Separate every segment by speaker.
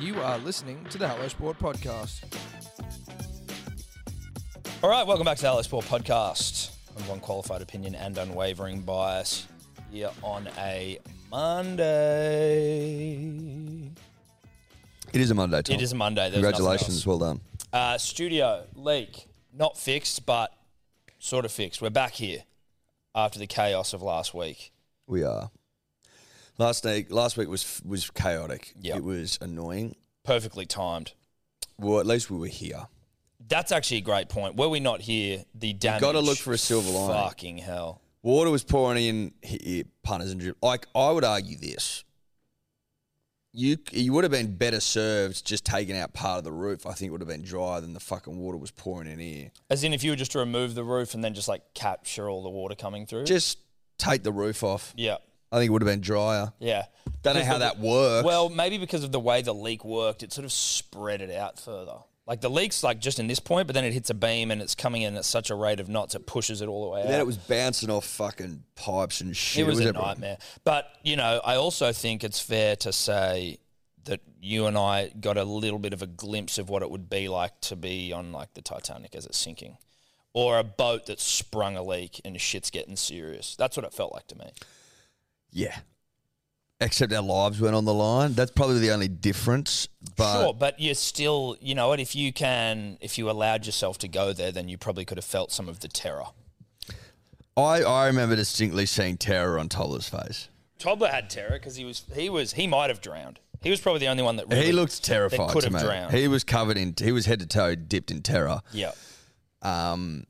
Speaker 1: You are listening to the Hello Sport podcast.
Speaker 2: All right, welcome back to the Hello Sport podcast. On one qualified opinion and unwavering bias here on a Monday.
Speaker 3: It is a Monday, Tom.
Speaker 2: It is a Monday. there's nothing
Speaker 3: Congratulations.
Speaker 2: else.
Speaker 3: Well done.
Speaker 2: Uh, studio leak, not fixed, but sort of fixed. We're back here after the chaos of last week.
Speaker 3: We are. Last week, last week was was chaotic.
Speaker 2: Yep.
Speaker 3: It was annoying.
Speaker 2: Perfectly timed.
Speaker 3: Well, at least we were here.
Speaker 2: That's actually a great point. Were we not here, the damage.
Speaker 3: gotta look for a silver lining.
Speaker 2: Fucking hell.
Speaker 3: Water was pouring in here, punters and drip. Like I would argue this. You you would have been better served just taking out part of the roof. I think it would have been drier than the fucking water was pouring in here.
Speaker 2: As in, if you were just to remove the roof and then just like capture all the water coming through.
Speaker 3: Just take the roof off.
Speaker 2: yeah.
Speaker 3: I think it would have been drier.
Speaker 2: Yeah.
Speaker 3: Don't know
Speaker 2: Because
Speaker 3: how
Speaker 2: the-
Speaker 3: that works.
Speaker 2: Well, maybe because of the way the leak worked, it sort of spread it out further. Like the leak's like just in this point, but then it hits a beam and it's coming in at such a rate of knots it pushes it all the way
Speaker 3: then
Speaker 2: out.
Speaker 3: it was bouncing off fucking pipes and shit.
Speaker 2: It was, a
Speaker 3: everywhere.
Speaker 2: nightmare. But you know, I also think it's fair to say that you and I got a little bit of a glimpse of what it would be like to be on like the Titanic as it's sinking. Or a boat that sprung a leak and shit's getting serious. That's what it felt like to me.
Speaker 3: Yeah. Except our lives went on the line. That's probably the only difference. But
Speaker 2: sure, but you're still, you know what? If you can, if you allowed yourself to go there, then you probably could have felt some of the terror.
Speaker 3: I, I remember distinctly seeing terror on Toller's face.
Speaker 2: Tobler had terror because he was, he was, he might have drowned. He was probably the only one that really
Speaker 3: He looked
Speaker 2: They
Speaker 3: terrified
Speaker 2: could
Speaker 3: to
Speaker 2: have
Speaker 3: me.
Speaker 2: drowned.
Speaker 3: He was covered in. He was head to toe dipped in terror,
Speaker 2: Yeah,
Speaker 3: um,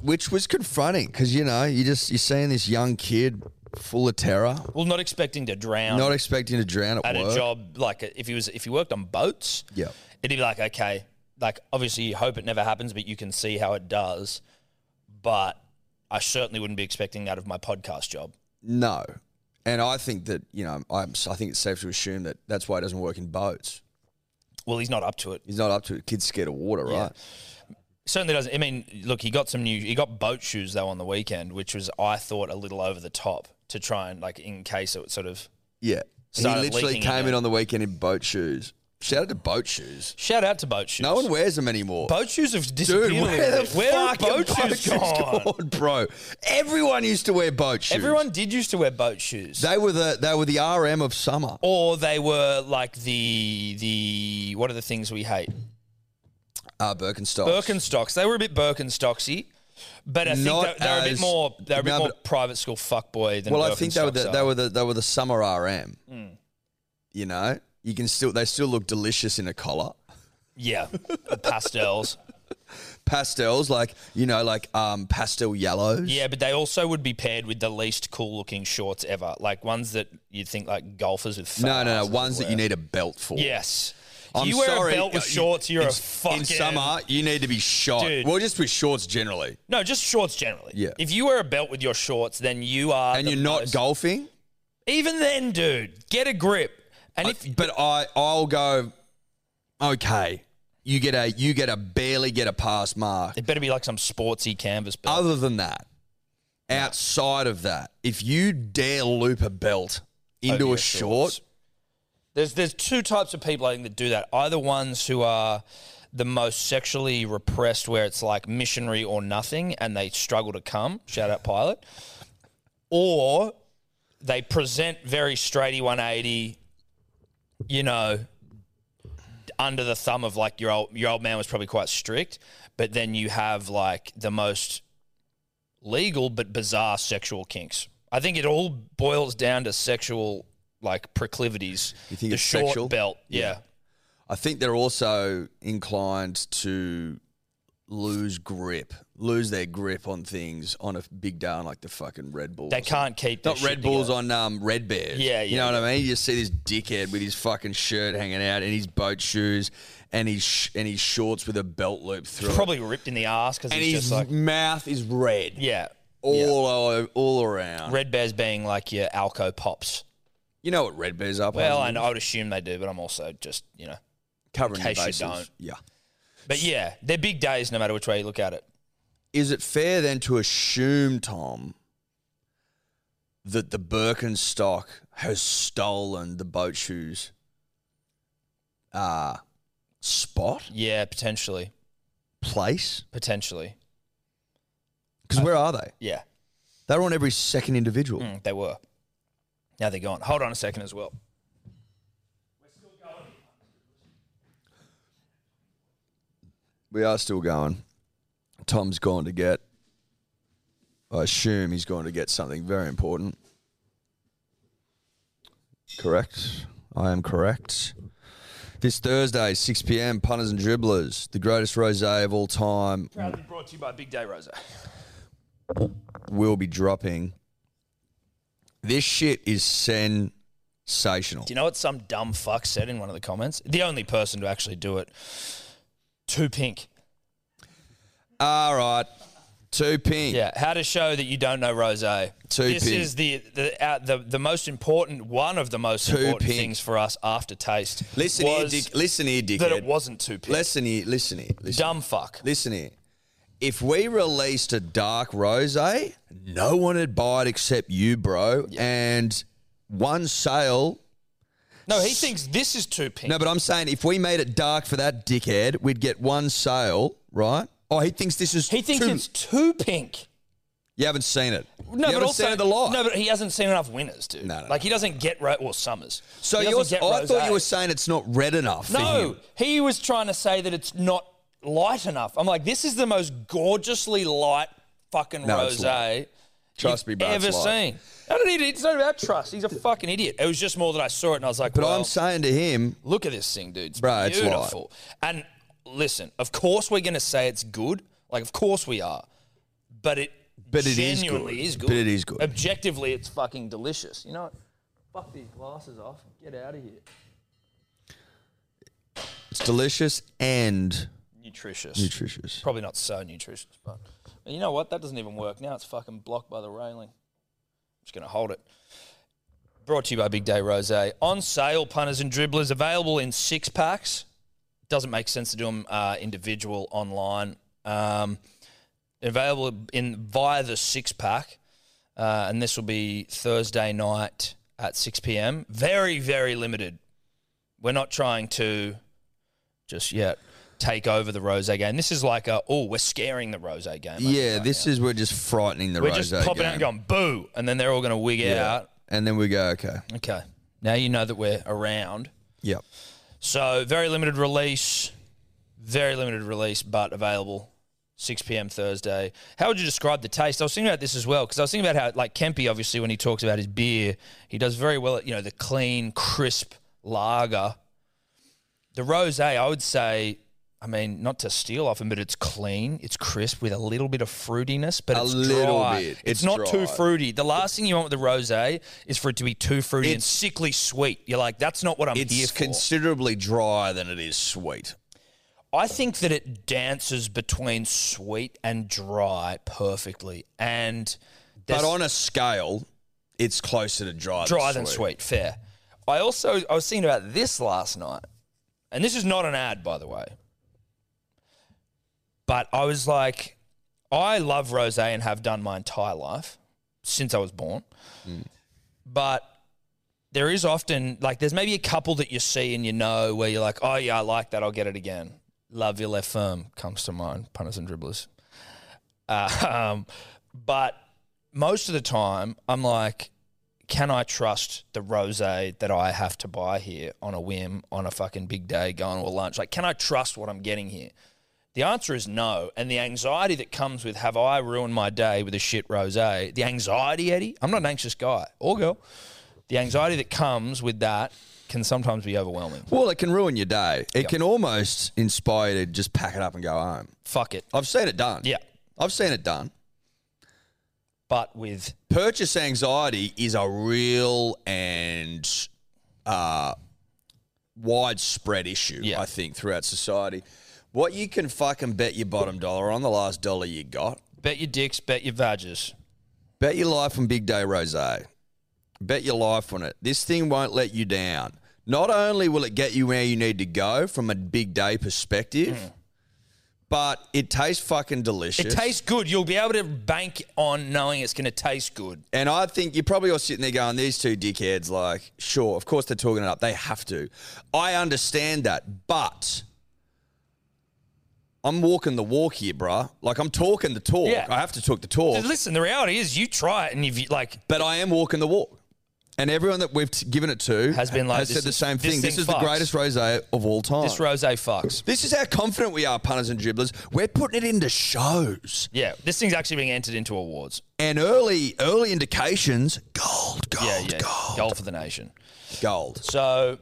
Speaker 3: which was confronting because you know you just you're seeing this young kid full of terror,
Speaker 2: well, not expecting to drown.
Speaker 3: not expecting to drown at,
Speaker 2: at
Speaker 3: work.
Speaker 2: a job like if he was if he worked on boats,
Speaker 3: Yeah.
Speaker 2: it'd be like okay, like obviously you hope it never happens, but you can see how it does. But I certainly wouldn't be expecting that of my podcast job.
Speaker 3: No, and I think that you know I'm, I think it's safe to assume that that's why he doesn't work in boats.
Speaker 2: Well, he's not up to it.
Speaker 3: He's not up to it. Kids scared of water, right?
Speaker 2: Certainly doesn't. I mean, look, he got some new. He got boat shoes though on the weekend, which was I thought a little over the top to try and like in case it would sort of.
Speaker 3: Yeah. He
Speaker 2: started
Speaker 3: literally
Speaker 2: leaking
Speaker 3: came
Speaker 2: again.
Speaker 3: in on the weekend in boat shoes. Shout out to boat shoes.
Speaker 2: Shout out to boat shoes.
Speaker 3: No one wears them anymore.
Speaker 2: boat shoes have disappeared.
Speaker 3: Dude,
Speaker 2: a little
Speaker 3: where the
Speaker 2: bit. Where are
Speaker 3: fuck are
Speaker 2: boat, shoes gone?
Speaker 3: bro? Everyone used to wear boat shoes.
Speaker 2: Everyone did used to wear boat shoes.
Speaker 3: They were the they were the RM of summer.
Speaker 2: or they were like the the what are the things we hate?
Speaker 3: Uh, Birkenstocks.
Speaker 2: Birkenstocks. They were a bit Birkenstocksy, but I think
Speaker 3: Not
Speaker 2: they, they were a bit
Speaker 3: as-
Speaker 2: more they were a bit
Speaker 3: no,
Speaker 2: more
Speaker 3: but-
Speaker 2: private school fuckboy than.
Speaker 3: well, I think they were
Speaker 2: Birkenstocks
Speaker 3: the,
Speaker 2: are.
Speaker 3: they were the they were the summer RM.
Speaker 2: Hmm.
Speaker 3: You know, you can still they still look delicious in a collar.
Speaker 2: yeah the pastels.
Speaker 3: Pastels, like you know, like um pastel yellows.
Speaker 2: Yeah, but they also would be paired with the least cool looking shorts ever, like ones that you'd think like golfers with. fat
Speaker 3: No, no, no.
Speaker 2: asses
Speaker 3: Ones
Speaker 2: would
Speaker 3: that you
Speaker 2: wear.
Speaker 3: need a belt for.
Speaker 2: Yes.
Speaker 3: I'm
Speaker 2: you wear
Speaker 3: sorry.
Speaker 2: a belt with
Speaker 3: uh,
Speaker 2: shorts, you're a
Speaker 3: it's-
Speaker 2: fucking
Speaker 3: In summer, you need to be shot.
Speaker 2: Dude.
Speaker 3: Well, just with shorts generally.
Speaker 2: No, just shorts generally.
Speaker 3: Yeah.
Speaker 2: If you wear a belt with your shorts, then you are
Speaker 3: And
Speaker 2: the
Speaker 3: you're not
Speaker 2: most-
Speaker 3: golfing.
Speaker 2: Even then, dude, get a grip. And if
Speaker 3: but I, I'll go. Okay, you get a, you get a barely get a pass mark.
Speaker 2: It better be like some sportsy canvas belt.
Speaker 3: Other than that, outside of that, if you dare loop a belt into
Speaker 2: your
Speaker 3: a short,
Speaker 2: shorts. Oh, There's there's two types of people I think that do that. Either ones who are the most sexually repressed, where it's like missionary or nothing, and they struggle to come. Shout out Pilot. Or they present very straighty 180. You know, under the thumb of like your old your old man was probably quite strict, but then you have like the most legal but bizarre sexual kinks. I think it all boils down to sexual like proclivities.
Speaker 3: You think
Speaker 2: the
Speaker 3: it's
Speaker 2: short
Speaker 3: sexual?
Speaker 2: belt, yeah.
Speaker 3: I think they're also inclined to lose grip, lose their grip on things on a big day on like the fucking Red Bull.
Speaker 2: They
Speaker 3: or
Speaker 2: can't keep their
Speaker 3: Not
Speaker 2: shit
Speaker 3: Red Bulls
Speaker 2: together.
Speaker 3: on um, Red Bears.
Speaker 2: Yeah,
Speaker 3: You
Speaker 2: yeah,
Speaker 3: know what I mean? You just see this dickhead with his fucking shirt hanging out and his boat shoes and his sh- and his shorts with a belt loop through. it.
Speaker 2: Probably ripped in the ass because
Speaker 3: and
Speaker 2: he's
Speaker 3: his
Speaker 2: just like
Speaker 3: mouth is red.
Speaker 2: yeah.
Speaker 3: All o- all around.
Speaker 2: Red bears being like your Alco pops.
Speaker 3: You know what Red Bears are?
Speaker 2: Well, I,
Speaker 3: Bundy?
Speaker 2: know, I would assume they do, but I'm also just you know.
Speaker 3: Covering
Speaker 2: in
Speaker 3: your
Speaker 2: case
Speaker 3: bases.
Speaker 2: you don't.
Speaker 3: Yeah.
Speaker 2: But yeah, they're big days no matter which way you look at it.
Speaker 3: Is it fair then to assume, Tom, that the Birkenstock has stolen the boat shoes uh, spot,
Speaker 2: Yeah, potentially,
Speaker 3: place?
Speaker 2: potentially.
Speaker 3: Because where are they?
Speaker 2: Yeah,
Speaker 3: They're on every second individual.
Speaker 2: Mm, they were. Now they're gone. Hold on a second as well.
Speaker 3: We are still going. Tom's gone to get. I assume he's going to get something very important. Correct. I am correct. This Thursday, 6 p.m., Punters and Dribblers, the greatest rosé of all time,
Speaker 2: Proudly brought to you by Big Day Rosa.
Speaker 3: will be dropping. This shit is sensational.
Speaker 2: Do you know what some dumb fuck said in one of the comments? The only person to actually do it. Too pink.
Speaker 3: All right. Two pink.
Speaker 2: Yeah, how to show that you don't know rosé.
Speaker 3: Two
Speaker 2: This
Speaker 3: pink.
Speaker 2: is the the, uh, the the most important one of the most
Speaker 3: Two
Speaker 2: important
Speaker 3: pink.
Speaker 2: things for us after taste.
Speaker 3: Listen
Speaker 2: was
Speaker 3: here, dick. Listen here, dickhead.
Speaker 2: that it wasn't too pink.
Speaker 3: Listen here. Listen here. Listen.
Speaker 2: dumb fuck.
Speaker 3: Listen here. If we released a dark rosé, no one would buy it except you, bro. And one sale.
Speaker 2: No, he thinks this is too pink.
Speaker 3: No, but I'm saying if we made it dark for that dickhead, we'd get one sale, right? Oh, he thinks this is.
Speaker 2: he thinks
Speaker 3: too-
Speaker 2: it's too pink.
Speaker 3: You haven't seen it. you
Speaker 2: No,
Speaker 3: haven't
Speaker 2: but also
Speaker 3: seen it a lot.
Speaker 2: no, but he hasn't seen enough winners, dude.
Speaker 3: No, no,
Speaker 2: like he doesn't get ro- or summers.
Speaker 3: so
Speaker 2: He
Speaker 3: you're,
Speaker 2: doesn't get
Speaker 3: I thought
Speaker 2: rosé.
Speaker 3: you were saying it's not red enough. for
Speaker 2: No,
Speaker 3: him.
Speaker 2: he was trying to say that it's not light enough. I'm like, this is the most gorgeously light fucking
Speaker 3: No, it's
Speaker 2: rosé.
Speaker 3: Trust me,
Speaker 2: you've
Speaker 3: bro, it's
Speaker 2: ever
Speaker 3: light.
Speaker 2: seen. I don't need it. It's not about trust. He's a fucking idiot. It was just more that I saw it and I was like,
Speaker 3: But
Speaker 2: well,
Speaker 3: I'm saying to him,
Speaker 2: look at this thing, dude. It's
Speaker 3: Bro, it's light.
Speaker 2: beautiful. and listen, of course we're gonna say it's good. Like, of course we are. But it
Speaker 3: But it is
Speaker 2: genuinely
Speaker 3: good.
Speaker 2: is good.
Speaker 3: But it is good.
Speaker 2: Objectively, it's fucking delicious. You know, what? fuck these glasses off. Get out of here.
Speaker 3: it's delicious and
Speaker 2: Nutritious.
Speaker 3: nutritious.
Speaker 2: Probably not so nutritious, but and you know what? That doesn't even work now. It's fucking blocked by the railing. I'm just going to hold it. Brought to you by Big Day Oh, Rosé. On sale, punters and dribblers available in six packs. Doesn't make sense to do them uh, individual online. Um, available in via the six pack, uh, and this will be Thursday night at six p.m. Very very limited. We're not trying to just yet take over the rose game. This is like a oh, we're scaring the rose game.
Speaker 3: Yeah, this is we're just frightening the
Speaker 2: we're
Speaker 3: rosé.
Speaker 2: just popping out and
Speaker 3: game.
Speaker 2: going boo, and then they're all going to wig out.
Speaker 3: and then we go okay.
Speaker 2: Okay, now you know that we're around.
Speaker 3: Yep.
Speaker 2: So very limited release, very limited release, but available. 6 p.m. Thursday. How would you describe the taste? I was thinking about this as well because I was thinking about how, like Kempy, obviously, when he talks about his beer, he does very well at you know the clean, crisp lager. The rosé, I would say, I mean, not to steal off him, but it's clean, it's crisp with a little bit of fruitiness, but
Speaker 3: A
Speaker 2: it's
Speaker 3: little
Speaker 2: dry.
Speaker 3: bit.
Speaker 2: It's,
Speaker 3: It's
Speaker 2: not too
Speaker 3: dry.
Speaker 2: fruity. The last thing you want with the rosé is for it to be too fruity and
Speaker 3: It's-
Speaker 2: sickly sweet. You're like, that's not what I'm here
Speaker 3: It's
Speaker 2: for.
Speaker 3: considerably drier than it is sweet.
Speaker 2: I think that it dances between sweet and dry perfectly, and there's
Speaker 3: but on a scale, it's closer to dry.
Speaker 2: dry
Speaker 3: than
Speaker 2: than sweet. Fair. I also I was thinking about this last night, and this is not an ad, by the way. But I was like, I love rosé and have done my entire life since I was born.
Speaker 3: Hmm.
Speaker 2: But there is often like there's maybe a couple that you see and you know where you're like, oh yeah, I like that, I'll get it again. La Ville Firm comes to mind, punters and dribblers. Uh, um, but most of the time, I'm like, can I trust the rosé that I have to buy here on a whim, on a fucking big day, going to a lunch? Like, can I trust what I'm getting here? The answer is no. And the anxiety that comes with have I ruined my day with a shit rosé? The anxiety, Eddie. I'm not an anxious guy or girl. The anxiety that comes with that can sometimes be overwhelming.
Speaker 3: Well, it can ruin your day. It can almost inspire you to just pack it up and go home.
Speaker 2: Fuck it.
Speaker 3: I've seen it done.
Speaker 2: Yeah.
Speaker 3: I've seen it done.
Speaker 2: But with
Speaker 3: Purchase anxiety is a real and uh, widespread issue,
Speaker 2: Yeah.
Speaker 3: I think, throughout society. What you can fucking bet your bottom dollar on the last dollar you got
Speaker 2: bet your dicks, bet your vages.
Speaker 3: Bet your life on Big Day Rosé. Bet your life on it. This thing won't let you down. Not only will it get you where you need to go from a big day perspective, But it tastes fucking delicious.
Speaker 2: Mm. It tastes good. You'll be able to bank on knowing it's going to taste good.
Speaker 3: And I think you're probably all sitting there going, these two dickheads, like, sure, of course they're talking it up. They have to. I understand that, but I'm walking the walk here, bruh. Like, I'm talking the talk.
Speaker 2: Yeah.
Speaker 3: I have to talk the talk,
Speaker 2: Listen, the reality is you try it and you've like
Speaker 3: but I am walking the walk. And everyone that we've t- given it to
Speaker 2: Has been like,
Speaker 3: has
Speaker 2: this
Speaker 3: said the
Speaker 2: is-
Speaker 3: same
Speaker 2: this
Speaker 3: thing. This
Speaker 2: thing
Speaker 3: is
Speaker 2: fucks.
Speaker 3: the greatest rosé of all time.
Speaker 2: this rosé fucks.
Speaker 3: Oh. this is how confident we are, punters and dribblers. We're putting it into shows.
Speaker 2: Yeah, this thing's actually being entered into awards.
Speaker 3: And early, early indications, gold, gold,
Speaker 2: Yeah, yeah.
Speaker 3: gold,
Speaker 2: Goal for the nation.
Speaker 3: gold.
Speaker 2: So,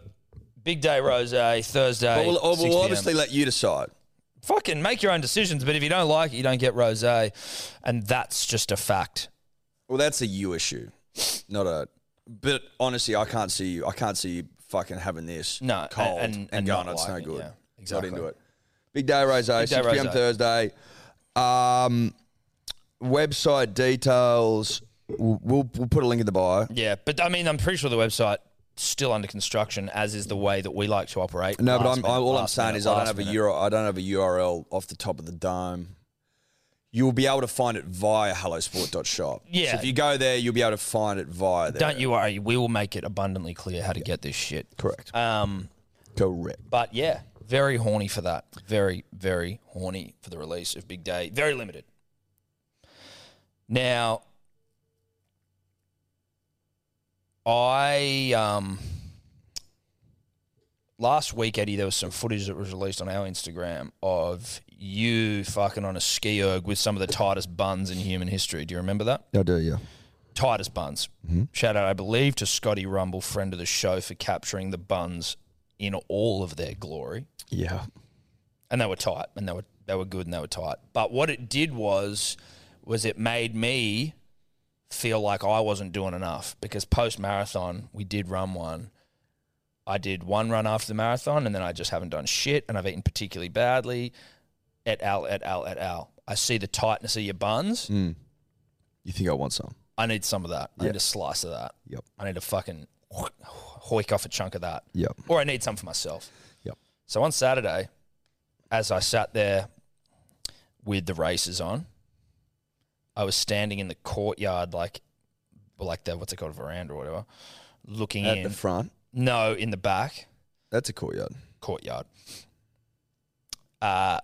Speaker 2: big day rosé Thursday.
Speaker 3: Well, we'll,
Speaker 2: 6
Speaker 3: we'll
Speaker 2: p.m.
Speaker 3: obviously let you decide.
Speaker 2: fucking make your own decisions. But if you don't like it, you don't get rosé, and that's just a fact.
Speaker 3: Well, that's a you issue, not a. But honestly, I can't see you. I can't see you fucking having this
Speaker 2: No,
Speaker 3: cold
Speaker 2: and-
Speaker 3: and,
Speaker 2: and- and
Speaker 3: going,
Speaker 2: not
Speaker 3: it's no
Speaker 2: liking it,
Speaker 3: good.
Speaker 2: yeah. Exactly.
Speaker 3: Not into it. Big day rosé,
Speaker 2: Big day
Speaker 3: six pm
Speaker 2: rosé.
Speaker 3: Thursday. Um, website details. We'll, we'll we'll put a link in the bio.
Speaker 2: Yeah, but I mean, I'm pretty sure the website still under construction, as is the way that we like to operate.
Speaker 3: No, but
Speaker 2: Last
Speaker 3: I'm,
Speaker 2: minute,
Speaker 3: I, all I'm
Speaker 2: last
Speaker 3: saying
Speaker 2: minute,
Speaker 3: is I don't
Speaker 2: last
Speaker 3: have a
Speaker 2: minute.
Speaker 3: URL. I don't have a URL off the top of the dome. You will be able to find it via hellosport.shop.
Speaker 2: Yeah.
Speaker 3: So if you go there, you'll be able to find it via there.
Speaker 2: Don't you worry. We will make it abundantly clear how to get this shit.
Speaker 3: Correct.
Speaker 2: Um,
Speaker 3: Correct.
Speaker 2: but yeah, very horny for that. Very, very horny for the release of Big Day. Very limited. Now, I um, last week, Eddie, there was some footage that was released on our Instagram of you fucking on a ski erg with some of the tightest buns in human history. Do you remember that?
Speaker 3: I do, yeah.
Speaker 2: Titus Buns. Shout out, I believe, to Scotty Rumble, friend of the show, for capturing the buns in all of their glory.
Speaker 3: Yeah.
Speaker 2: And they were tight, and they were they were good, and they were tight. But what it did was, was it made me feel like I wasn't doing enough because post marathon we did run one. I did one run after the marathon, and then I just haven't done shit, and I've eaten particularly badly. Et al. Et al. Et al. I see the tightness of your buns.
Speaker 3: You think I want some?
Speaker 2: I need some of that. I need a slice of that.
Speaker 3: Yep.
Speaker 2: I need to fucking hoik off a chunk of that.
Speaker 3: Yep.
Speaker 2: Or I need some for myself.
Speaker 3: Yep.
Speaker 2: So on Saturday, as I sat there with the races on, I was standing in the courtyard like like the what's it called, veranda or whatever, looking
Speaker 3: At
Speaker 2: in.
Speaker 3: the front.
Speaker 2: no, in the back
Speaker 3: That's a courtyard.
Speaker 2: courtyard. Uh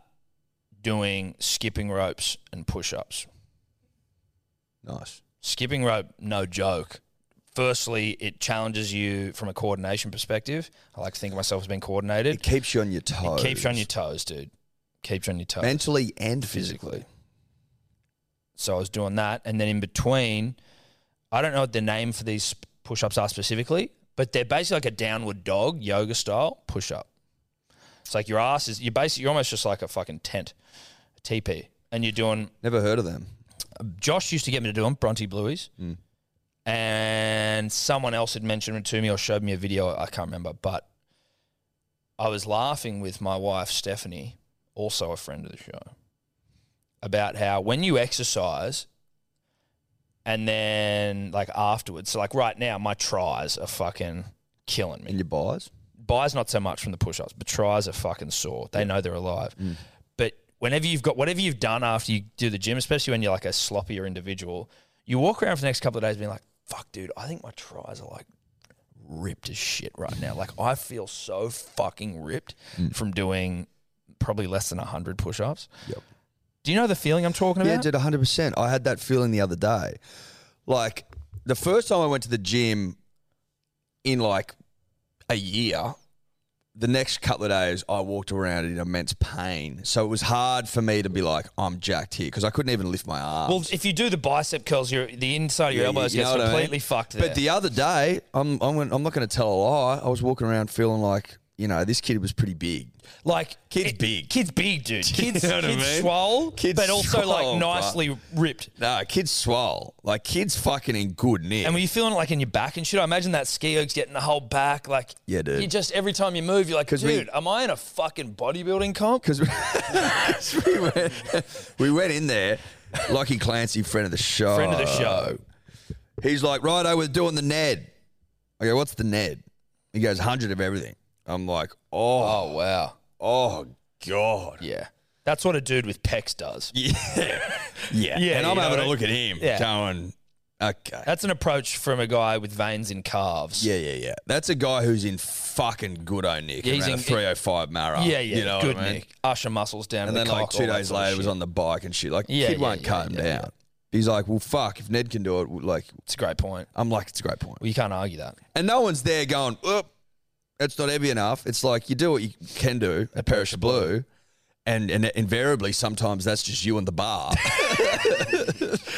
Speaker 2: doing skipping ropes and push ups.
Speaker 3: Nice.
Speaker 2: skipping rope, no joke. Firstly, it challenges you from a coordination perspective. I like to think of myself as being coordinated.
Speaker 3: It keeps you on your toes.
Speaker 2: Keeps you on your toes, dude. Keeps you on your toes.
Speaker 3: mentally and physically.
Speaker 2: So I was doing that, and then in between, I don't know what the name for these push-ups are specifically, but they're basically like a downward dog yoga style push-up. It's like your ass is you're basically you're almost just like a fucking tent, a teepee, and you're doing
Speaker 3: Never heard of them. Hmm.
Speaker 2: Josh used to get me to do them, Bronte Blueies. And someone else had mentioned it to me or showed me a video, I can't remember, but I was laughing with my wife, Stephanie, also a friend of the show, about how when you exercise and then like afterwards, so like right now, my tries are fucking killing me
Speaker 3: And your buys?
Speaker 2: buys not so much from the push-ups, but tries are fucking sore. They know they're alive.
Speaker 3: Mm.
Speaker 2: But whenever you've got whatever you've done after you do the gym, especially when you're like a sloppier individual, you walk around for the next couple of days being like, "Fuck, dude, I think my tries are like ripped as shit right now. Like I feel so fucking ripped
Speaker 3: Mm.
Speaker 2: from doing probably less than hundred push-ups."
Speaker 3: Yep.
Speaker 2: Do you know the feeling I'm talking about?
Speaker 3: Yeah, did 100%. I had that feeling the other day. Like, the first time I went to the gym in like a year, the next couple of days, I walked around in immense pain. So it was hard for me to be like, I'm jacked here because I couldn't even lift my arms.
Speaker 2: well, if you do the bicep curls, your the inside of your
Speaker 3: Yeah,
Speaker 2: elbows
Speaker 3: you- you
Speaker 2: gets
Speaker 3: know what I mean?
Speaker 2: completely fucked. There.
Speaker 3: But the other day, I'm I'm, gonna- I'm not going to tell a lie. I was walking around feeling like you know this kid was pretty big.
Speaker 2: Like
Speaker 3: Kid's big.
Speaker 2: Kids big, dude. Kids,
Speaker 3: know what I
Speaker 2: kids
Speaker 3: mean?
Speaker 2: swole,
Speaker 3: Kids
Speaker 2: but also
Speaker 3: swole,
Speaker 2: like
Speaker 3: bro.
Speaker 2: nicely ripped.
Speaker 3: Nah, kids swole. Like kids fucking in good nick.
Speaker 2: And were you feeling it like in your back and shit? I imagine that ski erg's getting the whole back. Like,
Speaker 3: Yeah, dude.
Speaker 2: You just every time you move, you're like,
Speaker 3: 'Cause
Speaker 2: dude,
Speaker 3: we-
Speaker 2: am I in a fucking bodybuilding comp?
Speaker 3: because we, went, we went in there. Lucky Clancy, friend of the show.
Speaker 2: Friend of the show.
Speaker 3: He's like, righto, we're doing the Ned. I go, what's the Ned? He goes, hundred of everything. I'm like, oh,
Speaker 2: Oh wow,
Speaker 3: oh, god.
Speaker 2: yeah. That's what a dude with pecs does.
Speaker 3: Yeah. yeah.
Speaker 2: Yeah,
Speaker 3: And I'm
Speaker 2: you know
Speaker 3: having
Speaker 2: what I
Speaker 3: a look at him
Speaker 2: Yeah.
Speaker 3: going, okay.
Speaker 2: That's an approach from a guy with veins in calves.
Speaker 3: Yeah, yeah, yeah. That's a guy who's in fucking good O Nick.
Speaker 2: Yeah,
Speaker 3: Yeah,
Speaker 2: he's
Speaker 3: ran a
Speaker 2: in-
Speaker 3: 305 Mara.
Speaker 2: yeah, yeah.
Speaker 3: You know
Speaker 2: good
Speaker 3: what I mean?
Speaker 2: Nick. Usher muscles down.
Speaker 3: And
Speaker 2: to
Speaker 3: then
Speaker 2: the
Speaker 3: like
Speaker 2: cock,
Speaker 3: two
Speaker 2: all that
Speaker 3: days
Speaker 2: sort of
Speaker 3: later, was
Speaker 2: shit.
Speaker 3: on the bike and shit. Like,
Speaker 2: Yeah,
Speaker 3: kid
Speaker 2: yeah,
Speaker 3: won't
Speaker 2: yeah,
Speaker 3: cut him
Speaker 2: yeah,
Speaker 3: down. He's like, well, fuck. If Ned can do it, like,
Speaker 2: It's a great point.
Speaker 3: I'm like, it's a great point.
Speaker 2: Well, you can't argue that.
Speaker 3: And no one's there going, oh, it's not heavy enough. It's like you do what you can do at Parish of Blue. And, and invariably, sometimes that's just you and the bar.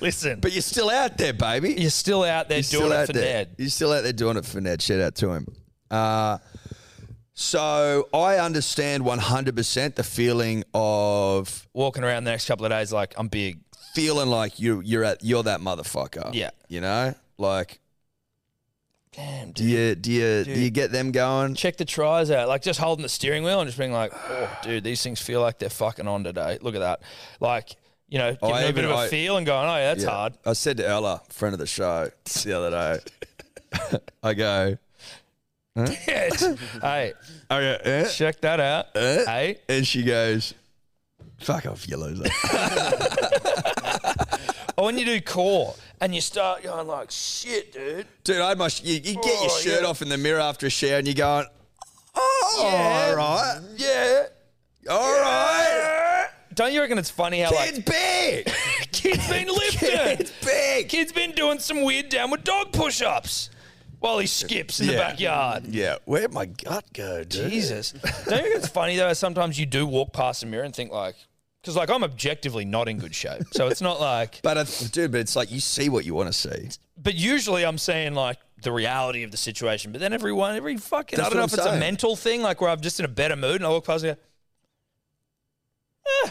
Speaker 2: Listen, but
Speaker 3: but you're still out there, baby.
Speaker 2: you're still out there
Speaker 3: He's
Speaker 2: doing
Speaker 3: still
Speaker 2: it
Speaker 3: out
Speaker 2: for
Speaker 3: there.
Speaker 2: Ned.
Speaker 3: He's still out there doing it for Ned. Shout out to him. Uh, so I understand 100% the feeling of
Speaker 2: Walking around the next couple of days, like I'm big.
Speaker 3: feeling like you you're at you're that motherfucker.
Speaker 2: Yeah.
Speaker 3: You know? Like
Speaker 2: Damn, dude.
Speaker 3: do you do you do you get them going?
Speaker 2: Check the tries out. Like just holding the steering wheel and just being like, oh, dude, these things feel like they're fucking on today. Look at that. Like, you know, giving
Speaker 3: Oh, I
Speaker 2: it a bit
Speaker 3: even-
Speaker 2: of a
Speaker 3: I-
Speaker 2: feel and going, oh, yeah, that's
Speaker 3: Yeah.
Speaker 2: hard.
Speaker 3: I said to Ella, friend of the show, the other day. I go,
Speaker 2: hey,
Speaker 3: I go, eh?
Speaker 2: check that out.
Speaker 3: Eh?
Speaker 2: Hey,
Speaker 3: and she goes, "Fuck off, you loser."
Speaker 2: or Oh, when you do core and you start going like, shit, dude.
Speaker 3: Dude, I must. You, you get your
Speaker 2: Oh,
Speaker 3: shirt
Speaker 2: yeah.
Speaker 3: off in the mirror after a shower, and you're going, "Oh,
Speaker 2: Yeah.
Speaker 3: all right,
Speaker 2: Yeah.
Speaker 3: all right,
Speaker 2: Don't you reckon it's funny how
Speaker 3: it's big,
Speaker 2: like kids been lifting?
Speaker 3: it's big."
Speaker 2: Kid's been doing some weird downward dog push ups while he skips in the
Speaker 3: Yeah.
Speaker 2: backyard.
Speaker 3: Yeah, where'd my gut go, dude?
Speaker 2: Jesus. Don't you think it's funny though? Sometimes you do walk past a mirror and think like, because like I'm objectively not in good shape. So it's not like,
Speaker 3: But I, dude, but it's like you see what you want to see.
Speaker 2: but usually I'm saying like the reality of the situation. But then everyone, every fucking, I
Speaker 3: That's
Speaker 2: don't know
Speaker 3: what
Speaker 2: if
Speaker 3: I'm
Speaker 2: it's a
Speaker 3: saying.
Speaker 2: mental thing, like where I'm just in a better mood and I walk past and go, "Eh,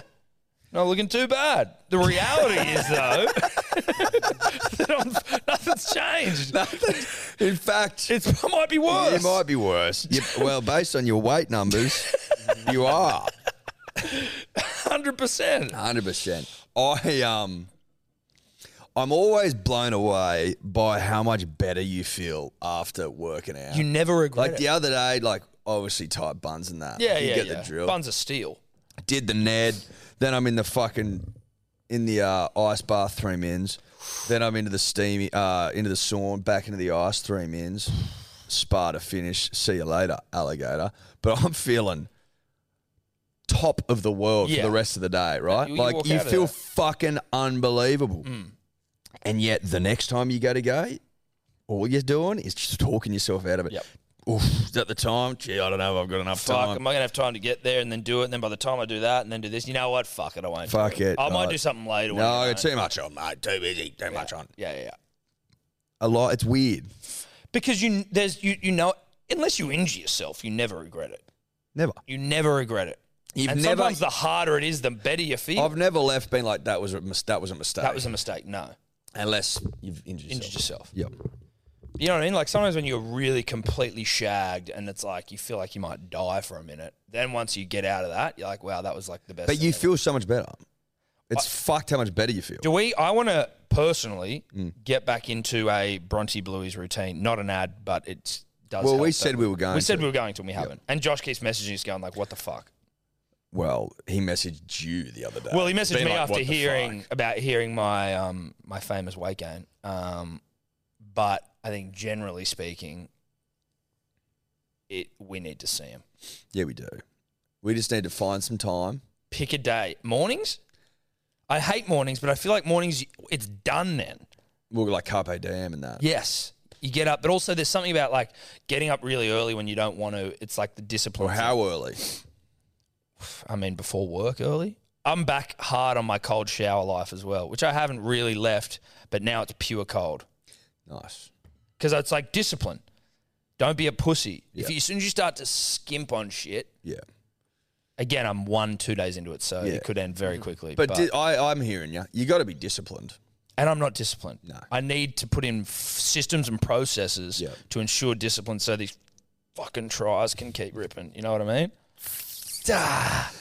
Speaker 2: not looking too bad. The reality is though, that I'm, nothing's changed.
Speaker 3: In fact,
Speaker 2: It's, it might be worse.
Speaker 3: it might be worse. You- well, based on your weight numbers, you are
Speaker 2: Hundred percent.
Speaker 3: hundred percent. I um, I'm always blown away by how much better you feel after working out.
Speaker 2: You never regret
Speaker 3: Like
Speaker 2: it.
Speaker 3: the other day, like obviously tight buns and that.
Speaker 2: Yeah,
Speaker 3: you
Speaker 2: yeah,
Speaker 3: get
Speaker 2: yeah.
Speaker 3: the drill.
Speaker 2: Buns of steel.
Speaker 3: Did the Ned. Then I'm in the fucking in the uh, ice bath three mins. Then I'm into the steamy uh, into the sauna, back into the ice three mins. Spa to finish. See you later, alligator. But I'm feeling top of the world
Speaker 2: Yeah.
Speaker 3: for the rest of the day, right?
Speaker 2: You- you
Speaker 3: like
Speaker 2: walk
Speaker 3: you
Speaker 2: out of Mm.
Speaker 3: feel
Speaker 2: that.
Speaker 3: fucking unbelievable. And yet the next time you go to go, all you're doing is just talking yourself out of it.
Speaker 2: Yep.
Speaker 3: Oof, is that the time? Gee, I don't know if I've got enough
Speaker 2: Fuck,
Speaker 3: time.
Speaker 2: am I gonna have time to get there and then do it? And then by the time I do that and then do this, you know what? Fuck it, I won't. do
Speaker 3: Fuck it.
Speaker 2: I might
Speaker 3: No.
Speaker 2: do something later. when
Speaker 3: No,
Speaker 2: I
Speaker 3: too much on, mate. Too busy. Too much on.
Speaker 2: don't. yeah, yeah, yeah.
Speaker 3: A lot. It's weird.
Speaker 2: Because you there's you you know unless you injure yourself, you never regret it.
Speaker 3: Never.
Speaker 2: You never regret it.
Speaker 3: You've
Speaker 2: and
Speaker 3: never-
Speaker 2: sometimes the harder it is, the better you feel.
Speaker 3: I've never left being like that was a mis- that was a mistake.
Speaker 2: that was a mistake. No,
Speaker 3: unless you've injured yourself.
Speaker 2: injured yourself.
Speaker 3: Yep.
Speaker 2: You know what I mean? Like sometimes when you're really completely shagged and it's like you feel like you might die for a minute. Then once you get out of that, you're like, wow, that was like the best.
Speaker 3: But
Speaker 2: thing
Speaker 3: you
Speaker 2: ever.
Speaker 3: feel so much better. It's fucked how much better you feel. Mm.
Speaker 2: Do we? I want to personally get back into a Bronte Bluey's routine. Not an ad, but it does.
Speaker 3: Well,
Speaker 2: help
Speaker 3: we
Speaker 2: that
Speaker 3: said we were going
Speaker 2: We said
Speaker 3: to.
Speaker 2: we were going to, and we haven't. And Josh keeps messaging us, going like, "What the fuck?"
Speaker 3: Well, he messaged you the other day.
Speaker 2: Well, he messaged
Speaker 3: Being
Speaker 2: me
Speaker 3: like,
Speaker 2: after
Speaker 3: "What the
Speaker 2: hearing
Speaker 3: fuck?"
Speaker 2: about hearing my um my famous weight gain. Um, but I think generally speaking, it we need to see him.
Speaker 3: Yeah, we do. We just need to find some time.
Speaker 2: Pick a day. Mornings. I hate mornings, but I feel like mornings. It's done then.
Speaker 3: We'll like carpe diem and that.
Speaker 2: Yes. You get up, but also there's something about like getting up really early when you don't want to. It's like the discipline.
Speaker 3: Or how early?
Speaker 2: I mean, before work early. I'm back hard on my cold shower life as well, which I haven't really left, but now it's pure cold
Speaker 3: Nice.
Speaker 2: because it's like discipline. Don't be a pussy. If
Speaker 3: Yeah.
Speaker 2: you, as soon as you start to skimp on shit,
Speaker 3: Yeah.
Speaker 2: again, I'm one, two days into it, so
Speaker 3: Yeah.
Speaker 2: it could end very quickly.
Speaker 3: But, di- I, I'm hearing you. You got to be disciplined.
Speaker 2: and I'm not disciplined.
Speaker 3: No.
Speaker 2: I need to put in f- systems and processes
Speaker 3: Yeah.
Speaker 2: to ensure discipline, so these fucking tries can keep ripping. You know what I mean?
Speaker 3: Ah.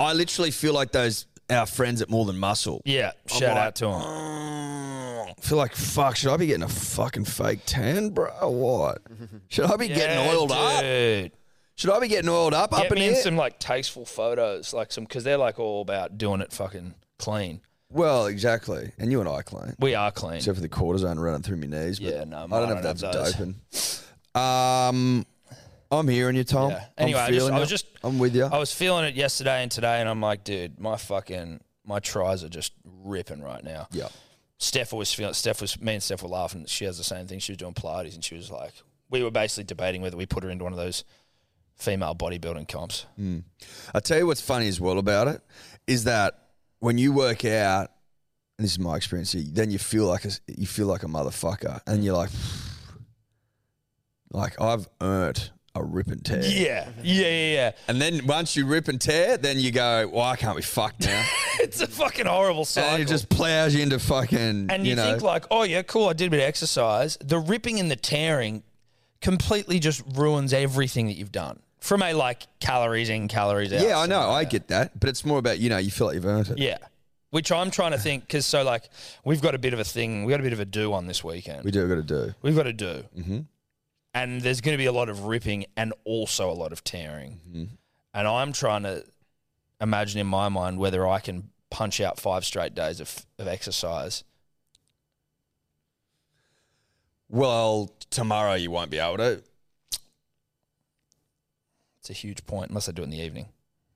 Speaker 3: I literally feel like those our friends at More Than Muscle.
Speaker 2: Yeah, shout out to him.
Speaker 3: Mm, feel like fuck. Should I be getting a fucking fake tan, bro? Or what? Should I be getting oiled up?
Speaker 2: dude.
Speaker 3: Should I be getting oiled up up
Speaker 2: Get
Speaker 3: in
Speaker 2: me in
Speaker 3: here?
Speaker 2: some like tasteful photos, like some because they're like all about doing it fucking clean.
Speaker 3: well, exactly. And you and I, Clayne.
Speaker 2: We are clean.
Speaker 3: Except for the cortisone running through my knees. But
Speaker 2: Yeah, no,
Speaker 3: I
Speaker 2: mine
Speaker 3: don't know if
Speaker 2: don't have
Speaker 3: that's
Speaker 2: those.
Speaker 3: doping. Um, I'm hearing you, Tom.
Speaker 2: Yeah. Anyway, I
Speaker 3: I'm
Speaker 2: just-
Speaker 3: feeling
Speaker 2: I
Speaker 3: you.
Speaker 2: was just-
Speaker 3: I'm with you.
Speaker 2: I was feeling it yesterday and today, and I'm like, dude, my fucking my tries are just ripping right now.
Speaker 3: yeah.
Speaker 2: Steph was feeling. Steph was me and Steph were laughing. She has the same thing. She was doing Pilates, and she was like, we were basically debating whether we put her into one of those female bodybuilding comps.
Speaker 3: Hmm. I tell you what's funny as well about it is that when you work out, and this is my experience, you- then you feel like a, you feel like a motherfucker, and you're like, like I've earned a rip and tear.
Speaker 2: Yeah, yeah, yeah, yeah.
Speaker 3: And then once you rip and tear, then you go, well, I can't be fucked now.
Speaker 2: It's a fucking horrible cycle.
Speaker 3: and it just plows you into fucking,
Speaker 2: and
Speaker 3: you,
Speaker 2: you,
Speaker 3: know,
Speaker 2: think like, oh yeah, cool, I did a bit of exercise. The ripping and the tearing completely just ruins everything that you've done from a like calories in, calories out.
Speaker 3: yeah, I know,
Speaker 2: scenario.
Speaker 3: I get that, but it's more about you know, you feel like you've earned it.
Speaker 2: Yeah, which I'm trying to think because so like we've got a bit of a thing, we have got a bit of a do on this weekend.
Speaker 3: We do got to do.
Speaker 2: We've got to do, mm-hmm. and there's going to be a lot of ripping and also a lot of tearing.
Speaker 3: Mm-hmm.
Speaker 2: And I'm trying to imagine in my mind whether I can punch out five straight days of, of exercise.
Speaker 3: Well, tomorrow you won't be able to.
Speaker 2: It's a huge point unless I do it in the evening.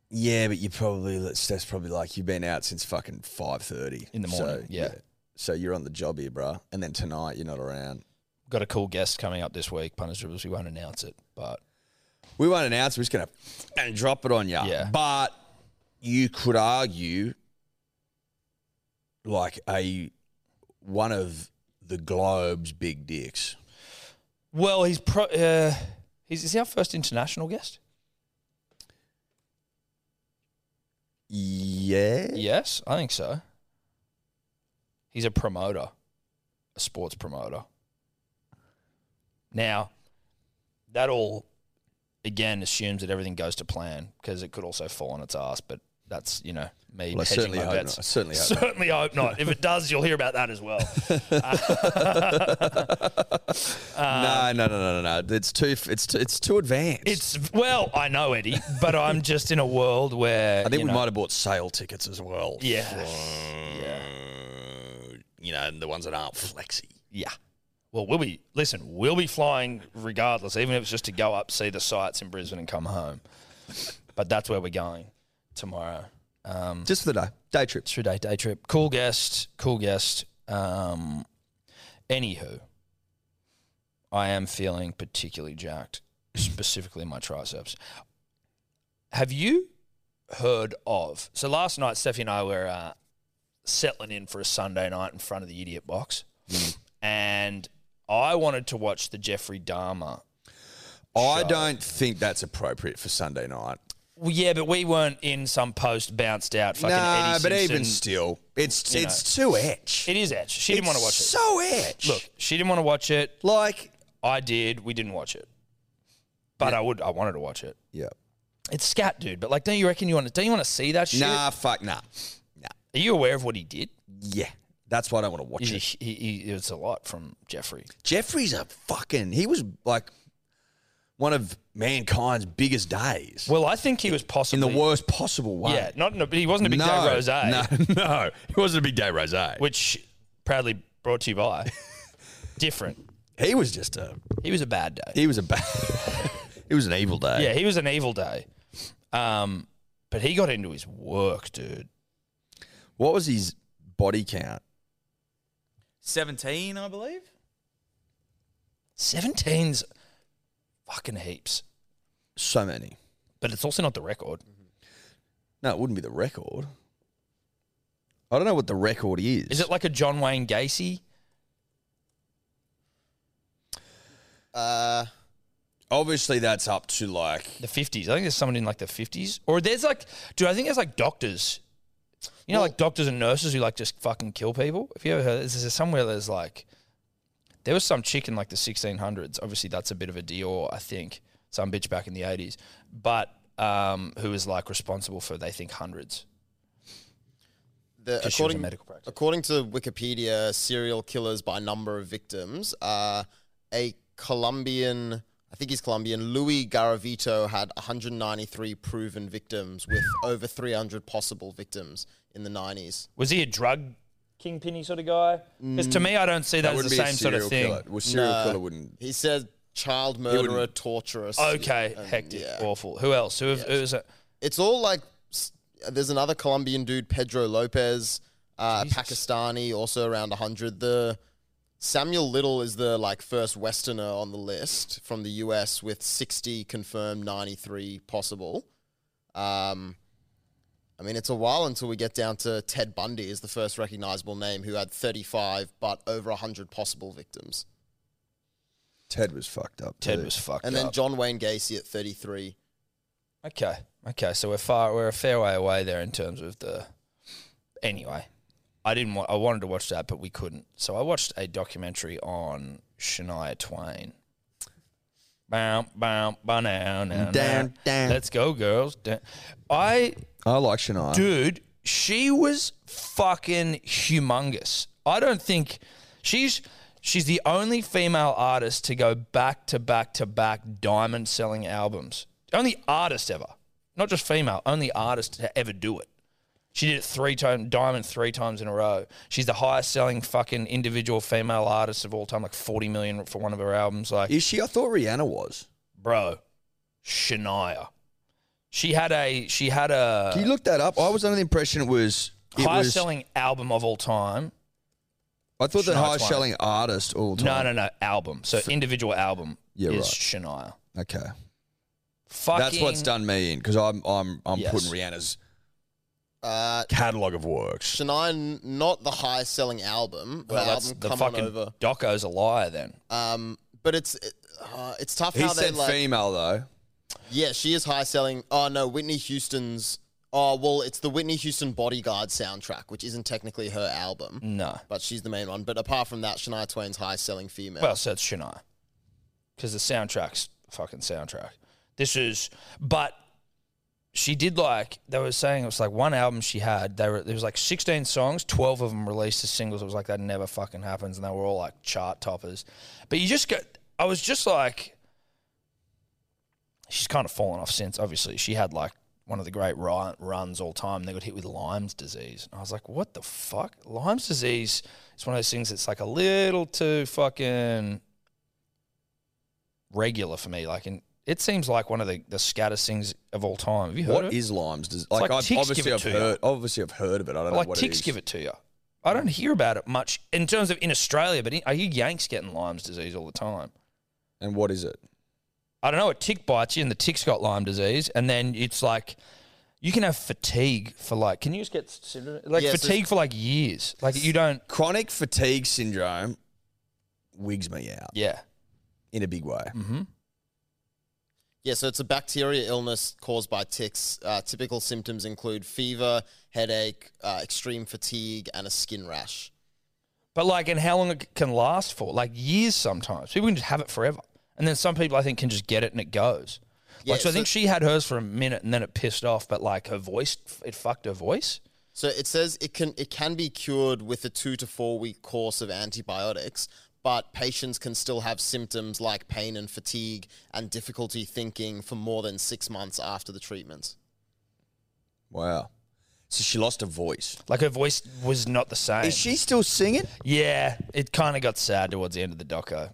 Speaker 3: Yeah, but you probably that's probably like you've been out since fucking five thirty
Speaker 2: In the morning, yeah.
Speaker 3: So you're on the job here, bruh. And then tonight you're not around.
Speaker 2: Got a cool guest coming up this week, Punters Dribbles. We won't announce it, but
Speaker 3: We won't announce. We're just gonna and drop it on you.
Speaker 2: Yeah.
Speaker 3: But you could argue, like a one of the globe's big dicks.
Speaker 2: well, he's pro. Uh, he's is he our first international guest?
Speaker 3: Yeah.
Speaker 2: Yes, I think so. He's a promoter, a sports promoter. Now, that all again assumes that everything goes to plan because it could also fall on its ass. But that's you know me
Speaker 3: Well, I
Speaker 2: hedging
Speaker 3: certainly
Speaker 2: my
Speaker 3: hope
Speaker 2: bets.
Speaker 3: not. I certainly hope. not.
Speaker 2: Certainly hope not. If it does, you'll hear about that as well.
Speaker 3: no, no, no, no, no, no. It's too. It's too, it's too advanced.
Speaker 2: It's well, I know Eddie, but I'm just in a world where
Speaker 3: I think
Speaker 2: you
Speaker 3: we
Speaker 2: know,
Speaker 3: might have bought sale tickets as well.
Speaker 2: Yeah.
Speaker 3: for, You know, the ones that aren't flexy.
Speaker 2: Yeah. Well, we'll be listen. We'll be flying regardless, even if it's just to go up, see the sights in Brisbane, and come home. But that's where we're going tomorrow. Um,
Speaker 3: Just for the day. Day trips.
Speaker 2: true day, day trip. Cool guest. Cool guest. Um, anywho, I am feeling particularly jacked, specifically my triceps. Have you heard of? So last night, Steffi and I were uh, settling in for a Sunday night in front of the Idiot Box, and I wanted to watch the Jeffrey Dahmer.
Speaker 3: I don't think that's appropriate for Sunday night.
Speaker 2: Well, yeah, but we weren't in some post bounced out fucking
Speaker 3: Nah,
Speaker 2: Eddie
Speaker 3: but even
Speaker 2: Simpson-
Speaker 3: still, it's
Speaker 2: you
Speaker 3: it's too etch.
Speaker 2: it is etch. She didn't want to watch it.
Speaker 3: So etch.
Speaker 2: Look, she didn't want to watch it.
Speaker 3: like
Speaker 2: I did. We didn't watch it, but I would. I wanted to watch it.
Speaker 3: yeah.
Speaker 2: It's scat, dude. But like, don't you reckon you want to? Don't you want to see that shit?
Speaker 3: Nah, fuck nah, nah.
Speaker 2: Are you aware of what he did?
Speaker 3: Yeah, that's why I don't want to watch
Speaker 2: He,
Speaker 3: it.
Speaker 2: he, he, it's a lot from Jeffrey.
Speaker 3: Jeffrey's a fucking. He was like one of mankind's biggest days
Speaker 2: Well, I think he was
Speaker 3: in
Speaker 2: possibly
Speaker 3: the worst possible way.
Speaker 2: Yeah, not in a, he wasn't a big
Speaker 3: no,
Speaker 2: day rose, eh?
Speaker 3: No, no, it wasn't a big day rose.
Speaker 2: which proudly brought to you by different.
Speaker 3: He was just a
Speaker 2: He was a bad day.
Speaker 3: he was a bad. it was an evil day.
Speaker 2: yeah, he was an evil day. Um, but he got into his work, dude.
Speaker 3: What was his body count?
Speaker 4: 17, I believe.
Speaker 2: 17's fucking heaps,
Speaker 3: So many.
Speaker 2: but it's also not the record.
Speaker 3: No, it wouldn't be the record. I don't know what the record is.
Speaker 2: Is it like a John Wayne Gacy?
Speaker 4: Uh,
Speaker 3: Obviously, that's up to like.
Speaker 2: the fifties. I think there's someone in like the fifties, or there's like, dude, I think there's like doctors. You know, like doctors and nurses who like just fucking kill people. Have you ever heard? Is there somewhere there's like, there was some chick in like the 1600s. Obviously, that's a bit of a Dior, I think. Some bitch back in the 80s, but um, who was like responsible for they think hundreds.
Speaker 4: the,
Speaker 2: 'Cause she was a
Speaker 4: according,
Speaker 2: medical practice.
Speaker 4: according to Wikipedia, serial killers by number of victims are a Colombian I think he's Colombian. Louis Garavito had 193 proven victims with over 300 possible victims in the 90s.
Speaker 2: Was he a drug kingpinny sort of guy? Because to me, I don't see that, as the
Speaker 3: wouldn't Mm. be a
Speaker 2: same sort of
Speaker 3: serial Killer.
Speaker 2: thing.
Speaker 3: Well, serial
Speaker 4: Mm. Nah.
Speaker 3: killer wouldn't.
Speaker 4: He said child murderer, torturer.
Speaker 2: Okay,
Speaker 4: and-
Speaker 2: hectic,
Speaker 4: yeah.
Speaker 2: awful. Who else? Who, who is it?
Speaker 4: It's all like s- there's another Colombian dude, Pedro Lopez, uh, Pakistani, also around 100. The Samuel Little is the like first Westerner on the list from the US with 60 confirmed, 93 possible. Um, I mean, it's a while until we get down to Ted Bundy is the first recognizable name who had 35 but over 100 possible victims.
Speaker 3: Ted was fucked up.
Speaker 2: Ted
Speaker 3: too.
Speaker 2: was fucked
Speaker 4: And
Speaker 2: up.
Speaker 4: then John Wayne Gacy at 33.
Speaker 2: Okay. Okay. So we're far we're a fair way away there in terms of the anyway. I didn't want I wanted to watch that, but we couldn't. So I watched a documentary on Shania Twain. Bow, bow, bow, now, now,
Speaker 3: Down, down.
Speaker 2: Let's go, girls. Down. I
Speaker 3: I like Shania.
Speaker 2: dude, she was fucking humongous. I don't think she's she's the only female artist to go back to back to back diamond selling albums. Only artist ever, not just female, only artist to ever do it. She did it three times, diamond three times in a row. She's the highest selling fucking individual female artist of all time, like forty million for one of her albums. Like
Speaker 3: Is she? I thought Rihanna was.
Speaker 2: bro, Shania. She had a she had a
Speaker 3: Can you look that up? I was under the impression it was. It
Speaker 2: highest
Speaker 3: was
Speaker 2: Uh, selling album of all time.
Speaker 3: I thought the
Speaker 2: Shania
Speaker 3: highest
Speaker 2: Twain.
Speaker 3: selling artist all time.
Speaker 2: No, no, no. Album. So individual album
Speaker 3: Yeah,
Speaker 2: is
Speaker 3: right.
Speaker 2: Shania.
Speaker 3: no. Okay.
Speaker 2: Fucking,
Speaker 3: That's what's done me in because I'm I'm I'm
Speaker 2: Yes.
Speaker 3: putting Rihanna's
Speaker 4: Uh,
Speaker 3: catalog of works.
Speaker 4: Shania, n- not the highest selling album. Her
Speaker 2: Well, that's
Speaker 4: album,
Speaker 2: the
Speaker 4: Come
Speaker 2: fucking
Speaker 4: On Over.
Speaker 2: Doco's a liar then.
Speaker 4: Um, but it's it, uh, it's tough
Speaker 3: He
Speaker 4: how they
Speaker 3: said
Speaker 4: like.
Speaker 3: female though.
Speaker 4: Yeah, she is high selling. Oh no, Whitney Houston's. Oh well, it's the Whitney Houston Bodyguard soundtrack, which isn't technically her album,
Speaker 2: No.
Speaker 4: but she's the main one. But apart from that, Shania Twain's highest selling female.
Speaker 2: Well, so it's Shania. Because the soundtrack's fucking soundtrack. This is, but she did like, they were saying it was like one album she had. They were, there was like 16 songs, 12 of them released as singles. It was like that never fucking happens. And they were all like chart toppers. But you just go, I was just like, she's kind of fallen off since. Obviously, she had like one of the great ri- runs all time. They got hit with Lyme's disease, and I was like, "What the fuck?" Lyme's disease is one of those things that's like a little too fucking regular for me. Like, and it seems like one of the the scattest things of all time. Have you heard
Speaker 3: What
Speaker 2: of it?
Speaker 3: is Limes? Does, like,
Speaker 2: like
Speaker 3: I've,
Speaker 2: ticks give
Speaker 3: obviously
Speaker 2: it
Speaker 3: I've
Speaker 2: to
Speaker 3: heard. Obviously I've heard of it. I don't know
Speaker 2: like
Speaker 3: what
Speaker 2: ticks
Speaker 3: it is.
Speaker 2: give it to you. I don't hear about it much in terms of in Australia, but in- I hear Yanks getting Lyme's disease all the time.
Speaker 3: And what is it?
Speaker 2: I don't know, a tick bites you and the tick's got Lyme disease, and then it's like you can have fatigue for like can you just get syndrome- like
Speaker 4: Yeah, so-
Speaker 2: fatigue for like years. Like you don't
Speaker 3: Chronic fatigue syndrome wigs me out
Speaker 2: Yeah. Mm-hmm.
Speaker 3: in a big way.
Speaker 4: Yeah, so it's a bacteria illness caused by ticks. Uh, typical symptoms include fever, headache, uh, extreme fatigue, and a skin rash.
Speaker 2: But like and how long it c- can last for? Like years sometimes. People can just have it forever. And then some people I think can just get it and it goes.
Speaker 4: Yeah,
Speaker 2: like so I
Speaker 4: so-
Speaker 2: think she had hers for a minute and then it pissed off, but like her voice it fucked her voice.
Speaker 4: So it says it can it can be cured with a two to four week course of antibiotics, but patients can still have symptoms like pain and fatigue and difficulty thinking for more than six months after the treatment.
Speaker 3: Wow. So she lost her voice.
Speaker 2: Like her voice was not the same.
Speaker 3: Is she still singing?
Speaker 2: yeah, it kind of got sad towards the end of the doco.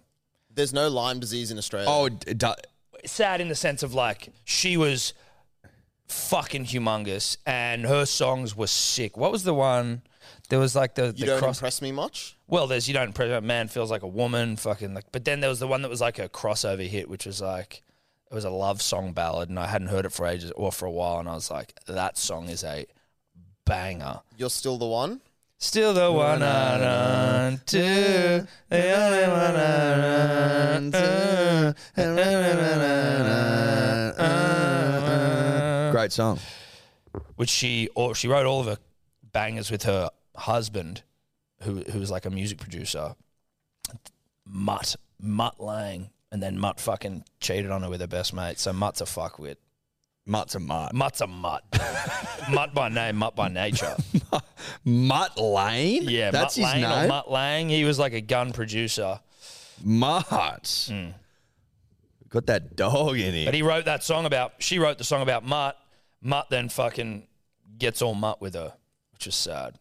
Speaker 4: There's no Lyme disease in Australia.
Speaker 3: Oh, it do-
Speaker 2: sad in the sense of like she was fucking humongous and her songs were sick. What was the one? There was like the,
Speaker 4: you
Speaker 2: the
Speaker 4: don't
Speaker 2: cross.
Speaker 4: impress me much.
Speaker 2: well, there's you don't impress. a Man feels like a woman. Fucking like. But then there was the one that was like a crossover hit, which was like it was a love song ballad, and I hadn't heard it for ages or for a while, and I was like, that song is a banger.
Speaker 4: You're still the one.
Speaker 2: Still the one I run to, the only one I run to.
Speaker 3: great song.
Speaker 2: Uh, Which she or she wrote all of her bangers with her husband, who who was like a music producer. Mutt Mutt Lang, and then Mutt fucking cheated on her with her best mate. So Mutt's a fuckwit.
Speaker 3: Mutt's a mutt.
Speaker 2: Mutt's a mutt. mutt by name, mutt by nature.
Speaker 3: Mutt Lane?
Speaker 2: Yeah,
Speaker 3: That's
Speaker 2: Mutt
Speaker 3: his
Speaker 2: Lang or
Speaker 3: name?
Speaker 2: Hmm. Mutt Lang. He was like a gun producer.
Speaker 3: Mutt. Got that dog in
Speaker 2: But
Speaker 3: here.
Speaker 2: he wrote that song about. She wrote the song about Mutt. Mutt then fucking gets all Mutt with her, which is sad.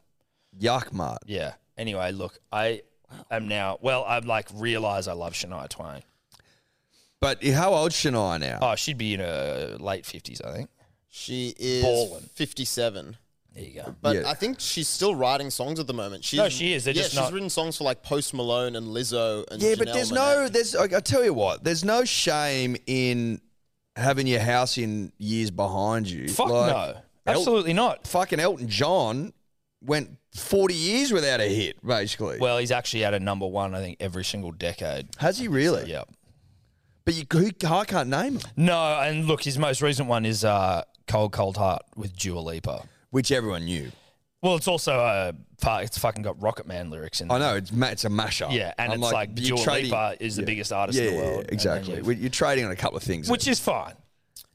Speaker 3: Yuck, mart.
Speaker 2: Yeah. Anyway, look, I am now. Well, I'm like realize I love Shania Twain.
Speaker 3: But how old's Shania now?
Speaker 2: Oh, she'd be in her late fifties, I think.
Speaker 4: She is
Speaker 2: Ballin'.
Speaker 4: 57.
Speaker 2: There you go.
Speaker 4: But
Speaker 3: Yeah.
Speaker 4: I think she's still writing songs at the moment. She's,
Speaker 2: No, she is. They're
Speaker 4: yeah,
Speaker 2: just
Speaker 4: she's
Speaker 2: not-
Speaker 4: written songs for like Post Malone and Lizzo and
Speaker 3: Yeah, but
Speaker 4: Janelle
Speaker 3: there's no,
Speaker 4: Monáe.
Speaker 3: there's. I, I tell you what, there's no shame in having your house in years behind you.
Speaker 2: Fuck
Speaker 3: Like,
Speaker 2: no.
Speaker 3: El-
Speaker 2: Absolutely not.
Speaker 3: fucking Elton John went 40 years without a hit, basically.
Speaker 2: Well, he's actually had a number one, I think, every single decade.
Speaker 3: Has he really?
Speaker 2: Yep.
Speaker 3: But you, who, I can't name him.
Speaker 2: No, and look, his most recent one is uh, Cold Cold Heart with Dua Lipa.
Speaker 3: Which everyone knew.
Speaker 2: Well, it's also uh, fu- it's fucking got Rocket Man lyrics in.
Speaker 3: I
Speaker 2: There.
Speaker 3: know it's ma- it's a mashup.
Speaker 2: Yeah, and
Speaker 3: I'm
Speaker 2: it's like,
Speaker 3: you're
Speaker 2: Dua
Speaker 3: trading-
Speaker 2: Lipa is the biggest artist
Speaker 3: yeah,
Speaker 2: in the
Speaker 3: yeah,
Speaker 2: world.
Speaker 3: yeah,
Speaker 2: and then
Speaker 3: exactly.
Speaker 2: you-
Speaker 3: Well, You're trading on a couple of things,
Speaker 2: which is fine.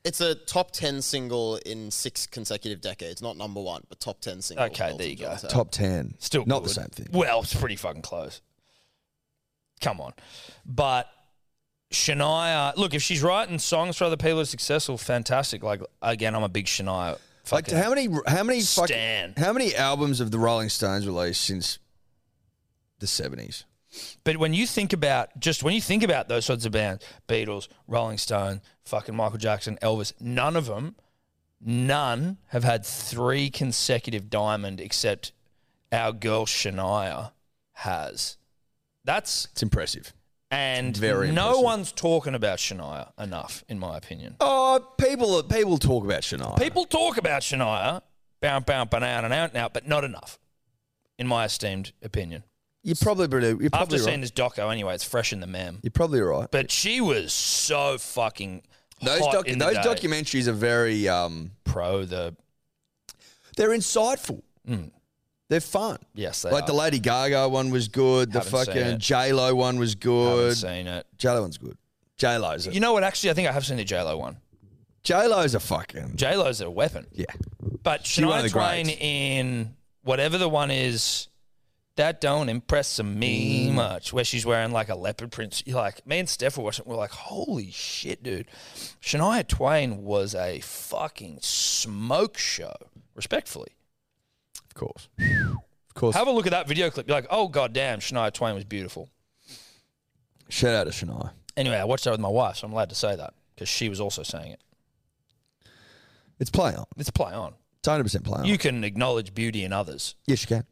Speaker 4: It's a top 10 single in six consecutive decades. Not number one, but top 10 single.
Speaker 2: Okay,
Speaker 4: Elton
Speaker 2: there you
Speaker 4: John
Speaker 2: go.
Speaker 4: said.
Speaker 3: top ten.
Speaker 2: Still
Speaker 3: not the
Speaker 2: good.
Speaker 3: same thing.
Speaker 2: Well, it's pretty fucking close. Come on, but Shania. Look, if she's writing songs for other people who are successful, fantastic. Like again, I'm a big Shania.
Speaker 3: Like
Speaker 2: Fucking,
Speaker 3: how many how many fucking,
Speaker 2: Stan.
Speaker 3: how many albums have the Rolling Stones released since the seventies?
Speaker 2: But when you think about just when you think about those sorts of bands, Beatles, Rolling Stone, fucking Michael Jackson, Elvis, none of them, none have had three consecutive diamond except our girl Shania has. That's
Speaker 3: It's impressive.
Speaker 2: and
Speaker 3: Very
Speaker 2: no
Speaker 3: impressive.
Speaker 2: one's talking about Shania enough, in my opinion.
Speaker 3: Oh, people people talk about Shania.
Speaker 2: People talk about Shania, bound, bound, and out and out now, but not enough, in my esteemed opinion.
Speaker 3: you're probably you're
Speaker 2: After
Speaker 3: probably
Speaker 2: seeing
Speaker 3: right.
Speaker 2: this doco, anyway, it's fresh in the mem.
Speaker 3: You're probably right.
Speaker 2: But she was so fucking
Speaker 3: Those
Speaker 2: hot
Speaker 3: doc-
Speaker 2: in the
Speaker 3: those
Speaker 2: day.
Speaker 3: documentaries are very um,
Speaker 2: pro the Hmm.
Speaker 3: they're insightful. They're fun.
Speaker 2: yes they
Speaker 3: like the Lady Gaga one was good. The
Speaker 2: Haven't seen
Speaker 3: fucking
Speaker 2: it.
Speaker 3: J Lo one was
Speaker 2: haven't
Speaker 3: good.
Speaker 2: seen it.
Speaker 3: J Lo one's good. J Lo's
Speaker 2: You know what? Actually, I think I have seen the J Lo one.
Speaker 3: J Lo's a fucking
Speaker 2: J Lo's a weapon,
Speaker 3: yeah.
Speaker 2: but
Speaker 3: She one of
Speaker 2: Shania
Speaker 3: the
Speaker 2: Twain
Speaker 3: greats.
Speaker 2: in whatever the one is. That don't impress
Speaker 3: Mm.
Speaker 2: me much. Where she's wearing like a leopard print. You're like, me and Steph were watching. We're like, holy shit, dude! Shania Twain was a fucking smoke show. Respectfully,
Speaker 3: Of course, of course.
Speaker 2: have a look at that video clip. You're like, oh goddamn, Shania Twain was beautiful.
Speaker 3: Shout out to Shania.
Speaker 2: Anyway, I watched that with my wife, so I'm allowed to say that because she was also saying it.
Speaker 3: It's play on.
Speaker 2: Let's play on.
Speaker 3: It's hundred percent play on.
Speaker 2: You can acknowledge beauty in others,
Speaker 3: yes, you can.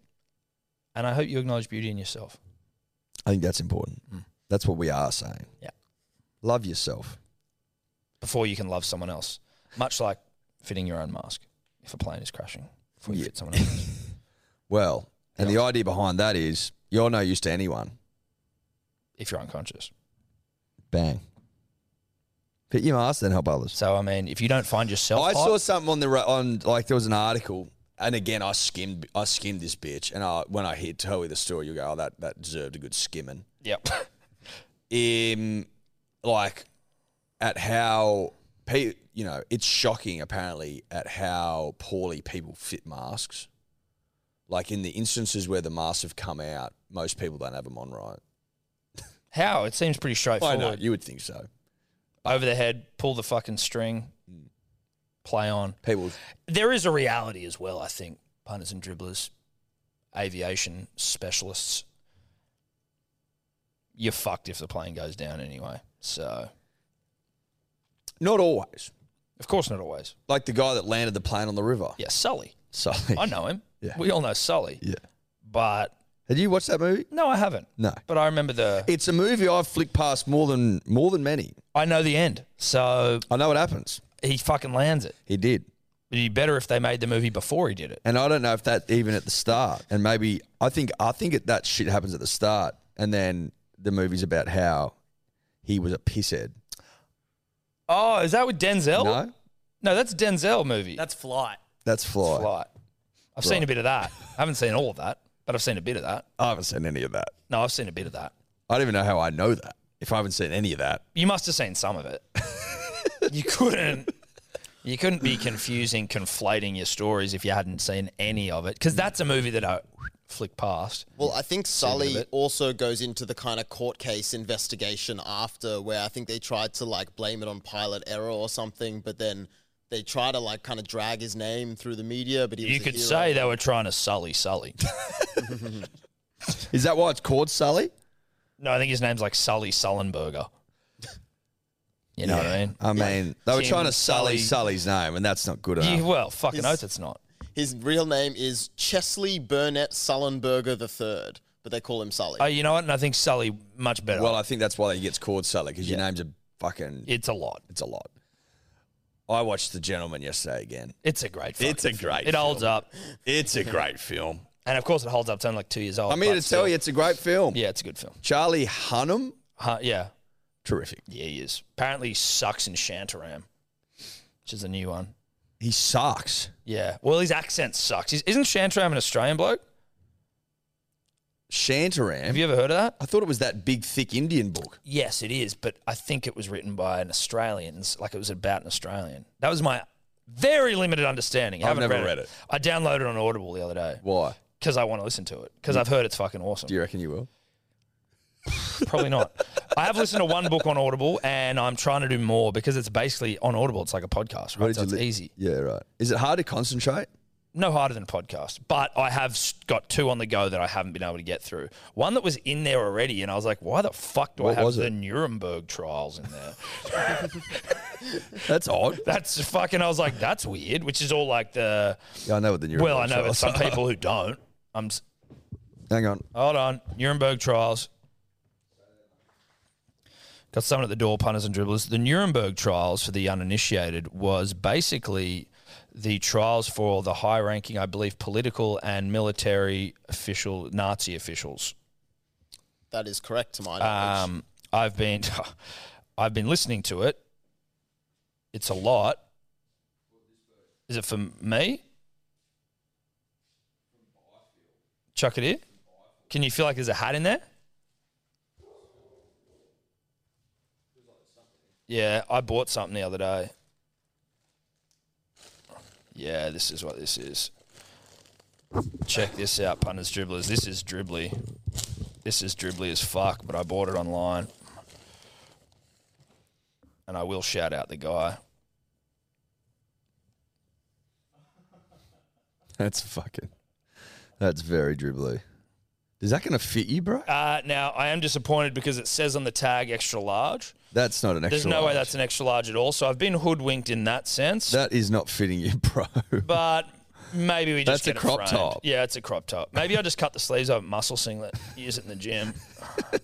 Speaker 2: and I hope you acknowledge beauty in yourself.
Speaker 3: I think that's important.
Speaker 2: Hmm.
Speaker 3: That's what we are saying.
Speaker 2: Yeah.
Speaker 3: Love yourself.
Speaker 2: before you can love someone else. Much like fitting your own mask if a plane is crashing before you
Speaker 3: Yeah.
Speaker 2: fit someone else.
Speaker 3: Well, and
Speaker 2: Yeah.
Speaker 3: the idea behind that is you're no use to anyone.
Speaker 2: if you're unconscious.
Speaker 3: Bang. Fit your mask, then help others.
Speaker 2: So I mean, if you don't find yourself,
Speaker 3: I
Speaker 2: hot,
Speaker 3: saw something on the ra- on like there was an article, and again I skimmed I skimmed this bitch, and I, when I hear tell you the story, you go, oh that that deserved a good skimming.
Speaker 2: Yep.
Speaker 3: Um, like at how pe- you know it's shocking apparently at how poorly people fit masks. Like in the instances where the masks have come out, most people don't have them on right.
Speaker 2: How? It seems pretty
Speaker 3: I
Speaker 2: straightforward.
Speaker 3: know you would think so.
Speaker 2: Over the head, pull the fucking string, play on.
Speaker 3: People
Speaker 2: There is a reality as well, I think, punters and dribblers, aviation specialists. You're fucked if the plane goes down anyway. So,
Speaker 3: not always
Speaker 2: of course, not always.
Speaker 3: like the guy that landed the plane on the river.
Speaker 2: Yeah, Sully.
Speaker 3: So
Speaker 2: I know him.
Speaker 3: Yeah.
Speaker 2: We all know Sully.
Speaker 3: yeah.
Speaker 2: But
Speaker 3: Had you watched that movie?
Speaker 2: no, I haven't.
Speaker 3: No.
Speaker 2: But I remember the.
Speaker 3: It's a movie I've flicked past more than more than many.
Speaker 2: I know the end. So
Speaker 3: I know what happens.
Speaker 2: he fucking lands it.
Speaker 3: He did.
Speaker 2: It'd be better if they made the movie before he did it.
Speaker 3: And I don't know if that even at the start. And maybe I think I think it, that shit happens at the start and then the movie's about how he was a pisshead.
Speaker 2: Oh, is that with Denzel?
Speaker 3: No?
Speaker 2: No, that's a Denzel movie.
Speaker 5: That's flight.
Speaker 3: That's fly.
Speaker 2: Flight. I've seen a bit of that. I haven't seen all of that, but I've seen a bit of that.
Speaker 3: I haven't seen any of that.
Speaker 2: No, I've seen a bit of that.
Speaker 3: I don't even know how I know that. If I haven't seen any of that.
Speaker 2: You must have seen some of it. you couldn't. You couldn't be confusing, conflating your stories if you hadn't seen any of it, because that's a movie that I flick past.
Speaker 4: Well, I think Sully
Speaker 2: bit.
Speaker 4: also goes into the kind of court case investigation after where I think they tried to like blame it on pilot error or something, but then they try to like kind of drag his name through the media. But he was
Speaker 2: You
Speaker 4: a
Speaker 2: could
Speaker 4: hero.
Speaker 2: say they were trying to sully Sully.
Speaker 3: Is that why it's called Sully?
Speaker 2: no, I think his name's like Sully Sullenberger. You know what I mean?
Speaker 3: I mean, they were
Speaker 2: Jim
Speaker 3: trying to sully
Speaker 2: Sully.
Speaker 3: Sully's name, and that's not good enough.
Speaker 2: Yeah, well, fucking
Speaker 4: He's-
Speaker 2: oath it's not.
Speaker 4: his real name is Chesley Burnett Sullenberger III, but they call him Sully.
Speaker 2: Oh, you know what? And I think Sully much better.
Speaker 3: Well,
Speaker 2: Well,
Speaker 3: I think that's why he gets called Sully because your name's a fucking.
Speaker 2: it's a lot.
Speaker 3: It's a lot. I watched The Gentleman yesterday again.
Speaker 2: It's a great.
Speaker 3: It's
Speaker 2: fucking
Speaker 3: a
Speaker 2: film.
Speaker 3: great
Speaker 2: It holds up,
Speaker 3: It's a great film.
Speaker 2: and of course it holds up to only like two years old.
Speaker 3: I'm here
Speaker 2: but
Speaker 3: to
Speaker 2: still.
Speaker 3: tell you, it's a great film.
Speaker 2: Yeah, it's a good film.
Speaker 3: Charlie Hunnam,
Speaker 2: Huh, yeah,
Speaker 3: terrific.
Speaker 2: yeah, he is. Apparently, he sucks in Shantaram, which is a new one.
Speaker 3: He sucks.
Speaker 2: Yeah. Well, his accent sucks. He's, isn't Shantaram an Australian bloke?
Speaker 3: Shantaram.
Speaker 2: Have you ever heard of that?
Speaker 3: I thought it was that big, thick Indian book.
Speaker 2: Yes, it is, but I think it was written by an Australian. It's Like it was about an Australian. That was my very limited understanding. I
Speaker 3: I've
Speaker 2: haven't
Speaker 3: never
Speaker 2: read,
Speaker 3: read
Speaker 2: it.
Speaker 3: it.
Speaker 2: I downloaded it on Audible the other day
Speaker 3: Why?
Speaker 2: because I want to listen to it because I've heard it's fucking awesome.
Speaker 3: Do you reckon you will?
Speaker 2: Probably not. I have listened to one book on Audible, and I'm trying to do more because it's basically on Audible. It's like a podcast, right? So it's
Speaker 3: you li-
Speaker 2: easy.
Speaker 3: Yeah, right. Is it hard to concentrate?
Speaker 2: No harder than a podcast. But I have s- got two on the go that I haven't been able to get through. One that was in there already, and I was like, why the fuck do
Speaker 3: What
Speaker 2: I have
Speaker 3: was it?
Speaker 2: the Nuremberg trials in there?
Speaker 3: That's odd.
Speaker 2: that's fucking. I was like, that's weird. Which is all like the.
Speaker 3: Yeah, I know what the
Speaker 2: Well, I know, but
Speaker 3: it's
Speaker 2: some people who don't. I'm. s-
Speaker 3: Hang on.
Speaker 2: Hold on. Nuremberg trials. Got someone at the door, punters and dribblers. The Nuremberg trials for the uninitiated was basically the trials for the high ranking, I believe, political and military official, Nazi officials.
Speaker 4: that is correct to my knowledge.
Speaker 2: Um, I've been, I've been listening to it. It's a lot. Is it for me? Chuck it in. Can you feel like there's a hat in there? Yeah, I bought something the other day. Yeah, this is what this is. Check this out, punters, dribblers. This is dribbly this is dribbly as fuck, but I bought it online. And I will shout out the guy.
Speaker 3: That's fucking. That's very dribbly. Is that going to fit you, bro?
Speaker 2: Uh, now, I am disappointed because it says on the tag extra large.
Speaker 3: That's not an extra.
Speaker 2: There's no way
Speaker 3: large.
Speaker 2: that's an extra large at all. So I've been hoodwinked in that sense.
Speaker 3: That is not fitting you, bro.
Speaker 2: but maybe we
Speaker 3: That's
Speaker 2: just
Speaker 3: a
Speaker 2: get it
Speaker 3: crop
Speaker 2: framed.
Speaker 3: top.
Speaker 2: Yeah, it's a crop top. Maybe I'll just cut the sleeves over muscle singlet, use it in the gym.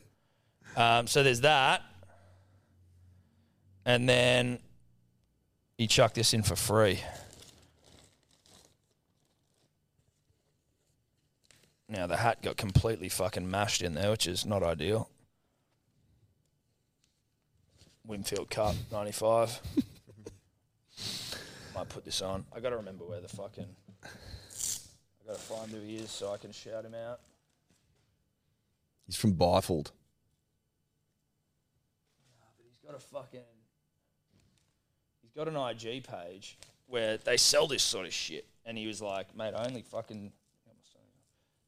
Speaker 2: um, so there's that. And then you chuck this in for free. Now the hat got completely fucking mashed in there, which is not ideal. Winfield Cup '95. Might put this on. I gotta remember where the fucking. I gotta find who he is so I can shout him out.
Speaker 3: He's from Byfield.
Speaker 2: But he's got a fucking. He's got an IG page where they sell this sort of shit, and he was like, "Mate, I only fucking."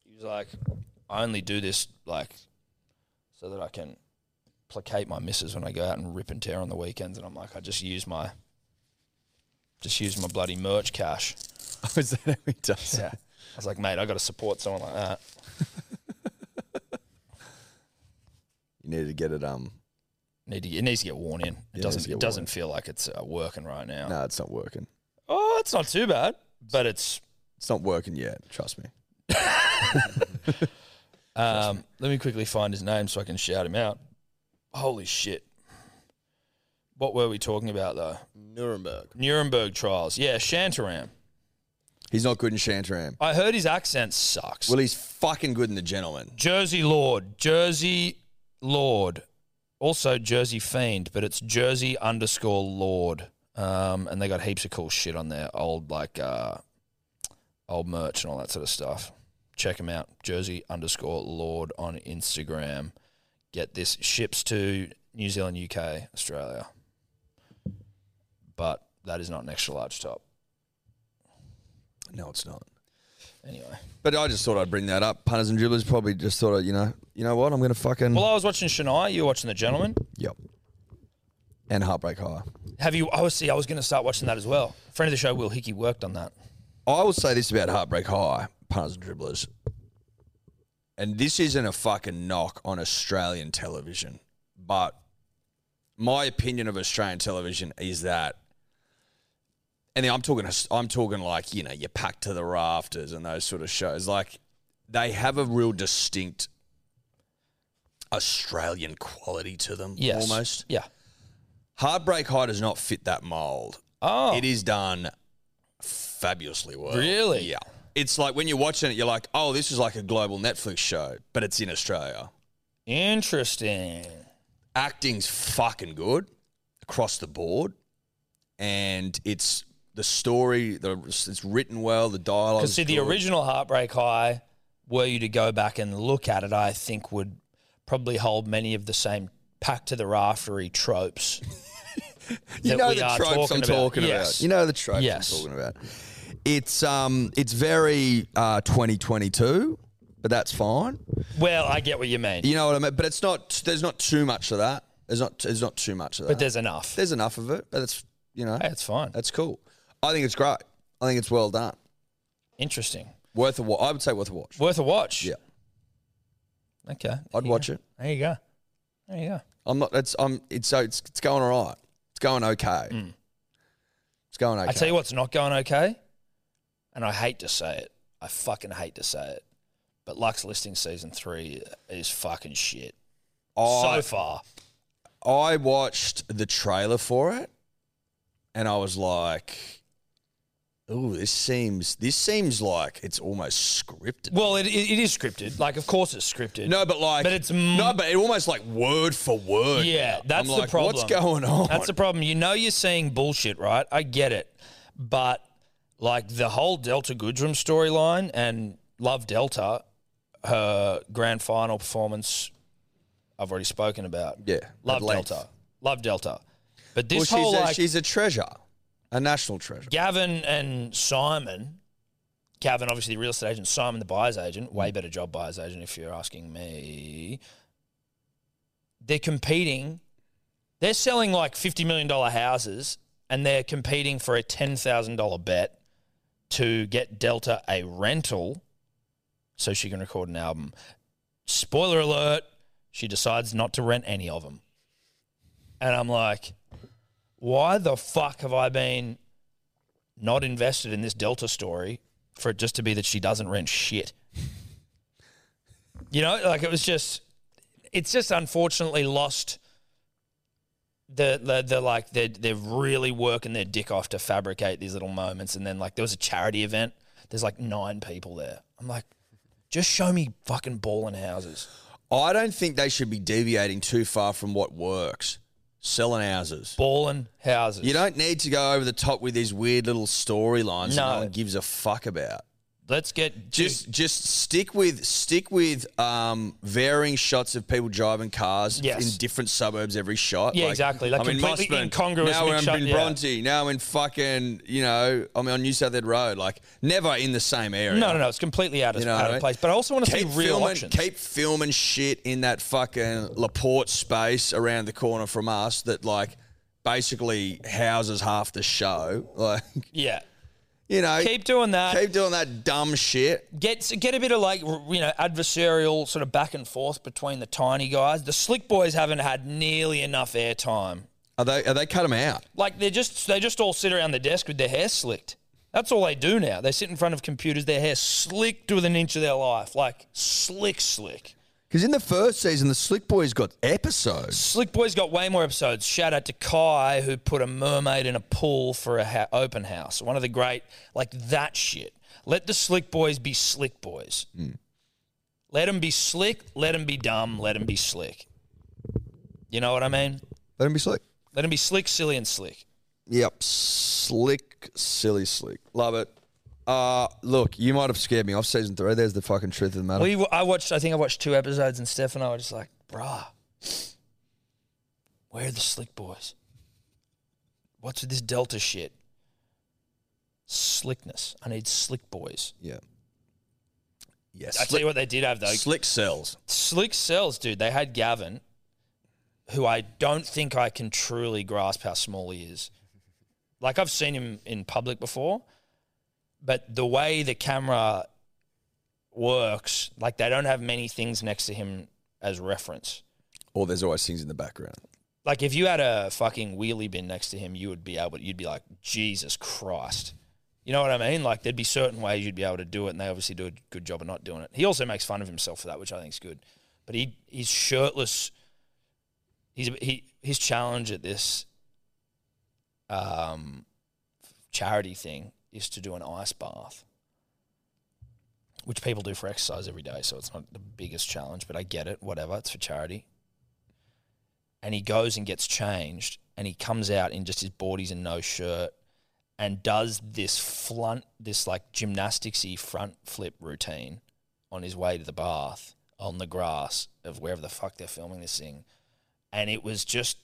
Speaker 2: He was like, "I only do this like, so that I can placate my missus when I go out and rip and tear on the weekends." And I'm like, "I just use my, just use my bloody merch cash."
Speaker 3: Oh, is that how he does?
Speaker 2: Yeah.
Speaker 3: it?
Speaker 2: I was like, mate, I got to support someone like that.
Speaker 3: You need to get it. Um,
Speaker 2: Need to, it needs to get worn in. It
Speaker 3: needs
Speaker 2: doesn't.
Speaker 3: to get
Speaker 2: It doesn't
Speaker 3: worn.
Speaker 2: feel like it's uh, working right now.
Speaker 3: no, it's not working.
Speaker 2: Oh, it's not too bad, but it's.
Speaker 3: It's not working yet. Trust me.
Speaker 2: Um, let me quickly find his name so I can shout him out. Holy shit! What were we talking about though?
Speaker 4: Nuremberg.
Speaker 2: Nuremberg trials. Yeah, Shantaram.
Speaker 3: He's not good in Shantaram.
Speaker 2: I heard his accent sucks.
Speaker 3: Well, he's fucking good in The Gentleman.
Speaker 2: Jersey Lord. Jersey Lord. Also Jersey Fiend, but it's Jersey underscore Lord. Um, and they got heaps of cool shit on there. Old like uh, old merch and all that sort of stuff. Check them out. Jersey underscore Lord on Instagram. Get this ships to New Zealand, UK, Australia. But that is not an extra large top.
Speaker 3: No, it's not.
Speaker 2: Anyway.
Speaker 3: But I just thought I'd bring that up. Punters and dribblers probably just thought, you know, you know what? I'm going to fucking.
Speaker 2: Well, I was watching Shania. You were watching The Gentleman.
Speaker 3: yep. And Heartbreak High.
Speaker 2: Have you? Oh, see, I was going to start watching that as well. Friend of the show, Will Hickey, worked on that.
Speaker 3: I will say this about Heartbreak High, punters and dribblers. And this isn't a fucking knock on Australian television, but my opinion of Australian television is that, and I'm talking, I'm talking like you know, you're packed to the rafters and those sort of shows. Like they have a real distinct Australian quality to them,
Speaker 2: Yes.
Speaker 3: almost.
Speaker 2: Yeah.
Speaker 3: Heartbreak High does not fit that mold.
Speaker 2: Oh.
Speaker 3: It is done fabulously well.
Speaker 2: Really?
Speaker 3: Yeah. It's like when you're watching it, you're like, oh, this is like a global Netflix show, but it's in Australia.
Speaker 2: Interesting.
Speaker 3: Acting's fucking good across the board. And it's the story, the, it's written well, the dialogue.
Speaker 2: Because see, the original Heartbreak High, were you to go back and look at it, I think would probably hold many of the same pack to the raftery tropes.
Speaker 3: you
Speaker 2: that
Speaker 3: know
Speaker 2: we
Speaker 3: the
Speaker 2: are
Speaker 3: tropes I'm
Speaker 2: talking about.
Speaker 3: talking about.
Speaker 2: Yes.
Speaker 3: You know the tropes
Speaker 2: Yes.
Speaker 3: I'm talking about. It's um, it's very uh, 2022, but that's fine.
Speaker 2: well, I get what you mean,
Speaker 3: You know what I mean? But it's not. There's not too much of that. There's not. There's not too much of that.
Speaker 2: but there's enough.
Speaker 3: there's enough of it. But it's you know
Speaker 2: hey, it's fine.
Speaker 3: that's cool. I think it's great. I think it's well done.
Speaker 2: Interesting.
Speaker 3: Worth a watch. I would say worth a watch.
Speaker 2: Worth a watch.
Speaker 3: Yeah,
Speaker 2: Okay. There
Speaker 3: I'd
Speaker 2: you
Speaker 3: watch
Speaker 2: go.
Speaker 3: it.
Speaker 2: There you go. There you go.
Speaker 3: I'm not. It's I'm. It's so it's it's going all right. It's going okay.
Speaker 2: Hmm.
Speaker 3: It's going okay.
Speaker 2: I tell you what's not going okay, and I hate to say it. I fucking hate to say it, but Lux Listing season three is fucking shit
Speaker 3: I,
Speaker 2: so far.
Speaker 3: I watched the trailer for it, and I was like, "Oh, this seems. This seems like it's almost scripted."
Speaker 2: Well, it, it, it is scripted. Like, of course it's scripted.
Speaker 3: No, but like,
Speaker 2: But it's m-
Speaker 3: no, but it almost like word for word.
Speaker 2: Yeah,
Speaker 3: now.
Speaker 2: that's
Speaker 3: I'm
Speaker 2: the
Speaker 3: like,
Speaker 2: problem.
Speaker 3: What's going on?
Speaker 2: That's the problem. You know you're seeing bullshit, right? I get it. But like the whole Delta Goodrum storyline and Love Delta, her grand final performance I've already spoken about.
Speaker 3: yeah,
Speaker 2: Love
Speaker 3: at length.
Speaker 2: Delta. Love Delta. But
Speaker 3: Well,
Speaker 2: this
Speaker 3: she's,
Speaker 2: whole
Speaker 3: a,
Speaker 2: like
Speaker 3: she's a treasure, a national treasure.
Speaker 2: Gavin and Simon, Gavin obviously the real estate agent, Simon the buyer's agent, way better job buyer's agent if you're asking me. They're competing. They're selling like $50 million houses and they're competing for a $10,000 bet to get Delta a rental so she can record an album. Spoiler alert, she decides not to rent any of them. And I'm like, why the fuck have I been not invested in this Delta story for it just to be that she doesn't rent shit. You know, like it was just, it's just unfortunately lost the the, the like they're they're really working their dick off to fabricate these little moments, and then like there was a charity event. There's like nine people there. I'm like, just show me fucking balling houses.
Speaker 3: I don't think they should be deviating too far from what works. Selling houses.
Speaker 2: Balling houses.
Speaker 3: You don't need to go over the top with these weird little storylines that
Speaker 2: No.
Speaker 3: no one gives a fuck about.
Speaker 2: Let's get
Speaker 3: Just just stick with stick with um, varying shots of people driving cars
Speaker 2: Yes.
Speaker 3: in different suburbs every shot.
Speaker 2: Yeah, exactly. Like, completely incongruous
Speaker 3: Now I'm
Speaker 2: mixed up,
Speaker 3: in
Speaker 2: yeah.
Speaker 3: Bronte. Now I'm in fucking you know I'm on New South Ed Road. Like never in the same area.
Speaker 2: no, no, no. It's completely out of,
Speaker 3: You know
Speaker 2: out
Speaker 3: what
Speaker 2: of
Speaker 3: I mean?
Speaker 2: place. But I also want to see
Speaker 3: Keep
Speaker 2: real
Speaker 3: filming,
Speaker 2: options.
Speaker 3: keep filming shit in that fucking Laporte space around the corner from us that like basically houses half the show. Like
Speaker 2: yeah,
Speaker 3: you know,
Speaker 2: keep doing that.
Speaker 3: keep doing that dumb shit.
Speaker 2: get get a bit of like r- you know adversarial sort of back and forth between the tiny guys. The slick boys haven't had nearly enough airtime.
Speaker 3: Are they? Are they cut them out?
Speaker 2: Like they just they just all sit around the desk with their hair slicked. That's all they do now. They sit in front of computers, their hair slicked with an inch of their life, like slick, slick.
Speaker 3: Because in the first season, the Slick Boys got episodes.
Speaker 2: Slick Boys got way more episodes. Shout out to Kai who put a mermaid in a pool for a ha- open house. One of the great like that shit. Let the Slick Boys be Slick Boys.
Speaker 3: Hmm.
Speaker 2: Let them be slick. Let them be dumb. Let them be slick. You know what I mean?
Speaker 3: Let them be slick.
Speaker 2: Let them be slick, silly, and slick.
Speaker 3: Yep, slick, silly, slick. Love it. Uh, look, you might have scared me off season three. There's the fucking truth of the matter.
Speaker 2: We, I watched. I think I watched two episodes, and Steph and I were just like, "Bruh, where are the Slick Boys? What's with this Delta shit? Slickness. I need Slick Boys."
Speaker 3: yeah. Yes.
Speaker 2: I tell you what they did have though.
Speaker 3: Slick sells.
Speaker 2: Slick cells, dude. They had Gavin, who I don't think I can truly grasp how small he is. Like I've seen him in public before, but the way the camera works, like they don't have many things next to him as reference.
Speaker 3: Or there's always things in the background.
Speaker 2: Like if you had a fucking wheelie bin next to him, you would be able. You'd be like, Jesus Christ. You know what I mean? Like there'd be certain ways you'd be able to do it, and they obviously do a good job of not doing it. He also makes fun of himself for that, which I think is good. But he he's shirtless. He's he his challenge at this um charity thing is to do an ice bath, which people do for exercise every day. So it's not the biggest challenge, but I get it. Whatever, it's for charity. And he goes and gets changed, and he comes out in just his boardies and no shirt, and does this flunt, this like gymnasticsy front flip routine on his way to the bath on the grass of wherever the fuck they're filming this thing, and it was just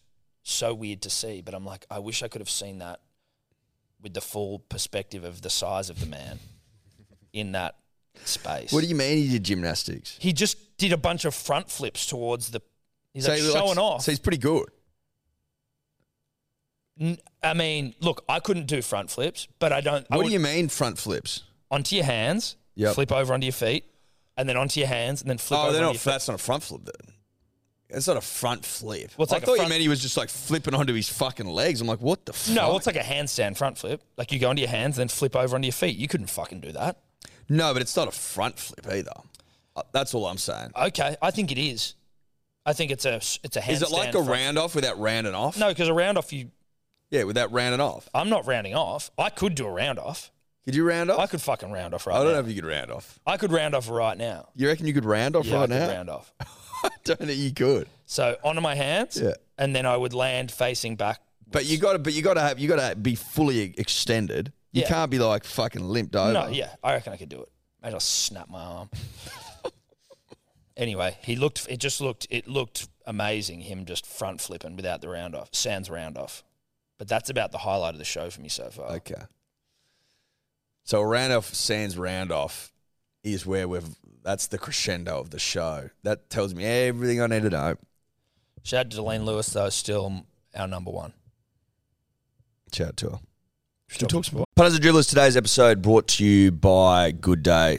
Speaker 2: so weird to see. But I'm like, I wish I could have seen that with the full perspective of the size of the man in that space.
Speaker 3: What do you mean he did gymnastics?
Speaker 2: he just did a bunch of front flips towards the. He's like
Speaker 3: he likes-
Speaker 2: showing off.
Speaker 3: So he's pretty good.
Speaker 2: N- I mean, look, I couldn't do front flips, but I don't. I
Speaker 3: What
Speaker 2: would-
Speaker 3: do you mean front flips?
Speaker 2: onto your hands,
Speaker 3: Yep.
Speaker 2: flip over onto your feet, and then onto your hands, and then flip
Speaker 3: Oh,
Speaker 2: over.
Speaker 3: they're
Speaker 2: onto
Speaker 3: not,
Speaker 2: your feet.
Speaker 3: that's not a front flip then. It's not a front flip.
Speaker 2: Well, it's
Speaker 3: I
Speaker 2: like a
Speaker 3: thought you
Speaker 2: front-
Speaker 3: meant he was just like flipping onto his fucking legs. I'm like, what the fuck?
Speaker 2: No, well, it's like a handstand front flip. Like you go onto your hands, then flip over onto your feet. You couldn't fucking do that.
Speaker 3: No, but it's not a front flip either. Uh, That's all I'm saying.
Speaker 2: Okay, I think it is. I think it's a it's a handstand.
Speaker 3: Is it like a
Speaker 2: front-
Speaker 3: round off without rounding off?
Speaker 2: No, because a round off you.
Speaker 3: Yeah, without rounding off.
Speaker 2: I'm not rounding off. I could do a round off.
Speaker 3: Could you round off?
Speaker 2: I could fucking round off right
Speaker 3: I don't
Speaker 2: now.
Speaker 3: know if you could round off.
Speaker 2: I could round off right now.
Speaker 3: You reckon you could round off
Speaker 2: Yeah, I
Speaker 3: right
Speaker 2: could
Speaker 3: now?
Speaker 2: round off.
Speaker 3: I don't think you could.
Speaker 2: So onto my hands,
Speaker 3: Yeah.
Speaker 2: and then I would land facing back.
Speaker 3: But you got to. But you got to have. You got to be fully e, extended. You
Speaker 2: Yeah.
Speaker 3: can't be like fucking limped over.
Speaker 2: No, yeah, I reckon I could do it. Maybe I'll snap my arm. anyway, he looked. It just looked. It looked amazing. Him just front flipping without the round off. Sans round off. But that's about the highlight of the show for me so far.
Speaker 3: Okay. So a round off sans round off is where we've. That's the crescendo of the show. That tells me everything I need to know.
Speaker 2: Shout out to Deline Lewis though. Still our number one.
Speaker 3: Shout out to her.
Speaker 2: Still talks about.
Speaker 3: Punters and Dribblers, today's episode brought to you by Good Day,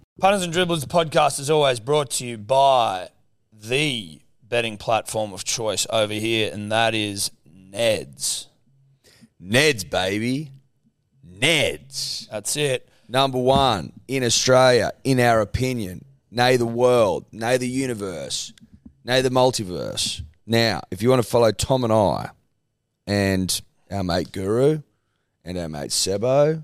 Speaker 2: Punters and Dribblers podcast is always brought to you by the betting platform of choice over here, and that is Ned's.
Speaker 3: Ned's, baby. Ned's.
Speaker 2: That's it.
Speaker 3: Number one in Australia, in our opinion, nay the world, nay the universe, nay the multiverse. Now, if you want to follow Tom and I and our mate Guru and our mate Sebo,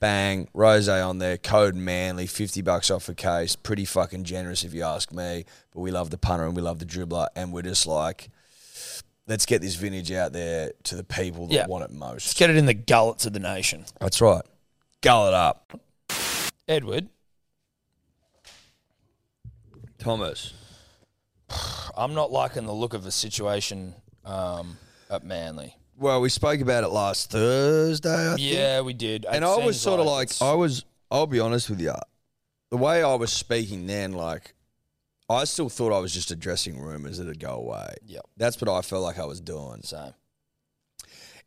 Speaker 3: Bang, rose on there, code manly, 50 bucks off a case. Pretty fucking generous if you ask me. But we love the punter and we love the dribbler. And we're just like, let's get this vintage out there to the people that
Speaker 2: Yeah.
Speaker 3: want it most.
Speaker 2: Let's get it in the gullets of the nation.
Speaker 3: That's right. Gull it up.
Speaker 2: Edward,
Speaker 3: Thomas.
Speaker 2: I'm not liking the look of the situation um, at Manly.
Speaker 3: Well, we spoke about it last Thursday, I think.
Speaker 2: Yeah, we did. It
Speaker 3: and I was
Speaker 2: seems
Speaker 3: sort of like,
Speaker 2: it's-
Speaker 3: I was. I'll be honest with you, the way I was speaking then, like, I still thought I was just addressing rumors that'd go away.
Speaker 2: Yep.
Speaker 3: That's what I felt like I was doing.
Speaker 2: so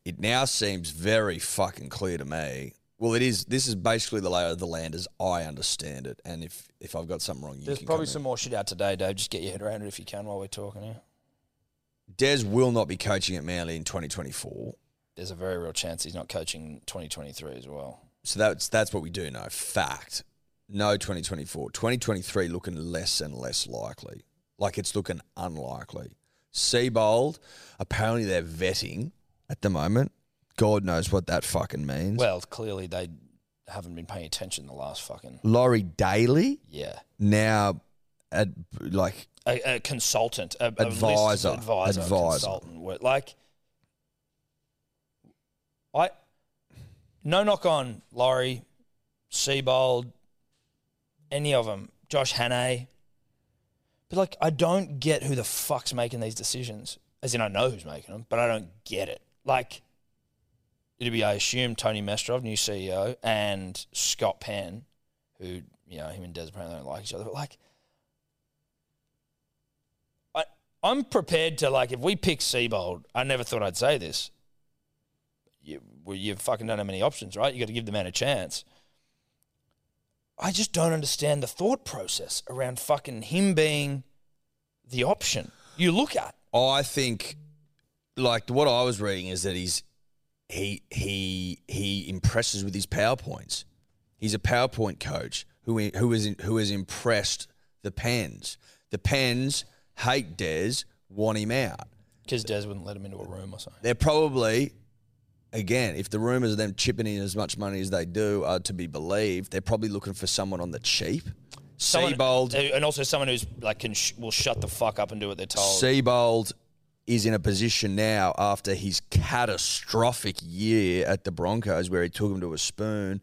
Speaker 3: It now seems very fucking clear to me. Well, it is. This is basically the lay of the land as I understand it. And if if I've got something wrong, you
Speaker 2: there's
Speaker 3: can
Speaker 2: probably
Speaker 3: come
Speaker 2: some more shit out today, Dave. Just get your head around it if you can while we're talking here.
Speaker 3: in. Des will not be coaching at Manly in 2024.
Speaker 2: There's a very real chance he's not coaching 2023 as well.
Speaker 3: So that's that's what we do know. Fact. No 2024. 2023 looking less and less likely. Like it's looking unlikely. Seabold, apparently they're vetting at the moment. God knows what that fucking means.
Speaker 2: Well, clearly they haven't been paying attention the last fucking
Speaker 3: Laurie Daly
Speaker 2: yeah.
Speaker 3: now at like
Speaker 2: A, a consultant, a, a listed
Speaker 3: Advisor.
Speaker 2: advisor, a
Speaker 3: Advisor.
Speaker 2: consultant. What- Like, I no knock on Laurie, Seabold, any of them, Josh Hannay. But like, I don't get who the fuck's making these decisions. As in, I know who's making them, but I don't get it. Like, it'd be I assume Tony Mestrov, new CEO, and Scott Penn, who you know him and Des apparently don't like each other. But like, I I'm prepared to like if we pick Seabold. I never thought I'd say this. You well, you fucking don't have many options, right? You got to give the man a chance. I just don't understand the thought process around fucking him being the option you look at.
Speaker 3: I think like what I was reading is that he's he he he impresses with his powerpoints. He's a PowerPoint coach who who is who has impressed the Pens. The Pens hate Des, want him out.
Speaker 2: Because Des wouldn't let him into a room or something.
Speaker 3: They're probably again, if the rumors of them chipping in as much money as they do are to be believed, they're probably looking for someone on the cheap.
Speaker 2: Someone-
Speaker 3: Seabold,
Speaker 2: and also someone who's like can sh- will shut the fuck up and do what they're told.
Speaker 3: Seabold is in a position now after his catastrophic year at the Broncos, where he took him to a spoon,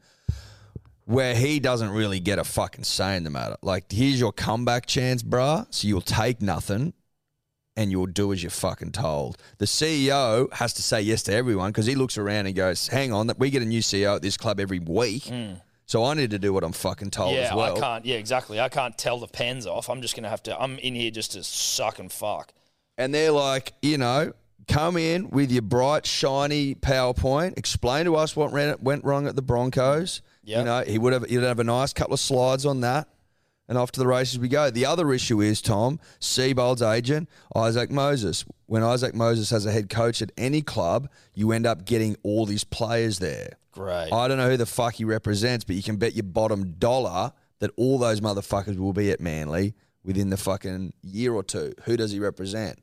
Speaker 3: where he doesn't really get a fucking say in the matter. Like, here's your comeback chance, bruh. So you'll take nothing and you'll do as you're fucking told. The CEO has to say yes to everyone because he looks around and goes, hang on, we get a new CEO at this club every week. So I need to do what I'm fucking told
Speaker 2: Mm. yeah,
Speaker 3: as well.
Speaker 2: I can't. Yeah, exactly. I can't tell the pens off. I'm just gonna have to. I'm in here just to suck and fuck.
Speaker 3: and they're like, you know, come in with your bright, shiny PowerPoint, explain to us what ran, went wrong at the Broncos.
Speaker 2: Yeah.
Speaker 3: You know, he would have, he'd have a nice couple of slides on that. And off to the races we go. The other issue is Tom Seabold's agent, Isaac Moses. When Isaac Moses has a head coach at any club, you end up getting all these players there.
Speaker 2: Great.
Speaker 3: I don't know who the fuck he represents, but you can bet your bottom dollar that all those motherfuckers will be at Manly within the fucking year or two. Who does he represent?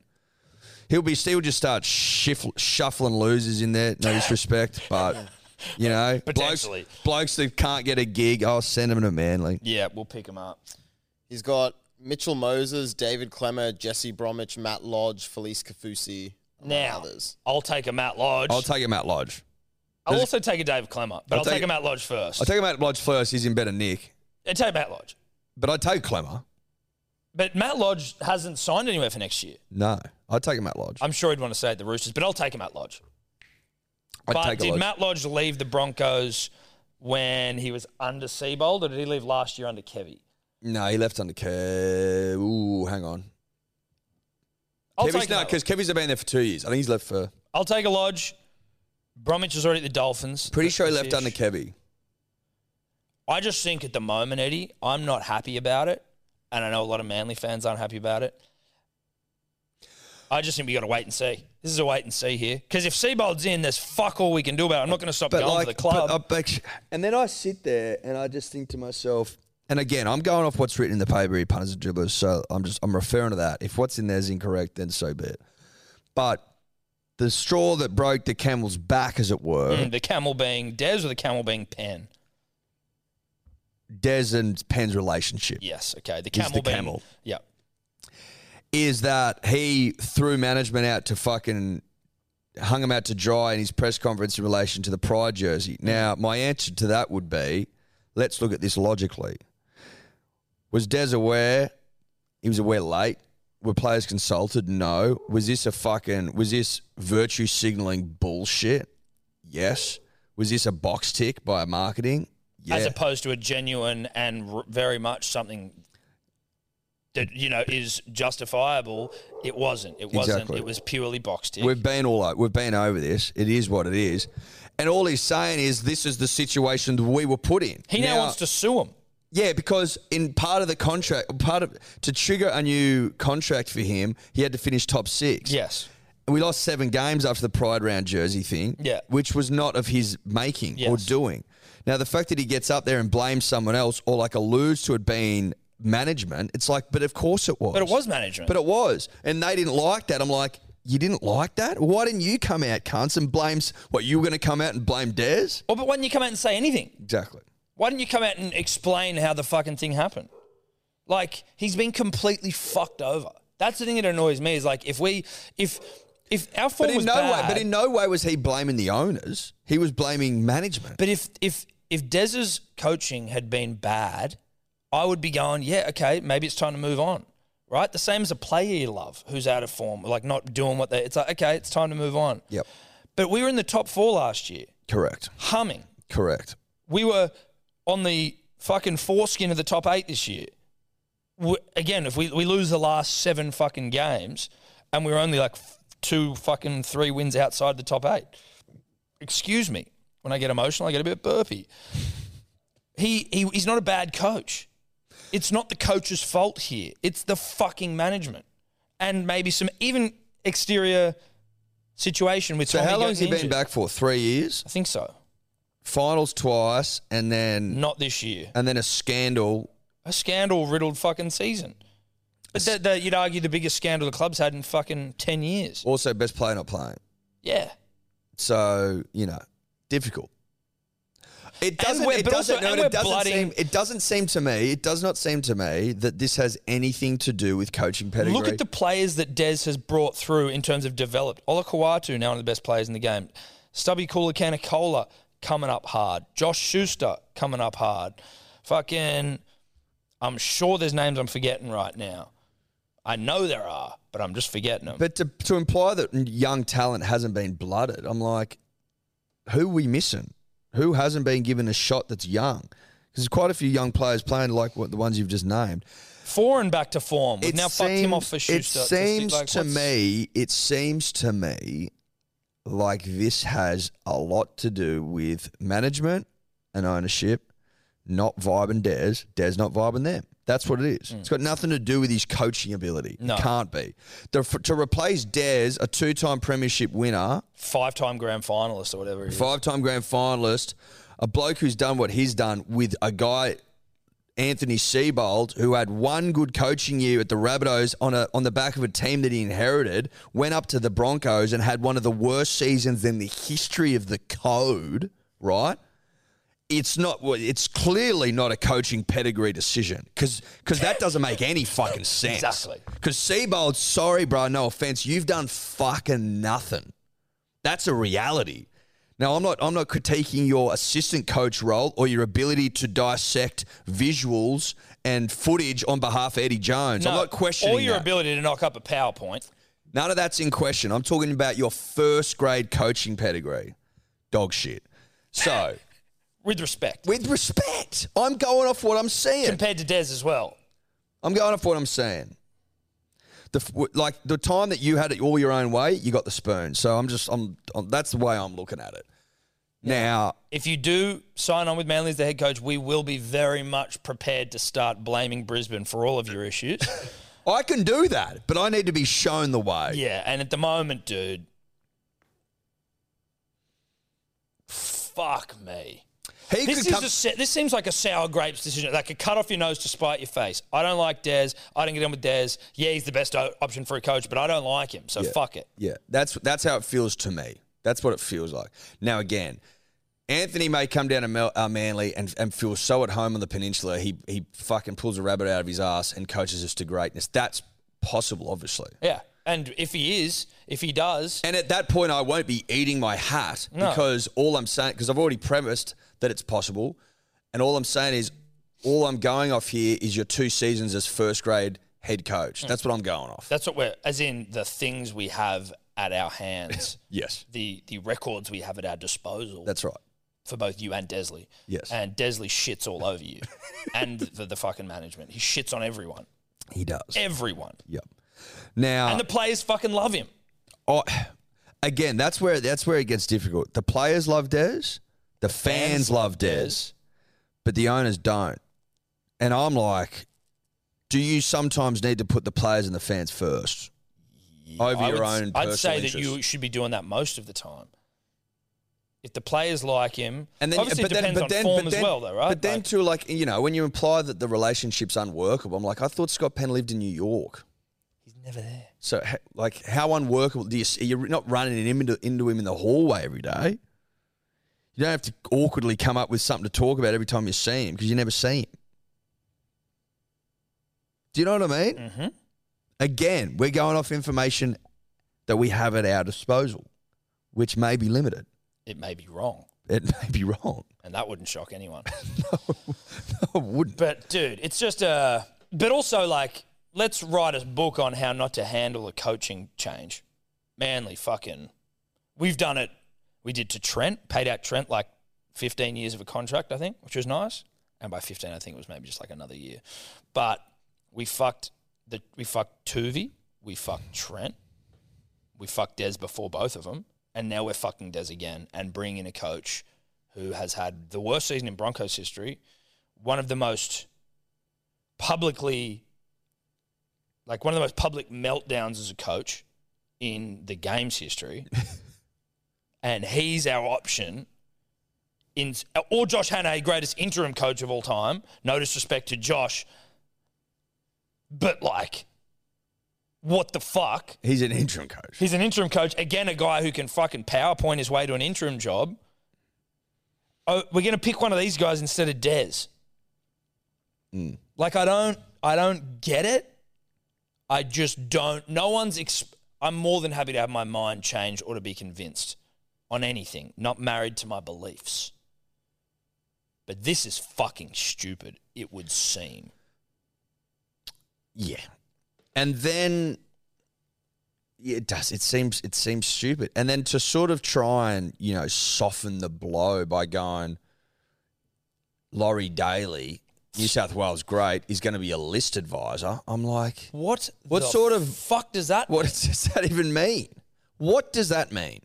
Speaker 3: He'll be still just start shif- shuffling losers in there. No disrespect, but you know, blokes,
Speaker 2: Potentially.
Speaker 3: blokes that can't get a gig, I'll send them to Manly.
Speaker 2: yeah, we'll pick him up.
Speaker 4: He's got Mitchell Moses, David Clemmer, Jesse Bromwich, Matt Lodge, Felice Kafusi, among
Speaker 2: Now,
Speaker 4: others.
Speaker 2: I'll take a Matt Lodge.
Speaker 3: I'll take him out Lodge.
Speaker 2: I'll also take a Dave Clemmer, but I'll, take,
Speaker 3: take-
Speaker 2: a Matt Lodge first.
Speaker 3: I'll take him out Lodge first. He's in better nick,
Speaker 2: I'll take Matt Lodge.
Speaker 3: but I'd take Clemmer.
Speaker 2: But Matt Lodge hasn't signed anywhere for next year.
Speaker 3: No, I'd take him out Lodge.
Speaker 2: I'm sure he'd want to stay at the Roosters, but I'll take him at Lodge.
Speaker 3: I'd
Speaker 2: but
Speaker 3: take a
Speaker 2: did
Speaker 3: Lodge.
Speaker 2: Matt Lodge leave the Broncos when he was under Seabold, or did he leave last year under Kevy?
Speaker 3: no, he left under Kev. Ooh, hang on.
Speaker 2: I'll
Speaker 3: Kevy's
Speaker 2: take a
Speaker 3: no,
Speaker 2: Matt
Speaker 3: because Kevy's been there for two years. I think he's left for.
Speaker 2: I'll take a Lodge. Bromwich was already at the Dolphins.
Speaker 3: Pretty sure he left
Speaker 2: Ish.
Speaker 3: under Kevy.
Speaker 2: I just think at the moment, Eddie, I'm not happy about it, and I know a lot of Manly fans aren't happy about it. I just think we got to wait and see. This is a wait and see here because if Seabold's in, there's fuck all we can do about it. I'm not going to stop going to the club.
Speaker 3: but- but- and then I sit there and I just think to myself, and again, I'm going off what's written in the paper here, punters and dribblers. So I'm just I'm referring to that. If what's in there is incorrect, then so be it. But the straw that broke the camel's back, as it were,
Speaker 2: Mm, the camel being Des or the camel being Pen.
Speaker 3: Des and Penn's relationship
Speaker 2: Yes, okay. The
Speaker 3: Is
Speaker 2: camel
Speaker 3: the
Speaker 2: being
Speaker 3: camel.
Speaker 2: Yeah,
Speaker 3: is that he threw management out to fucking hung him out to dry in his press conference in relation to the pride jersey. Now, my answer to that would be let's look at this logically. Was Des aware? He was aware late. Were players consulted? No. Was this a fucking was this virtue signaling bullshit? Yes. Was this a box tick by marketing?
Speaker 2: as
Speaker 3: Yeah.
Speaker 2: opposed to a genuine and r- very much something that you know is justifiable. It wasn't. It wasn't.
Speaker 3: Exactly.
Speaker 2: It was purely box tick.
Speaker 3: We've been all o- we've been over this. It is what it is. And all he's saying is this is the situation that we were put in.
Speaker 2: He now, wants to sue him.
Speaker 3: Yeah, because in part of the contract, part of to trigger a new contract for him, he had to finish top six.
Speaker 2: Yes.
Speaker 3: And we lost seven games after the Pride Round jersey thing,
Speaker 2: Yeah.
Speaker 3: which was not of his making or
Speaker 2: Yes.
Speaker 3: doing. Now, the fact that he gets up there and blames someone else or like alludes to it being management, it's like, but of course it was.
Speaker 2: But it was management.
Speaker 3: But it was. And they didn't like that. I'm like, you didn't like that? Why didn't you come out, cunts, and blames what you were going to come out and blame Des?
Speaker 2: Well, but why didn't you come out and say anything?
Speaker 3: Exactly.
Speaker 2: Why didn't you come out and explain how the fucking thing happened? Like he's been completely fucked over. That's the thing that annoys me. Is like if we, if if our form
Speaker 3: But in
Speaker 2: was
Speaker 3: no
Speaker 2: bad,
Speaker 3: way, but in no way was he blaming the owners. He was blaming management.
Speaker 2: But if if if Dez's coaching had been bad, I would be going, yeah, okay, maybe it's time to move on, right? The same as a player you love who's out of form, like not doing what they. It's like okay, it's time to move on.
Speaker 3: yep,
Speaker 2: But we were in the top four last year,
Speaker 3: correct,
Speaker 2: humming.
Speaker 3: correct.
Speaker 2: We were on the fucking foreskin of the top eight this year. We, again, if we, we lose the last seven fucking games and we're only like f- two fucking three wins outside the top eight, excuse me, when I get emotional, I get a bit burpy. He, he He's not a bad coach. It's not the coach's fault here, it's the fucking management and maybe some even exterior situation with
Speaker 3: So
Speaker 2: Tommy
Speaker 3: how long has he
Speaker 2: getting
Speaker 3: been
Speaker 2: injured.
Speaker 3: back for? Three years,
Speaker 2: I think so. Mm.
Speaker 3: finals twice, and then
Speaker 2: Not this year.
Speaker 3: and then a scandal.
Speaker 2: a scandal riddled fucking season. But that, that you'd argue the biggest scandal the club's had in fucking 10 years.
Speaker 3: Also, best player not playing.
Speaker 2: Yeah.
Speaker 3: So you know, difficult. It doesn't.
Speaker 2: we're-
Speaker 3: it
Speaker 2: but
Speaker 3: doesn't.
Speaker 2: also-
Speaker 3: no,
Speaker 2: and
Speaker 3: it
Speaker 2: we're
Speaker 3: doesn't
Speaker 2: blooding-
Speaker 3: seem. It doesn't seem to me. It does not seem to me that this has anything to do with coaching pedigree.
Speaker 2: Look at the players that Des has brought through in terms of developed. Ola Kawatu, now one of the best players in the game. Stubby Kola coming up hard. Josh Schuster coming up hard. Fucking, I'm sure there's names I'm forgetting right now. I know there are, but I'm just forgetting them.
Speaker 3: But to, to imply that young talent hasn't been blooded, I'm like, who we missing? Who hasn't been given a shot that's young? Because there's quite a few young players playing like what the ones you've just named.
Speaker 2: Foreign back to form. We've
Speaker 3: It
Speaker 2: now fucked him off for
Speaker 3: seems-
Speaker 2: Schuster.
Speaker 3: It
Speaker 2: It's just
Speaker 3: seems
Speaker 2: like,
Speaker 3: to
Speaker 2: what's-
Speaker 3: me, it seems to me like this has a lot to do with management and ownership, not vibing Des, Des not vibing them. That's what it is. It's got nothing to do with his coaching ability.
Speaker 2: Mm. No.
Speaker 3: It can't be. The, f- to replace Des, a two time premiership winner,
Speaker 2: Five time grand finalist or whatever. He is.
Speaker 3: five time grand finalist, a bloke who's done what he's done with a guy, Anthony Seabold, who had one good coaching year at the Rabbitohs on a on the back of a team that he inherited, went up to the Broncos and had one of the worst seasons in the history of the code, right? It's not. well, It's clearly not a coaching pedigree decision because that doesn't make any fucking sense.
Speaker 2: Exactly.
Speaker 3: Because Seabold, sorry, bro, no offense, you've done fucking nothing. That's a reality. Now, I'm not I'm not critiquing your assistant coach role or your ability to dissect visuals and footage on behalf of Eddie Jones. I'm not questioning
Speaker 2: Or your
Speaker 3: that.
Speaker 2: ability to knock up a PowerPoint.
Speaker 3: None of that's in question. I'm talking about your first grade coaching pedigree. Dog shit. So,
Speaker 2: With respect.
Speaker 3: with respect, I'm going off what I'm seeing.
Speaker 2: Compared to Dez as well.
Speaker 3: I'm going off what I'm saying. The f- w- like the time that you had it all your own way, you got the spoon. So I'm just I'm, I'm that's the way I'm looking at it. Now,
Speaker 2: If you do sign on with Manly as the head coach, we will be very much prepared to start blaming Brisbane for all of your issues.
Speaker 3: I can do that, but I need to be shown the way.
Speaker 2: yeah, and at the moment, dude, fuck me.
Speaker 3: He
Speaker 2: This,
Speaker 3: could
Speaker 2: is
Speaker 3: come.
Speaker 2: a, sa- this seems like a sour grapes decision, like a cut off your nose to spite your face. I don't like Dez. I don't get on with Dez. Yeah, he's the best o- option for a coach, but I don't like him, so fuck it.
Speaker 3: Yeah, that's that's how it feels to me. That's what it feels like. Now again, Anthony may come down to Mel, uh, Manly and, and feel so at home on the peninsula. He he fucking pulls a rabbit out of his ass and coaches us to greatness. That's possible, obviously.
Speaker 2: Yeah, and if he is, if he does,
Speaker 3: And at that point, I won't be eating my hat
Speaker 2: No.
Speaker 3: because all I'm saying, because I've already premised that it's possible, and all I'm saying is, all I'm going off here is your two seasons as first grade head coach.
Speaker 2: Hmm.
Speaker 3: That's what I'm going off.
Speaker 2: Mm. that's what we're as in the things we have at our hands,
Speaker 3: yes,
Speaker 2: the the records we have at our disposal
Speaker 3: that's right.
Speaker 2: for both you and Desley.
Speaker 3: Yes.
Speaker 2: and Desley shits all over you, and the, the fucking management. He shits on everyone,
Speaker 3: He does.
Speaker 2: everyone,
Speaker 3: Yep. Now,
Speaker 2: and the players fucking love him.
Speaker 3: Oh, again, that's where that's where it gets difficult. The players love Dez, the fans, love Dez, but the owners don't. And I'm like, do you sometimes need to put the players and the fans first over
Speaker 2: I
Speaker 3: your
Speaker 2: would,
Speaker 3: own?
Speaker 2: I'd
Speaker 3: personal
Speaker 2: say that
Speaker 3: interests?
Speaker 2: you should be doing that most of the time. If the players like him,
Speaker 3: And then,
Speaker 2: obviously
Speaker 3: but
Speaker 2: it
Speaker 3: then,
Speaker 2: depends
Speaker 3: but then,
Speaker 2: on form
Speaker 3: but
Speaker 2: as
Speaker 3: then,
Speaker 2: well, though, right?
Speaker 3: But then,
Speaker 2: Like,
Speaker 3: too, like you know, when you imply that the relationship's unworkable, I'm like, I thought Scott Penn lived in New York.
Speaker 2: he's never there.
Speaker 3: So, h- like, how unworkable do you? s- You're not running him into, into him in the hallway every day. You don't have to awkwardly come up with something to talk about every time you see him because you never see him. Do you know what I mean?
Speaker 2: Mm-hmm.
Speaker 3: Again, we're going off information that we have at our disposal, which may be limited.
Speaker 2: It may be wrong,
Speaker 3: It may be wrong.
Speaker 2: and that wouldn't shock anyone.
Speaker 3: I wouldn't.
Speaker 2: But dude, it's just a. But also, like, let's write a book on how not to handle a coaching change. Manly fucking, we've done it. We did to Trent, paid out Trent like fifteen years of a contract, I think, which was nice. And by fifteen, I think it was maybe just like another year. But we fucked the we fucked Tuvi, we fucked Trent, we fucked Des before both of them, and now we're fucking Des again and bringing in a coach who has had the worst season in Broncos history one of the most publicly like one of the most public meltdowns as a coach in the game's history and he's our option in or Josh Hannay greatest interim coach of all time no disrespect to Josh but like what the fuck
Speaker 3: He's an interim coach.
Speaker 2: He's an interim coach. Again, a guy who can fucking PowerPoint his way to an interim job. Oh, we're gonna pick one of these guys instead of Dez.
Speaker 3: Mm.
Speaker 2: Like I don't, I don't get it. I just don't. No one's. Exp- I'm more than happy to have my mind changed or to be convinced on anything. Not married to my beliefs. But this is fucking stupid. It would seem.
Speaker 3: Yeah. And then yeah, it does. It seems it seems stupid. And then to sort of try and, you know, soften the blow by going Laurie Daly, New South Wales great, is going to be a list advisor. I'm like,
Speaker 2: What?
Speaker 3: What
Speaker 2: the
Speaker 3: sort of-
Speaker 2: fuck does that?
Speaker 3: what does that even mean? What does that mean?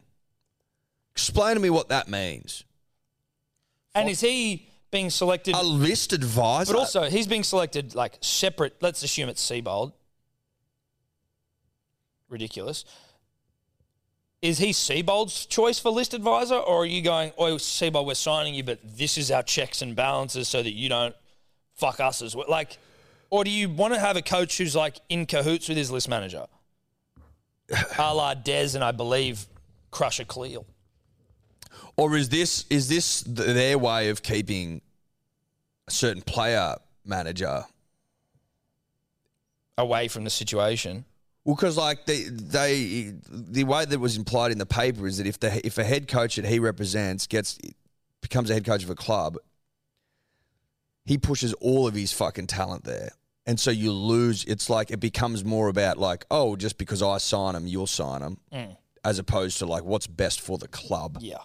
Speaker 3: Explain to me what that means.
Speaker 2: And is he being selected?
Speaker 3: A list advisor.
Speaker 2: But also, he's being selected like separate. Let's assume it's Seabold. Ridiculous. Is he Seabold's choice for list advisor, or are you going, oh, Seabold, we're signing you, but this is our checks and balances so that you don't fuck us as well? Like, or do you want to have a coach who's like in cahoots with his list manager? a la Dez and I believe Crusher Cleal.
Speaker 3: Or is this is this th- their way of keeping a certain player manager?
Speaker 2: Away from the situation.
Speaker 3: Well, because like they they the way that was implied in the paper is that if the if a head coach that he represents gets becomes a head coach of a club, he pushes all of his fucking talent there, and so you lose. It's like it becomes more about like oh, just because I sign him, you'll sign him, as opposed to like what's best for the club.
Speaker 2: Mm. Yeah.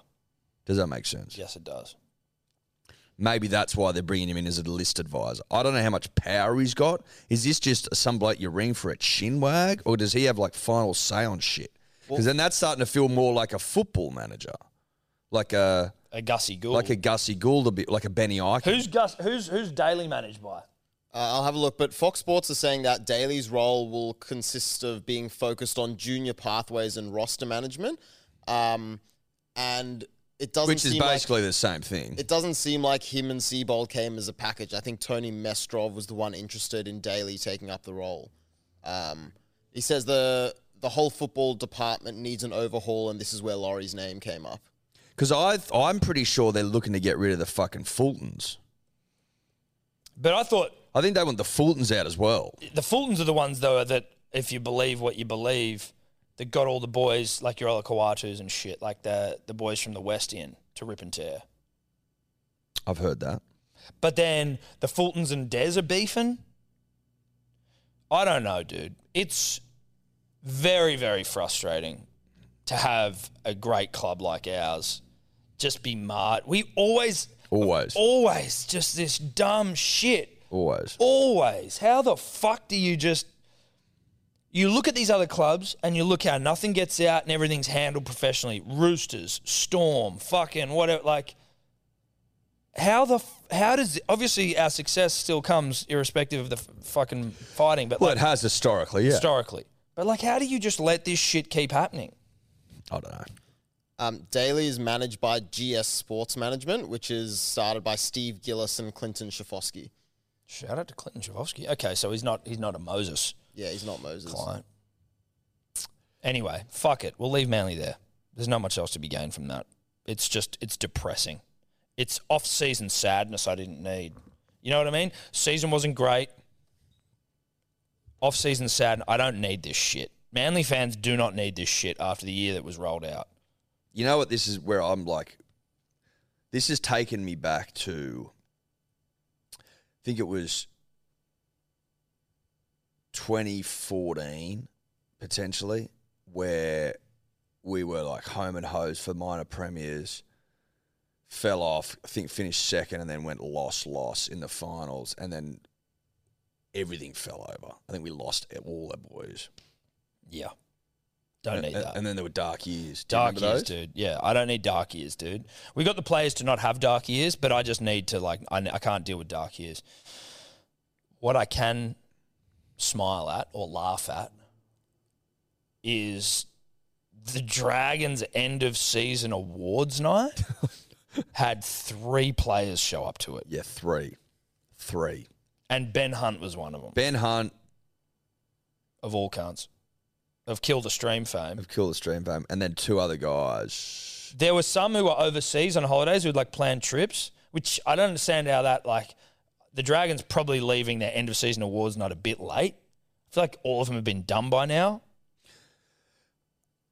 Speaker 3: Does that make sense?
Speaker 2: Yes, it does.
Speaker 3: Maybe that's why they're bringing him in as a list advisor. I don't know how much power he's got. Is this just some bloke you ring for a chin wag, or does he have like final say on shit? Because then that's starting to feel more like a football manager, like a
Speaker 2: a Gussie Gould.
Speaker 3: like a Gussie Gould, a bit like a Benny Ike.
Speaker 2: who's Gus? Who's who's daily managed by?
Speaker 4: Uh, I'll have a look, but Fox Sports is saying that Daly's role will consist of being focused on junior pathways and roster management, um, and it doesn't
Speaker 3: which is
Speaker 4: seem like-
Speaker 3: basically the same thing.
Speaker 4: it doesn't seem like him and Seabold came as a package. I think Tony Mestrov was the one interested in Daly taking up the role. Um, he says the the whole football department needs an overhaul, and this is where Laurie's name came up.
Speaker 3: Because I, th- I'm pretty sure they're looking to get rid of the fucking Fultons.
Speaker 2: But I thought
Speaker 3: I think they want the Fultons out as well.
Speaker 2: the Fultons are the ones though that if you believe what you believe, that got all the boys like your Olakuatus and shit, like the the boys from the West End to rip and tear.
Speaker 3: I've heard that.
Speaker 2: But then the Fultons and Dez are beefing. I don't know, dude. It's very, very frustrating to have a great club like ours just be marred. We always,
Speaker 3: Always.
Speaker 2: always just this dumb shit.
Speaker 3: Always.
Speaker 2: Always. How the fuck do you just. You look at these other clubs and you look how nothing gets out and everything's handled professionally. Roosters, Storm, fucking whatever. Like, how the. f- How does. Obviously, our success still comes irrespective of the f- fucking fighting, but
Speaker 3: Well,
Speaker 2: like,
Speaker 3: it has historically, yeah.
Speaker 2: historically. But like, how do you just let this shit keep happening?
Speaker 3: I don't know.
Speaker 4: Um, Daly is managed by GS Sports Management, which is started by Steve Gillis and Clinton Shafosky.
Speaker 2: Shout out to Clinton Javovsky. Okay, so he's not he's not a Moses
Speaker 4: Yeah, he's not Moses.
Speaker 2: client. Anyway, fuck it. We'll leave Manly there. There's not much else to be gained from that. It's just it's depressing. It's off season sadness I didn't need. You know what I mean? Season wasn't great. Off season sad. I don't need this shit. Manly fans do not need this shit after the year that was rolled out.
Speaker 3: You know what? This is where I'm like, this has taken me back to, I think it was 2014, potentially, where we were like home and hose for minor premiers, fell off, I think finished second, and then went loss, loss in the finals, and then everything fell over. I think we lost all our boys.
Speaker 2: Yeah. Don't
Speaker 3: and,
Speaker 2: need
Speaker 3: and-
Speaker 2: that.
Speaker 3: and then there were dark years. Do you
Speaker 2: Dark
Speaker 3: remember
Speaker 2: years,
Speaker 3: those?
Speaker 2: dude. Yeah, I don't need dark years, dude. We got the players to not have dark years, but I just need to like I, I can't deal with dark years. What I can smile at or laugh at is the Dragons' end of season awards night had three players show up to it,
Speaker 3: Yeah, three. Three.
Speaker 2: and Ben Hunt was one of them.
Speaker 3: Ben Hunt
Speaker 2: Of all cunts, of kill the stream fame.
Speaker 3: of Kill the Stream fame, and then two other guys.
Speaker 2: there were some who were overseas on holidays who'd like plan trips, which I don't understand how that like the Dragons probably leaving their end of season awards night a bit late. I feel like all of them have been done by now.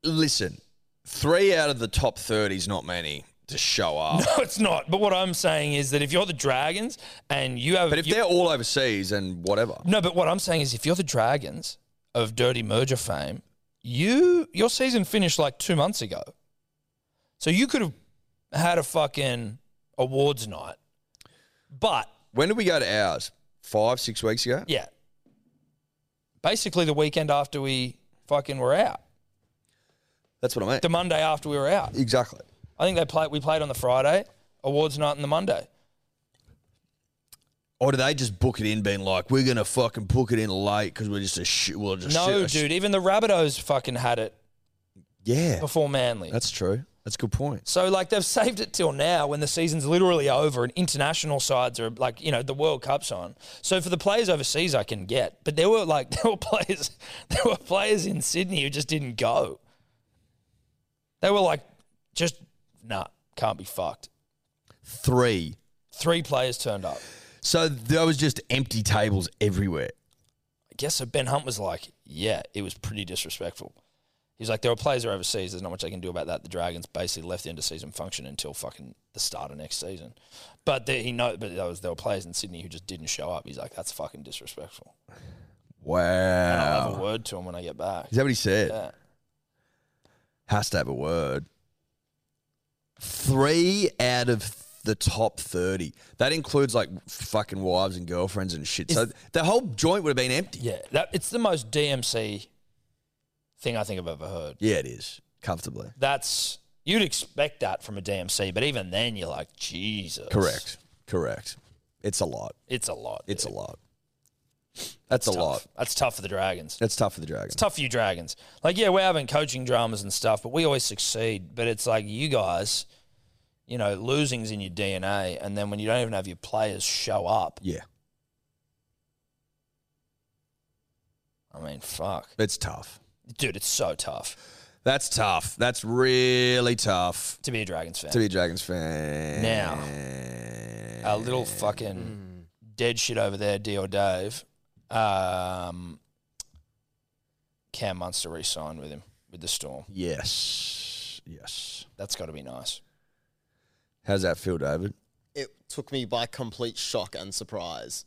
Speaker 3: Listen, three out of the top 30 is not many to show up.
Speaker 2: No, it's not. But what I'm saying is that if you're the Dragons and you have
Speaker 3: But if
Speaker 2: you-
Speaker 3: they're all overseas and whatever,
Speaker 2: No, but what I'm saying is if you're the Dragons of Dirty Merger fame, you your season finished like two months ago. So you could have had a fucking awards night. But
Speaker 3: when did we go to ours? Five, six weeks ago?
Speaker 2: Yeah. Basically, the weekend after we fucking were out,
Speaker 3: That's what I meant.
Speaker 2: the Monday after we were out.
Speaker 3: exactly.
Speaker 2: I think they played. We played on the Friday, awards night on the Monday.
Speaker 3: Or do they just book it in, being like, we're going to fucking book it in late because we're just a shit. We'll just
Speaker 2: No,
Speaker 3: shit-
Speaker 2: dude, even the Rabbitohs fucking had it
Speaker 3: Yeah.
Speaker 2: before Manly.
Speaker 3: That's true. That's a good point.
Speaker 2: so like they've saved it till now when the season's literally over and international sides are like you know the World Cup's on. So for the players overseas, I can get, but there were like there were players there were players in Sydney who just didn't go. They were like, just nah, can't be fucked.
Speaker 3: Three.
Speaker 2: Three players turned up.
Speaker 3: So there was just empty tables everywhere.
Speaker 2: I guess so. Ben Hunt was like, yeah, it was pretty disrespectful. He was like, there were players who are overseas. There's not much I can do about that. The Dragons basically left the end of season function until fucking the start of next season. But there, he know, but there was there were players in Sydney who just didn't show up. He's like, that's fucking disrespectful.
Speaker 3: Wow.
Speaker 2: And I'll have a word to him when I get back.
Speaker 3: Is that what he said?
Speaker 2: Yeah.
Speaker 3: Has to have a word. Three out of the top 30. That includes like fucking wives and girlfriends and shit. so the whole joint would have been empty.
Speaker 2: Yeah, that, it's the most DMC thing I think I've ever heard.
Speaker 3: Yeah, it is. Comfortably.
Speaker 2: That's You'd expect that from a DMC, but even then, you're like, Jesus.
Speaker 3: Correct. Correct. It's a lot.
Speaker 2: It's a lot.
Speaker 3: It's
Speaker 2: dude.
Speaker 3: a lot. That's a
Speaker 2: Tough.
Speaker 3: lot.
Speaker 2: That's tough for the Dragons.
Speaker 3: That's tough for the Dragons.
Speaker 2: It's tough for you Dragons. Like, yeah, we're having coaching dramas and stuff, but we always succeed. But it's like you guys, you know, losing's in your DNA. And then when you don't even have your players show up,
Speaker 3: Yeah.
Speaker 2: I mean, fuck.
Speaker 3: It's tough.
Speaker 2: Dude, it's so tough
Speaker 3: That's tough. That's really tough
Speaker 2: to be a Dragons fan.
Speaker 3: to be a Dragons fan.
Speaker 2: Now,
Speaker 3: Eh,
Speaker 2: a little
Speaker 3: Hmm.
Speaker 2: fucking dead shit over there, D or Dave. Um, Cam Munster re signed with him with the Storm.
Speaker 3: Yes. Yes.
Speaker 2: That's got to be nice.
Speaker 3: How's that feel, David?
Speaker 4: It took me by complete shock and surprise.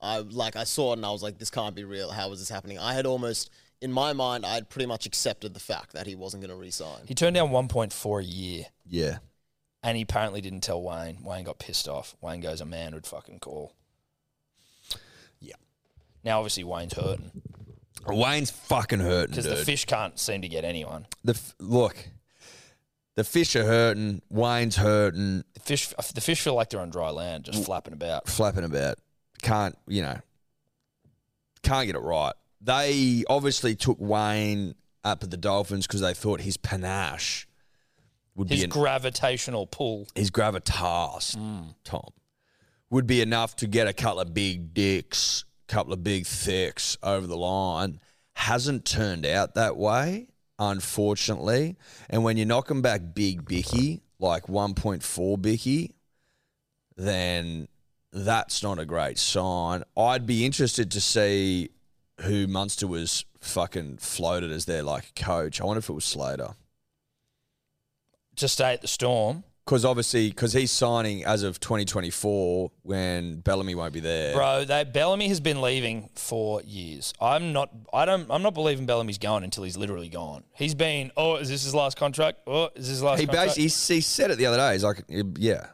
Speaker 4: I like I saw it and I was like, this can't be real. How is this happening? I had almost in my mind, I had pretty much accepted the fact that he wasn't going to resign.
Speaker 2: He turned down 1.4 a year.
Speaker 3: Yeah.
Speaker 2: And he apparently didn't tell Wayne. Wayne got pissed off. Wayne goes, a man would fucking call.
Speaker 3: Yeah.
Speaker 2: Now, obviously, Wayne's hurting
Speaker 3: Wayne's fucking hurting,
Speaker 2: because
Speaker 3: dude.
Speaker 2: the fish can't seem to get anyone.
Speaker 3: The f- look, the fish are hurting. Wayne's hurting,
Speaker 2: The fish, the fish feel like they're on dry land, just flapping about.
Speaker 3: flapping about. Can't you know? Can't get it right. They obviously took Wayne up at the Dolphins because they thought his panache would be
Speaker 2: His
Speaker 3: an,
Speaker 2: gravitational pull.
Speaker 3: his gravitas, Tom, would be enough to get a couple of big dicks, couple of big thicks over the line. Hasn't turned out that way, unfortunately. And when you're knocking back big Bicky, like 1.4 Bicky, then that's not a great sign. I'd be interested to see who Munster was fucking floated as their like coach. I wonder if it was Slater
Speaker 2: To stay at the storm,
Speaker 3: because obviously because he's signing as of 2024 when Bellamy won't be there.
Speaker 2: bro. They, Bellamy has been leaving for years. I'm not. I don't. I'm not believing Bellamy's going until he's literally gone. He's been. Oh, is this his last contract? Oh, is this his last?
Speaker 3: he
Speaker 2: contract?
Speaker 3: basically he, he said it the other day. He's like, yeah,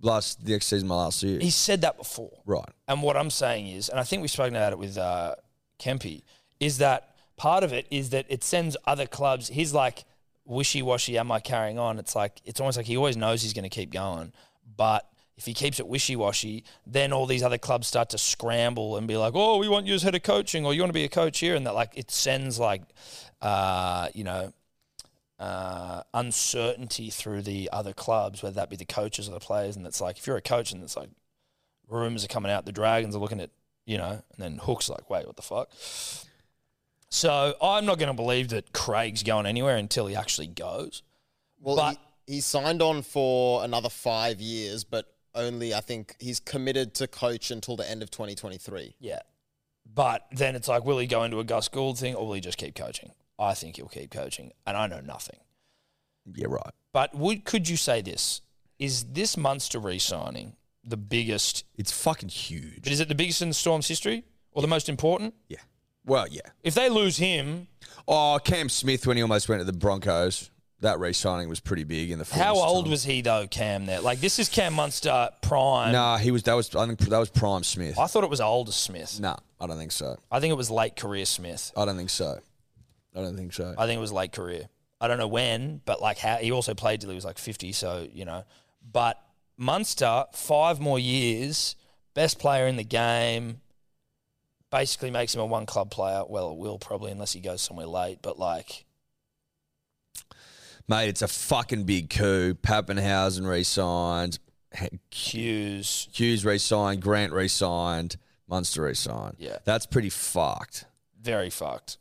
Speaker 3: last the next season, my last year.
Speaker 2: he said that before.
Speaker 3: right.
Speaker 2: And what I'm saying is, and I think we've spoken about it with uh, Kempi, is that part of it is that it sends other clubs. He's like wishy washy. Am I carrying on? It's like it's almost like he always knows he's going to keep going, but if he keeps it wishy washy, then all these other clubs start to scramble and be like, "Oh, we want you as head of coaching, or you want to be a coach here," and that like it sends like, uh, you know. Uh, uncertainty through the other clubs, whether that be the coaches or the players, and it's like if you're a coach and it's like rumors are coming out. The Dragons are looking at, you know, and then Hook's like, wait, what the fuck? So I'm not going to believe that Craig's going anywhere until he actually goes.
Speaker 4: Well,
Speaker 2: But-
Speaker 4: he, he signed on for another five years, but only I think he's committed to coach until the end of 2023.
Speaker 2: Yeah. But then it's like, will he go into a Gus Gould thing or will he just keep coaching? I think he'll keep coaching, and I know nothing.
Speaker 3: Yeah, right.
Speaker 2: But would could you say this? Is this Munster re-signing the biggest?
Speaker 3: It's fucking huge.
Speaker 2: But is it the biggest in the Storm's history or the most important?
Speaker 3: yeah. Well, yeah.
Speaker 2: If they lose him,
Speaker 3: Oh, Cam Smith when he almost went to the Broncos. That re-signing was pretty big in the.
Speaker 2: how
Speaker 3: fullness
Speaker 2: old
Speaker 3: time.
Speaker 2: was he though? Cam, there, like this is Cam Munster prime.
Speaker 3: Nah, he was. That was. I think that was prime Smith.
Speaker 2: I thought it was older Smith.
Speaker 3: nah, I don't think so.
Speaker 2: I think it was late career Smith.
Speaker 3: I don't think so. I don't think so.
Speaker 2: I think it was late career. I don't know when, but like how he also played till he was like 50, so you know. But Munster, five more years, best player in the game, basically makes him a one club player. Well, it will probably unless he goes somewhere late, but like
Speaker 3: Mate, it's a fucking big coup. Pappenhausen re-signed.
Speaker 2: Hughes.
Speaker 3: Hughes re-signed, Grant re-signed, Munster re-signed.
Speaker 2: Yeah.
Speaker 3: that's pretty fucked.
Speaker 2: Very fucked.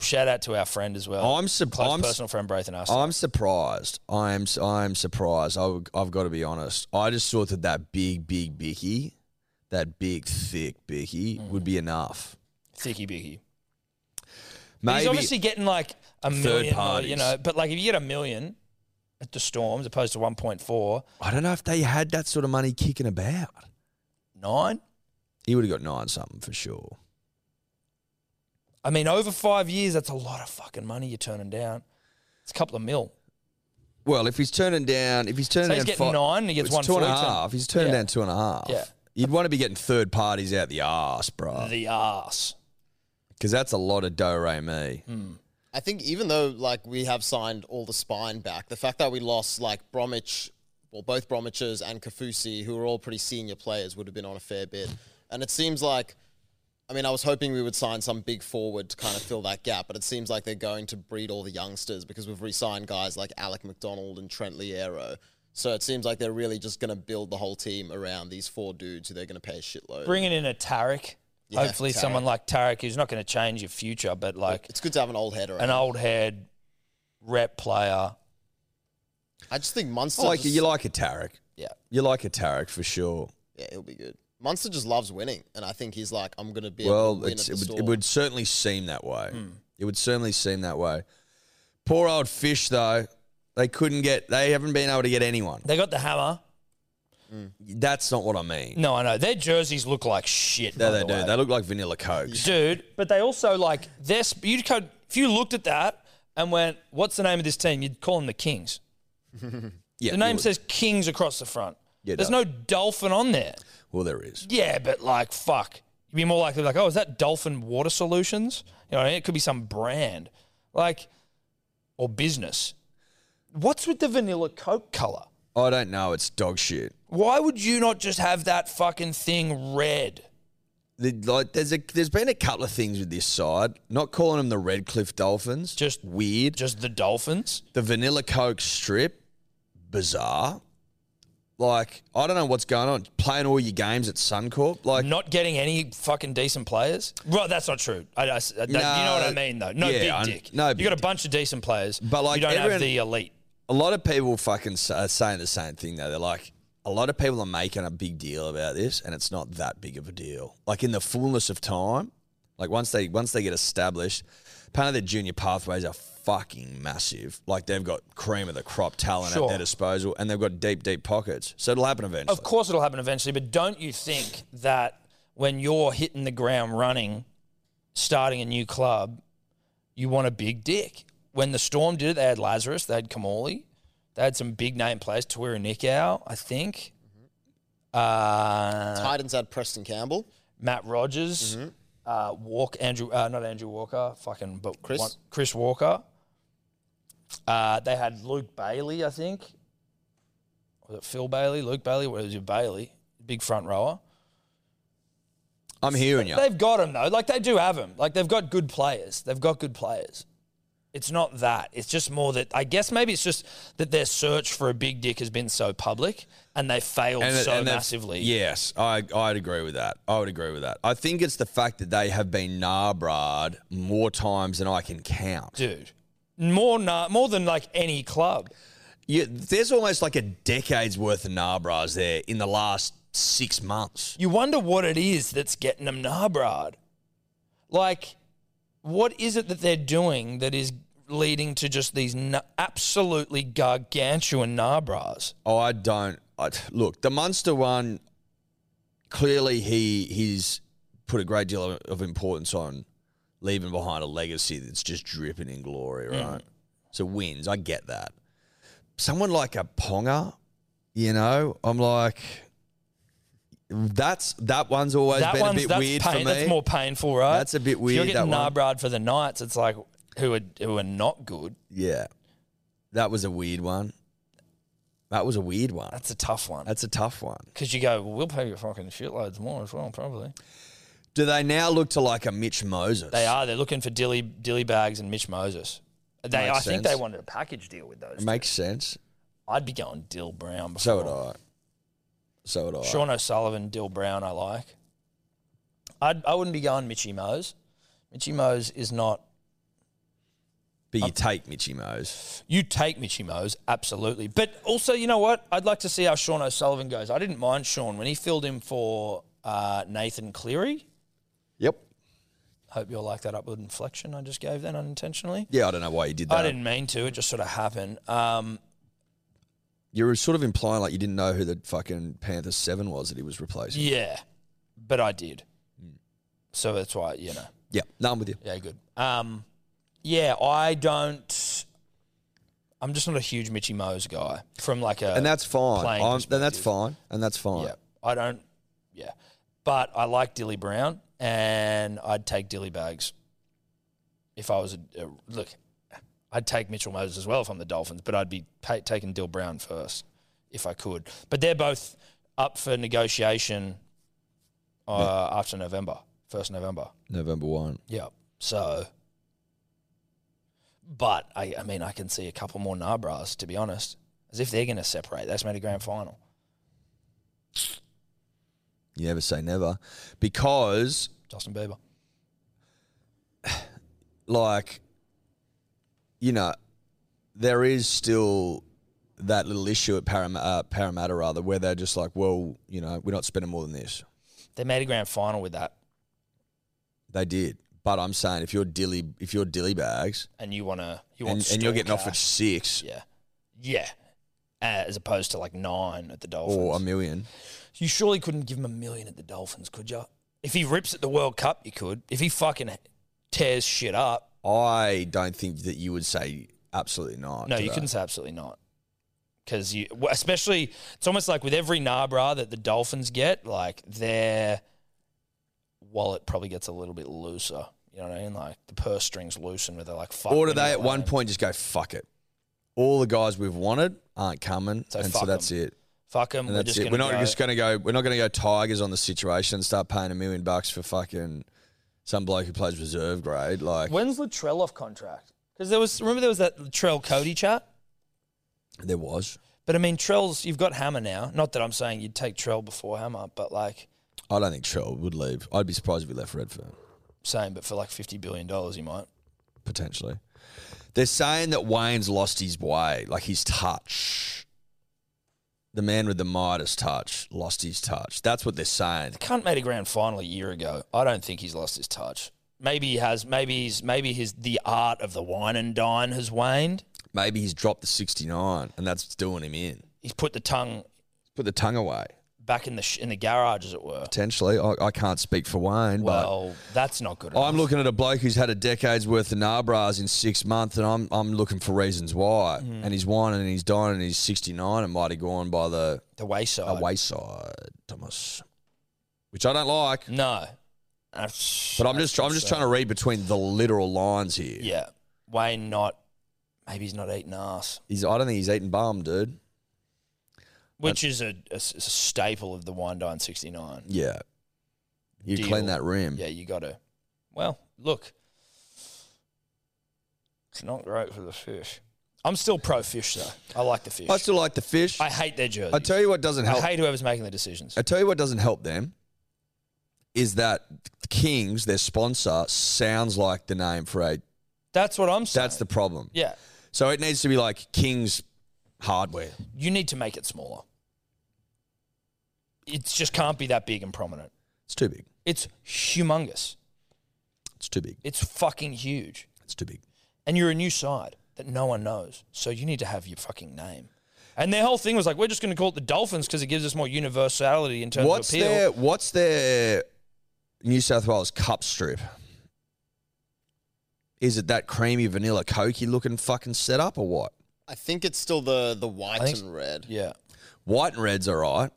Speaker 2: Shout out to our friend as well.
Speaker 3: I'm sur-
Speaker 2: close
Speaker 3: I'm s-
Speaker 2: personal friend Braithen Arsenal.
Speaker 3: I'm surprised. I'm I'm surprised. I, have got to be honest. I just thought that that big, big Bicky, that big thick Bicky, would be enough.
Speaker 2: Mm. Thicky Bicky. But he's
Speaker 3: Maybe
Speaker 2: obviously getting like a
Speaker 3: Third
Speaker 2: million, or, you
Speaker 3: parties.
Speaker 2: know. But like, if you get a million at the Storm as opposed to one point four
Speaker 3: I don't know if they had that sort of money kicking about.
Speaker 2: nine,
Speaker 3: He would have got nine something for sure.
Speaker 2: I mean, over five years, that's a lot of fucking money you're turning down. It's a couple of mil.
Speaker 3: Well, if he's turning down, if he's turning
Speaker 2: So he's
Speaker 3: down
Speaker 2: getting
Speaker 3: fi-
Speaker 2: nine, he gets
Speaker 3: it's
Speaker 2: one
Speaker 3: two and a
Speaker 2: forty.
Speaker 3: half. He's turning
Speaker 2: Yeah.
Speaker 3: down two and a half.
Speaker 2: Yeah.
Speaker 3: You'd want to be getting third parties out the ass, bro.
Speaker 2: The ass. Hmm.
Speaker 3: Because that's a lot of do re me.
Speaker 4: I think even though like we have signed all the spine back, the fact that we lost like Bromwich, well both Bromwiches and Kafusi, who are all pretty senior players, would have been on a fair bid. And it seems like, I mean, I was hoping we would sign some big forward to kind of fill that gap, but it seems like they're going to breed all the youngsters because we've re-signed guys like Alec McDonald and Trent Liero. So it seems like they're really just going to build the whole team around these four dudes who they're going to pay a shitload.
Speaker 2: Bringing in a Tarek,
Speaker 4: Yeah,
Speaker 2: hopefully
Speaker 4: Tarek.
Speaker 2: someone like Tarek who's not going to change your future, but like
Speaker 4: it's good to have an old head around.
Speaker 2: an old head rep player.
Speaker 4: I just think Munster.
Speaker 3: I like
Speaker 4: just-
Speaker 3: you like a Tarek.
Speaker 4: yeah.
Speaker 3: You like a Tarek for sure.
Speaker 4: Yeah, he'll be good. Munster just loves winning, and I think he's like, I'm gonna be able
Speaker 3: Well,
Speaker 4: to win
Speaker 3: it's,
Speaker 4: at
Speaker 3: it,
Speaker 4: the
Speaker 3: would,
Speaker 4: store.
Speaker 3: it would certainly seem that way.
Speaker 2: Hmm.
Speaker 3: It would certainly seem that way. Poor old fish though. They couldn't get. They haven't been able to get anyone.
Speaker 2: They got the hammer.
Speaker 3: That's not what I mean.
Speaker 2: No, I know their jerseys look like shit.
Speaker 3: No,
Speaker 2: by
Speaker 3: they
Speaker 2: the
Speaker 3: do.
Speaker 2: way.
Speaker 3: They look like vanilla cokes.
Speaker 2: dude. But they also like this. You could if you looked at that and went, "What's the name of this team?" You'd call them the Kings.
Speaker 3: Yeah,
Speaker 2: The name
Speaker 3: you would.
Speaker 2: says Kings across the front.
Speaker 3: Yeah, it
Speaker 2: There's no
Speaker 3: does.
Speaker 2: dolphin on there.
Speaker 3: Well, there is.
Speaker 2: Yeah, but like, fuck. You'd be more likely to be like, oh, is that Dolphin Water Solutions? You know, what I mean? it could be some brand, like, or business. What's with the vanilla Coke color?
Speaker 3: I don't know. It's dog shit.
Speaker 2: Why would you not just have that fucking thing red?
Speaker 3: The, like, there's a there's been a couple of things with this side. Not calling them the Redcliffe Dolphins.
Speaker 2: Just-
Speaker 3: weird.
Speaker 2: Just the Dolphins?
Speaker 3: the vanilla coke strip bizarre like i don't know what's going on playing all your games at suncorp like
Speaker 2: Not getting any fucking decent players? Well, that's not true. I, I- that- you know what I
Speaker 3: No,
Speaker 2: mean, though. No
Speaker 3: yeah,
Speaker 2: big
Speaker 3: I-
Speaker 2: dick.
Speaker 3: no
Speaker 2: you
Speaker 3: big
Speaker 2: got a
Speaker 3: dick.
Speaker 2: bunch of decent players,
Speaker 3: But, like,
Speaker 2: you don't have
Speaker 3: everyone-
Speaker 2: the elite.
Speaker 3: a lot of people fucking sa- are saying the same thing though they're like a lot of people are making a big deal about this and it's not that big of a deal like in the fullness of time like once they once they get established part of their junior pathways are fucking massive like they've got cream of the crop talent
Speaker 2: Sure.
Speaker 3: at their disposal and they've got deep deep pockets so it'll happen eventually
Speaker 2: Of course, it'll happen eventually. But don't you think that when you're hitting the ground running, starting a new club, you want a big dick? When the Storm did it, they had Lazarus, they had Kamali, they had some big name players, Tawira Nikau, I think, uh,
Speaker 4: Titans had Preston Campbell. Mm-hmm.
Speaker 2: Matt Rogers, uh, Walk Andrew, uh, not Andrew Walker, fucking, but
Speaker 4: Chris?
Speaker 2: Chris Walker. Uh, they had Luke Bailey, I think. Was it Phil Bailey, Luke Bailey? What was it, Bailey? Big front rower.
Speaker 3: i'm hearing you
Speaker 2: They've got them though. Like they do have them. Like they've got good players. They've got good players. It's not that. It's just more that I guess maybe it's just that their search for a big dick has been so public and they failed
Speaker 3: it-
Speaker 2: so
Speaker 3: that's-
Speaker 2: massively.
Speaker 3: Yes, I I'd agree with that. I would agree with that. I think it's the fact that they have been Narbrad more times than I can count.
Speaker 2: dude. More na- more than like any club.
Speaker 3: Yeah, there's almost like a decade's worth of Narbras there in the last six months.
Speaker 2: You wonder what it is that's getting them Narbrad. Like, what is it that they're doing that is leading to just these na- absolutely gargantuan Narbras?
Speaker 3: I don't I, look the Munster one. Clearly, he he's put a great deal of, of importance on leaving behind a legacy that's just dripping in glory, right? So wins, I get that. Someone like a Ponga, you know, I'm like, that's that one's always
Speaker 2: that
Speaker 3: been a
Speaker 2: one's
Speaker 3: bit
Speaker 2: that's
Speaker 3: weird
Speaker 2: pain,
Speaker 3: for me.
Speaker 2: That's more painful, right?
Speaker 3: That's a bit
Speaker 2: If you're
Speaker 3: weird,
Speaker 2: getting
Speaker 3: that one.
Speaker 2: Narbrad for the Knights. It's like who are who are not good.
Speaker 3: yeah, that was a weird one. That was a weird one.
Speaker 2: That's a tough one
Speaker 3: That's a tough one.
Speaker 2: because you go, well, we'll pay you fucking shitloads more as well, probably.
Speaker 3: Do they now look to like a Mitch Moses?
Speaker 2: They are. They're looking for dilly dilly bags and Mitch Moses. They, I
Speaker 3: Makes
Speaker 2: think
Speaker 3: sense.
Speaker 2: they wanted a package deal with those.
Speaker 3: It makes sense.
Speaker 2: I'd be going Dill Brown.
Speaker 3: So
Speaker 2: Before.
Speaker 3: would I. So would I.
Speaker 2: Sean O'Sullivan, Dill Brown, I like. I'd, I wouldn't be going Mitchy Mose. Mitchy Mose is not.
Speaker 3: But you take Mitchy Mose.
Speaker 2: You take Mitchy Mose, absolutely. But also, you know what? I'd like to see how Sean O'Sullivan goes. I didn't mind Sean when he filled in for uh, Nathan Cleary.
Speaker 3: Yep.
Speaker 2: Hope you'll like that upward inflection I just gave then unintentionally.
Speaker 3: Yeah, I don't know why you did that.
Speaker 2: I didn't mean to. It just sort of happened. Um,
Speaker 3: You were sort of implying like you didn't know who the fucking Panthers seven was that he was replacing.
Speaker 2: yeah, but I did. So that's why you know.
Speaker 3: Yeah, no, I'm with you.
Speaker 2: Yeah, good. Um, yeah, I don't. I'm just not a huge Mitchy Mose guy from like a.
Speaker 3: And that's fine.
Speaker 2: playing
Speaker 3: I'm, and that's
Speaker 2: perspective.
Speaker 3: fine. And that's fine.
Speaker 2: yeah. I don't. Yeah, but I like Dilly Brown, and I'd take Dilly Bags if I was a, a look, I'd take Mitchell Moses as well if I'm the Dolphins, but I'd be ta taking Dill Brown first if I could. But they're both up for negotiation uh, after November, first November.
Speaker 3: November one.
Speaker 2: Yeah. So, but I, I mean, I can see a couple more Nabras to be honest, as if they're going to separate. That's made a grand final.
Speaker 3: You never say never, because
Speaker 2: Justin Bieber.
Speaker 3: like, you know, there is still that little issue at Param- uh, Parramatta rather, where they're just like, well, you know, we're not spending more than this.
Speaker 2: They made a grand final with that,
Speaker 3: They did, but I'm saying if you're dilly, if you're dilly bags,
Speaker 2: and you want to, you want,
Speaker 3: and, and you're
Speaker 2: store
Speaker 3: getting offered
Speaker 2: cash.
Speaker 3: six
Speaker 2: yeah, yeah, Uh, as opposed to like nine at the Dolphins.
Speaker 3: or a million,
Speaker 2: You surely couldn't give him a million at the Dolphins, could you? If he rips at the World Cup, you could. If he fucking tears shit up,
Speaker 3: I don't think that you would say absolutely not.
Speaker 2: no,
Speaker 3: to
Speaker 2: you
Speaker 3: that.
Speaker 2: couldn't say absolutely not. Because you, well, especially, it's almost like with every Nabra that the Dolphins get, like their wallet probably gets a little bit looser. You know what I mean? Like the purse strings loosen, where they're like, "Fuck."
Speaker 3: Or do
Speaker 2: we're not
Speaker 3: they at one
Speaker 2: playing.
Speaker 3: point just go fuck it? All the guys we've wanted aren't coming,
Speaker 2: So
Speaker 3: and
Speaker 2: fuck
Speaker 3: so that's
Speaker 2: 'em.
Speaker 3: it.
Speaker 2: Fuck them.
Speaker 3: And
Speaker 2: We're
Speaker 3: that's
Speaker 2: just
Speaker 3: it.
Speaker 2: going
Speaker 3: We're
Speaker 2: to
Speaker 3: not
Speaker 2: go.
Speaker 3: just going to go. We're not going to go tigers on the situation and start paying a million bucks for fucking some bloke who plays reserve grade. Like
Speaker 2: When's Latrell off contract? Because there was remember there was that Latrell Cody chat.
Speaker 3: there was.
Speaker 2: But I mean, Trell's you've got Hammer now. Not that I'm saying you'd take Trell before Hammer, but like
Speaker 3: I don't think Trell would leave. I'd be surprised if he left Redfern
Speaker 2: same, but for like fifty billion dollars, you might.
Speaker 3: potentially. They're saying that Wayne's lost his way, like his touch. The man with the Midas touch lost his touch. That's what they're saying.
Speaker 2: Cunt made a grand final a year ago. I don't think he's lost his touch. Maybe he has. Maybe he's. Maybe his the art of the wine and dine has waned.
Speaker 3: Maybe he's dropped the 69 and that's doing him in.
Speaker 2: He's put the tongue
Speaker 3: put the tongue away.
Speaker 2: back in the sh- in the garage, as it were.
Speaker 3: Potentially, I, I can't speak for Wayne,
Speaker 2: Well, that's not good.
Speaker 3: but
Speaker 2: Enough.
Speaker 3: I'm looking at a bloke who's had a decade's worth of Narbras in six months, and I'm I'm looking for reasons why.
Speaker 2: Hmm.
Speaker 3: And he's whining and he's dining, and he's 69 and might have gone by the,
Speaker 2: the
Speaker 3: the
Speaker 2: wayside.
Speaker 3: wayside, Thomas, which I don't like.
Speaker 2: no, That's-
Speaker 3: But I'm just I'm just trying to read between the literal lines here.
Speaker 2: Yeah, Wayne not. Maybe he's not eating ass.
Speaker 3: He's I don't think he's eating bum, dude.
Speaker 2: which is a, a s- a staple of the wine dine 69
Speaker 3: Yeah, you
Speaker 2: Deal.
Speaker 3: clean that rim.
Speaker 2: yeah you gotta well look it's not great for the fish i'm still pro fish though i like the fish
Speaker 3: I still like the fish.
Speaker 2: I hate their jerseys
Speaker 3: I tell you what doesn't
Speaker 2: I
Speaker 3: help.
Speaker 2: hate whoever's making the decisions
Speaker 3: I tell you what doesn't help them is that Kings, their sponsor, sounds like the name for a.
Speaker 2: that's what i'm saying
Speaker 3: That's the problem.
Speaker 2: yeah
Speaker 3: So it needs to be like Kings Hardware.
Speaker 2: you need to make it smaller it just can't be that big and prominent
Speaker 3: It's too big.
Speaker 2: it's humongous
Speaker 3: It's too big.
Speaker 2: it's fucking huge
Speaker 3: It's too big.
Speaker 2: and you're a new side that no one knows. So you need to have your fucking name. And their whole thing was like, we're just going to call it the Dolphins because it gives us more universality in terms
Speaker 3: What's
Speaker 2: of appeal.
Speaker 3: their What's their New South Wales cup strip? Is it that creamy vanilla cokey looking fucking setup or what?
Speaker 4: I think it's still the the white
Speaker 2: I think-
Speaker 4: and red.
Speaker 2: Yeah.
Speaker 3: White and red's all right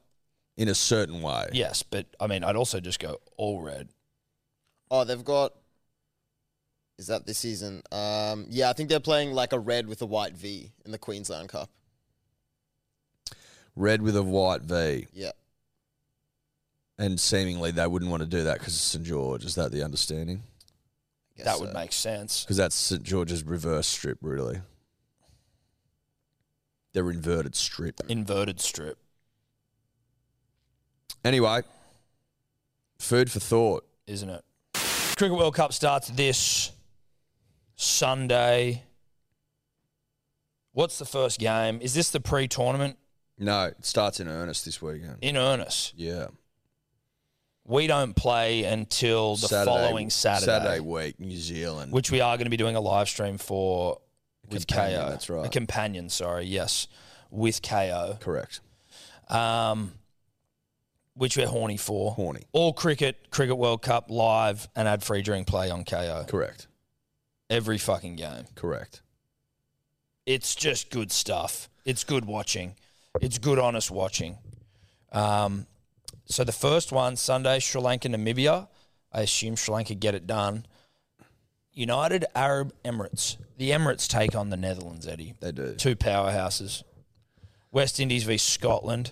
Speaker 3: in a certain way.
Speaker 2: Yes, but I mean, I'd also just go all red.
Speaker 4: Oh, they've got. Is that this season? Um, yeah, I think they're playing like a red with a white V in the Queensland Cup.
Speaker 3: Red with a white V.
Speaker 4: Yeah,
Speaker 3: And seemingly they wouldn't want to do that because it's St George. Is that the understanding?
Speaker 4: I guess
Speaker 2: that would
Speaker 4: so.
Speaker 2: make sense.
Speaker 3: Because that's St George's reverse strip, really. Their inverted strip.
Speaker 2: Inverted strip.
Speaker 3: Anyway, food for thought.
Speaker 2: isn't it? Cricket World Cup starts this Sunday. What's the first game? Is this the pre-tournament
Speaker 3: No, it starts in earnest this weekend.
Speaker 2: in earnest?
Speaker 3: Yeah,
Speaker 2: We don't play until the following Saturday,
Speaker 3: Saturday week, New Zealand.
Speaker 2: which we are going to be doing a live stream for with
Speaker 3: Companion,
Speaker 2: KO.
Speaker 3: that's right.
Speaker 2: A companion, sorry, yes, with KO.
Speaker 3: Correct.
Speaker 2: Um, which we're horny for.
Speaker 3: Horny.
Speaker 2: All cricket, cricket World Cup live and ad free during play on KO.
Speaker 3: Correct.
Speaker 2: Every fucking game.
Speaker 3: Correct.
Speaker 2: it's just good stuff. It's good watching. It's good, honest watching. Um, so the first one Sunday, Sri Lanka, Namibia. I assume Sri Lanka get it done. United Arab Emirates. The Emirates take on the Netherlands, Eddie.
Speaker 3: They do.
Speaker 2: Two powerhouses. West Indies v Scotland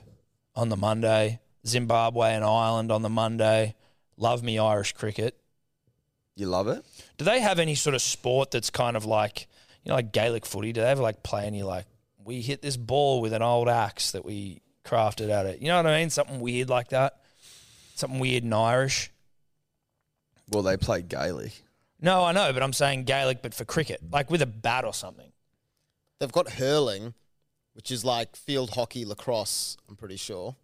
Speaker 2: on the Monday. Zimbabwe and Ireland on the Monday. Love me Irish cricket.
Speaker 3: You love it?
Speaker 2: Do they have any sort of sport that's kind of like you know, like Gaelic footy? Do they ever like play any like we hit this ball with an old axe that we crafted at it? You know what I mean? Something weird like that. Something weird and Irish.
Speaker 3: Well, they play Gaelic.
Speaker 2: No, I know, but I'm saying Gaelic, but for cricket, like with a bat or something.
Speaker 4: They've got hurling, which is like field hockey, lacrosse. I'm pretty sure.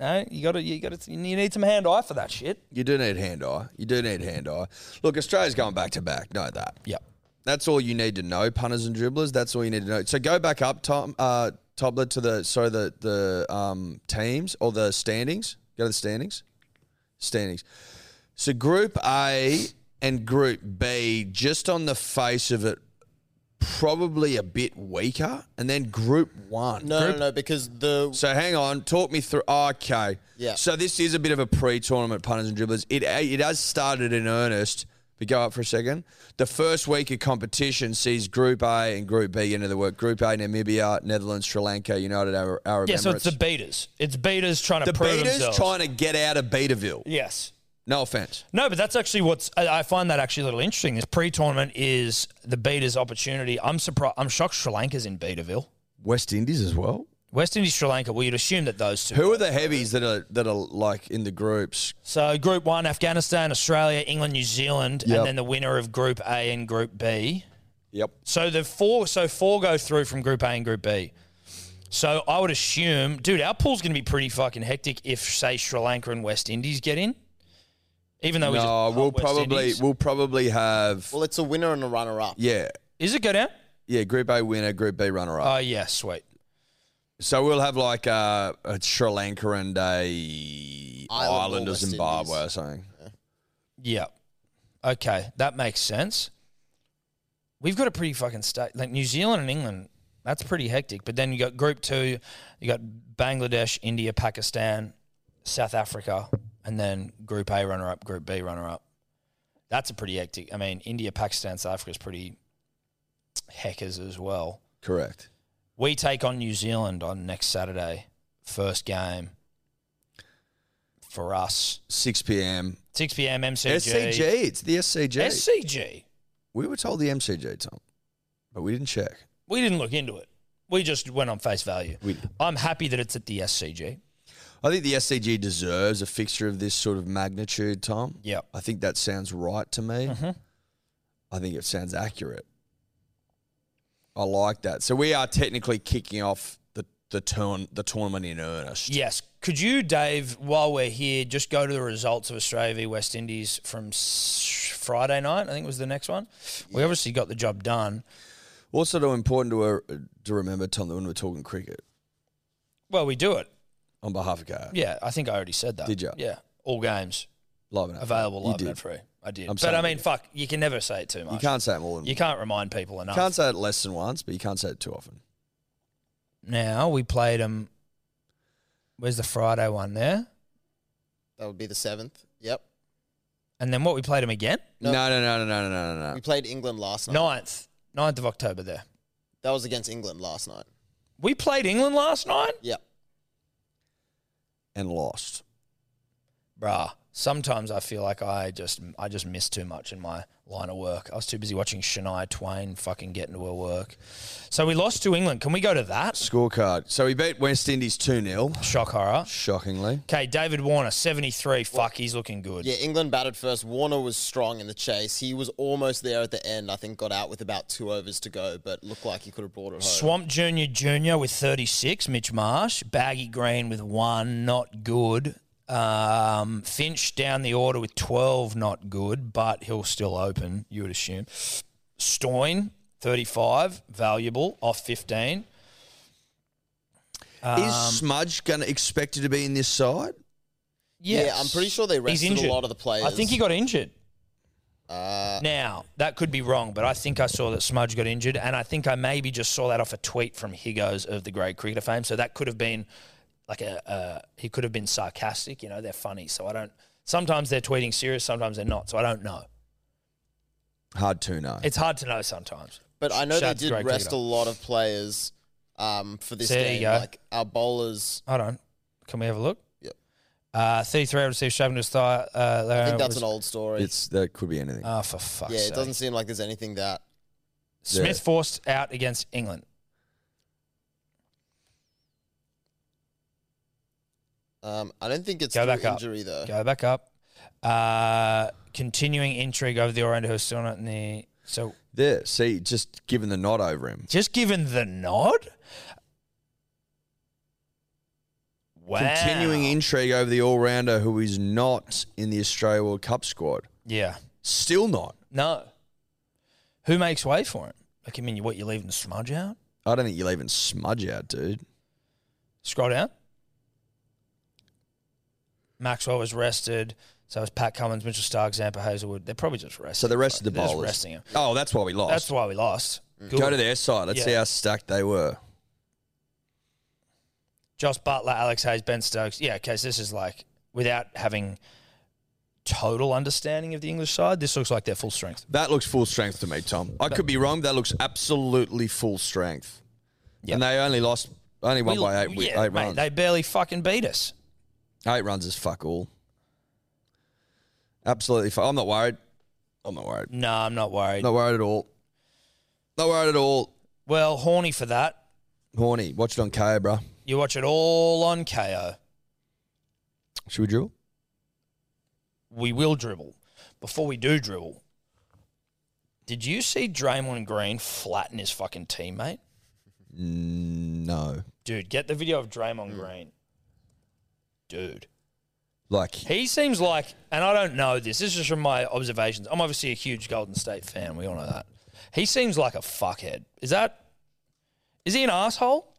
Speaker 2: No, you got to, you got to, you need some hand eye for that shit.
Speaker 3: You do need hand eye. You do need hand eye. Look, Australia's going back to back. Know that.
Speaker 2: Yep.
Speaker 3: That's all you need to know, punters and dribblers. That's all you need to know. So go back up, Tom, uh, Tobler, to the sorry the the um, teams or the standings. Go to the standings. Standings. So Group A and Group B, just on the face of it, probably a bit weaker. And then Group One.
Speaker 4: No,
Speaker 3: Group
Speaker 4: no, no, because the
Speaker 3: So hang on, talk me through. oh, okay.
Speaker 4: Yeah.
Speaker 3: So this is a bit of a pre-tournament punters and dribblers. It uh, it has started in earnest. But go up for a second. The first week of competition sees Group A and Group B into the work. Group A: Namibia, Netherlands, Sri Lanka, United Arab, Arab
Speaker 2: Yeah, so
Speaker 3: Emirates.
Speaker 2: it's the beaters. It's beaters trying to
Speaker 3: the
Speaker 2: prove
Speaker 3: beaters
Speaker 2: themselves.
Speaker 3: trying to get out of Beaterville.
Speaker 2: yes.
Speaker 3: No offense.
Speaker 2: No, but that's actually what's. I I find that actually a little interesting. This pre-tournament is the beaters' opportunity. I'm surprised. I'm shocked. Sri Lanka's in Beaterville.
Speaker 3: West Indies as well.
Speaker 2: West Indies, Sri Lanka. Well, you'd assume that those two.
Speaker 3: Who are the heavies that are that are like in the groups?
Speaker 2: So Group One: Afghanistan, Australia, England, New Zealand,
Speaker 3: Yep.
Speaker 2: and then the winner of Group A and Group B.
Speaker 3: Yep.
Speaker 2: So the four, so four go through from Group A and Group B. So I would assume, dude, our pool's going to be pretty fucking hectic if, say, Sri Lanka and West Indies get in. Even though we just
Speaker 3: No,
Speaker 2: pumped
Speaker 3: we'll
Speaker 2: West
Speaker 3: probably
Speaker 2: Indies.
Speaker 3: we'll probably have
Speaker 4: well, it's a winner and a runner-up.
Speaker 3: yeah
Speaker 2: is it go down?
Speaker 3: yeah Group A winner, Group B runner up.
Speaker 2: Oh yeah, sweet.
Speaker 3: So we'll have like uh, a Sri Lanka and a
Speaker 4: or
Speaker 3: Ireland or
Speaker 4: West
Speaker 3: Zimbabwe
Speaker 4: Indies.
Speaker 3: or something.
Speaker 2: Yeah. Okay, that makes sense. We've got a pretty fucking state like New Zealand and England. That's pretty hectic. But then you got Group Two, you got Bangladesh, India, Pakistan, South Africa, and then Group A runner up, Group B runner up. That's a pretty hectic. I mean, India, Pakistan, South Africa is pretty heckers as well.
Speaker 3: Correct.
Speaker 2: We take on New Zealand on next Saturday, first game for us.
Speaker 3: 6 p.m.
Speaker 2: Six PM
Speaker 3: SCG. It's the SCG.
Speaker 2: SCG.
Speaker 3: we were told the MCG, Tom, but we didn't check.
Speaker 2: We didn't look into it. We just went on face value.
Speaker 3: We-
Speaker 2: I'm happy that it's at the SCG.
Speaker 3: I think the SCG deserves a fixture of this sort of magnitude, Tom.
Speaker 2: Yep. Mm-hmm.
Speaker 3: I think that sounds right to me. I think it sounds accurate. I like that. So we are technically kicking off the the, turn, the tournament in earnest.
Speaker 2: Yes. Could you, Dave, while we're here, just go to the results of Australia v West Indies from s- Friday night? I think was the next one. We obviously got the job done.
Speaker 3: Also, though, important to uh, to remember, Tom, that when we're talking cricket
Speaker 2: Well, we do it.
Speaker 3: on behalf of KO,
Speaker 2: Yeah, I think I already said that.
Speaker 3: Did ya?
Speaker 2: Yeah. All games
Speaker 3: live and ad free.
Speaker 2: available
Speaker 3: You
Speaker 2: live and
Speaker 3: did.
Speaker 2: ad free. I did.
Speaker 3: I'm
Speaker 2: but
Speaker 3: sorry,
Speaker 2: I
Speaker 3: you
Speaker 2: mean, fuck, you can never say it too much.
Speaker 3: You can't say it more than
Speaker 2: You can't remind people enough.
Speaker 3: can't say it less than once, but you can't say it too often.
Speaker 2: Now we played them. Where's the Friday one there?
Speaker 4: That would be the seventh. Yep.
Speaker 2: And then what? We played them again.
Speaker 3: No,
Speaker 4: No.
Speaker 3: no, no, no, no, no, no, no.
Speaker 4: We played England last night.
Speaker 2: Uh, Ninth, 9th of October there.
Speaker 4: That was against England last night.
Speaker 2: We played England last night?
Speaker 4: Yep.
Speaker 3: And lost.
Speaker 2: Bruh. Sometimes I feel like I just I just miss too much in my line of work. I was too busy watching Shania Twain fucking get into her work. So we lost to England. Can we go to that?
Speaker 3: Scorecard. So we beat West Indies 2 0,
Speaker 2: Shock horror.
Speaker 3: shockingly.
Speaker 2: Okay, David Warner, 73. Fuck, he's looking good.
Speaker 4: Yeah, England batted first. Warner was strong in the chase. He was almost there at the end. I think got out with about two overs to go, but looked like he could have brought it home.
Speaker 2: Swamp Junior Junior with 36, Mitch Marsh. Baggy Green with one, not good. Um, Finch down the order with 12, not good, but he'll still open, you would assume. Stoin, 35, valuable, off 15. Um,
Speaker 3: Is Smudge going to expected to be in this side?
Speaker 4: Yeah, I'm pretty sure they rested a lot of the players.
Speaker 2: I think he got injured.
Speaker 4: Uh,
Speaker 2: Now, that could be wrong, but I think I saw that Smudge got injured, and I think I maybe just saw that off a tweet from Higgos of the Great Cricketer fame. So that could have been like a, uh, he could have been sarcastic. You know, they're funny. So I don't, sometimes they're tweeting serious, sometimes they're not. So I don't know.
Speaker 3: Hard to know.
Speaker 2: It's hard to know sometimes.
Speaker 4: But I know
Speaker 2: Shad's
Speaker 4: they
Speaker 2: great
Speaker 4: did rest a
Speaker 2: cricketer.
Speaker 4: lot of players um, for this
Speaker 2: There you
Speaker 4: game.
Speaker 2: go.
Speaker 4: Like our bowlers,
Speaker 2: Hold on. Can we have a look?
Speaker 4: Yep.
Speaker 2: Uh, 33 out of Steve Shaven to start. Uh,
Speaker 4: I think that's an old story.
Speaker 3: It's that could be anything.
Speaker 2: Oh, for fuck's
Speaker 4: yeah,
Speaker 2: sake.
Speaker 4: it doesn't seem like there's anything that.
Speaker 2: Smith
Speaker 3: Yeah.
Speaker 2: forced out against England.
Speaker 4: Um, I don't think it's
Speaker 2: Go
Speaker 4: through
Speaker 2: back up.
Speaker 4: injury though.
Speaker 2: Go back up. Uh, continuing intrigue over the Orlando who's still not in the. So
Speaker 3: there, see, just giving the nod over him.
Speaker 2: just given the nod. Wow.
Speaker 3: Continuing intrigue over the all rounder who is not in the Australia World Cup squad.
Speaker 2: Yeah.
Speaker 3: Still not.
Speaker 2: No. Who makes way for him? Like, I mean, you- what, you're leaving Smudge out?
Speaker 3: I don't think you'll even smudge out, dude.
Speaker 2: Scroll down. Maxwell was rested. So was Pat Cummins, Mitchell Stark, Zampa Hazelwood. They're probably just resting.
Speaker 3: So the rest of the
Speaker 2: They're just
Speaker 3: bowlers.
Speaker 2: resting him.
Speaker 3: Oh, that's why we lost.
Speaker 2: That's why we lost.
Speaker 3: Go
Speaker 2: Good.
Speaker 3: to their side. Let's
Speaker 2: Yeah.
Speaker 3: see how stacked they were.
Speaker 2: Josh Butler, Alex Hayes, Ben Stokes. Yeah, okay, so this is like without having total understanding of the English side, this looks like they're full strength.
Speaker 3: That looks full strength to me, Tom. I could be wrong. But that looks absolutely full strength.
Speaker 2: Yeah.
Speaker 3: And they only lost, only won
Speaker 2: We-
Speaker 3: by eight, wi-
Speaker 2: yeah,
Speaker 3: eight
Speaker 2: mate,
Speaker 3: runs.
Speaker 2: They barely fucking beat us.
Speaker 3: Eight runs is fuck all. Absolutely. Fuck. I'm not worried. I'm not worried.
Speaker 2: No, I'm not worried.
Speaker 3: Not worried at all. Not worried at all.
Speaker 2: Well, horny for that.
Speaker 3: Horny. Watch it on KO, bro.
Speaker 2: You watch it all on KO.
Speaker 3: Should we drill?
Speaker 2: We will dribble. Before we do dribble, did you see Draymond Green flatten his fucking teammate?
Speaker 3: Mm, no.
Speaker 2: Dude, get the video of Draymond Green. Dude.
Speaker 3: Like,
Speaker 2: He seems like, and I don't know this. This is from my observations. I'm obviously a huge Golden State fan. We all know that. He seems like a fuckhead. Is that? Is he an asshole?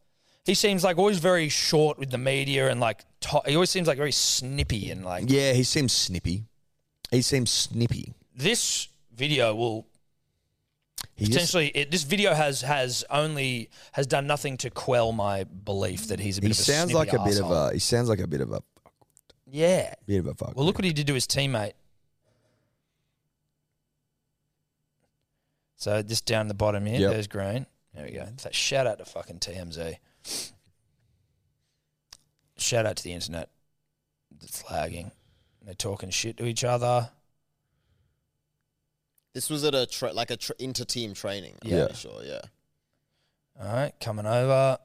Speaker 2: He seems like always very short with the media and like to- he always seems like very snippy and like
Speaker 3: yeah, he seems snippy. He seems snippy.
Speaker 2: this video will
Speaker 3: He just-
Speaker 2: potentially it, this video has has only has done nothing to quell my belief that he's a bit
Speaker 3: he
Speaker 2: of a
Speaker 3: sounds
Speaker 2: snippy
Speaker 3: like a bit of
Speaker 2: asshole.
Speaker 3: a. He sounds like a bit of a.
Speaker 2: yeah
Speaker 3: Bit of a fuck.
Speaker 2: Well, look what he did to his teammate. So just down the bottom here,
Speaker 3: Yep.
Speaker 2: there's Green. There we go. So shout out to fucking TMZ. Shout out to the internet. It's lagging. They're talking shit to each other.
Speaker 4: This was at a tra- like a tr inter-team training. I'm
Speaker 3: Yeah.
Speaker 4: pretty sure. Yeah.
Speaker 2: All right, coming over.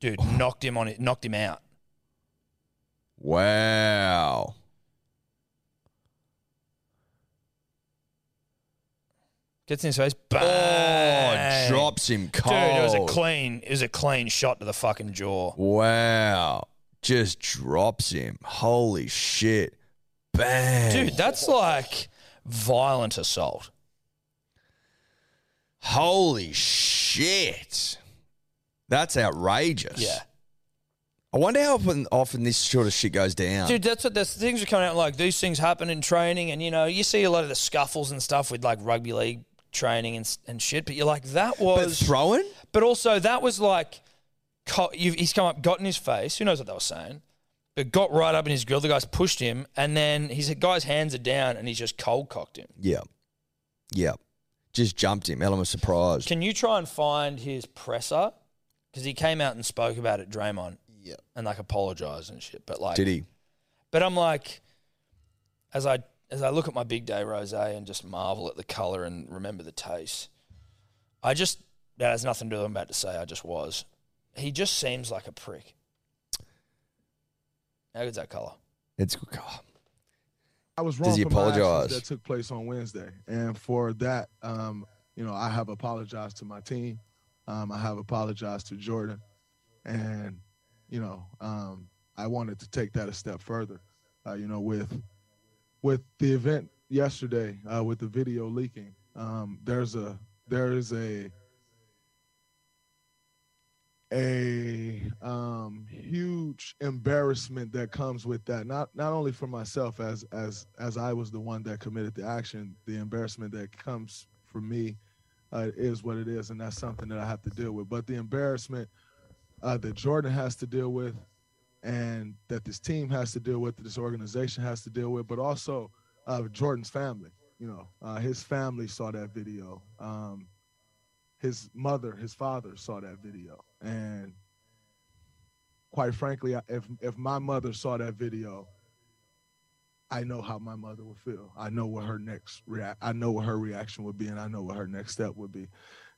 Speaker 2: Dude,
Speaker 3: Oh.
Speaker 2: knocked him on it. Knocked him out.
Speaker 3: Wow.
Speaker 2: Gets in his face.
Speaker 3: Oh,
Speaker 2: Bang!
Speaker 3: drops him cold.
Speaker 2: Dude, it was a clean, it was a clean shot to the fucking jaw.
Speaker 3: Wow. Just drops him. Holy shit. Bang.
Speaker 2: Dude, that's like violent assault.
Speaker 3: Holy shit. That's outrageous. I wonder how often, often this sort of shit goes down.
Speaker 2: Dude, that's what that's, things are coming out like these things happen in training, and you know you see a lot of the scuffles and stuff with like rugby league training and s- and shit. But you're like that
Speaker 3: but
Speaker 2: was, but,
Speaker 3: throwing?
Speaker 2: also that was like co- you, he's come up, got in his face. Who knows what they were saying? But got right up in his grill. The guys pushed him, and then his guy's hands are down, and he's just cold cocked him.
Speaker 3: Yeah. Yeah. Just jumped him. Element surprise.
Speaker 2: Can you try and find his presser? Because he came out and spoke about it, Draymond,
Speaker 4: Yeah.
Speaker 2: and like apologized and shit. But like,
Speaker 3: Did he?
Speaker 2: but I'm like, as I as I look at my big day rosé and just marvel at the color and remember the taste, I just that has nothing to do with what I'm about to say. I just was. He just seems like a prick. How good's that color?
Speaker 3: It's oh,
Speaker 5: I was wrong
Speaker 3: Does he
Speaker 5: for my actions
Speaker 3: apologize?
Speaker 5: that took place on Wednesday, and for that, um, you know, I have apologized to my team. Um, I have apologized to Jordan, and you know, um, I wanted to take that a step further. Uh, you know, with with the event yesterday, uh, with the video leaking, um, there's a there is a a um, huge embarrassment that comes with that. Not not only for myself as as as I was the one that committed the action, the embarrassment that comes for me uh, is what it is, and that's something that I have to deal with. But the embarrassment uh, that Jordan has to deal with, and that this team has to deal with, that this organization has to deal with, but also uh, Jordan's family. You know, uh, his family saw that video. Um, his mother, his father saw that video, and quite frankly, I- if if my mother saw that video, I know how my mother would feel. I know what her next react. I know what her reaction would be, and I know what her next step would be.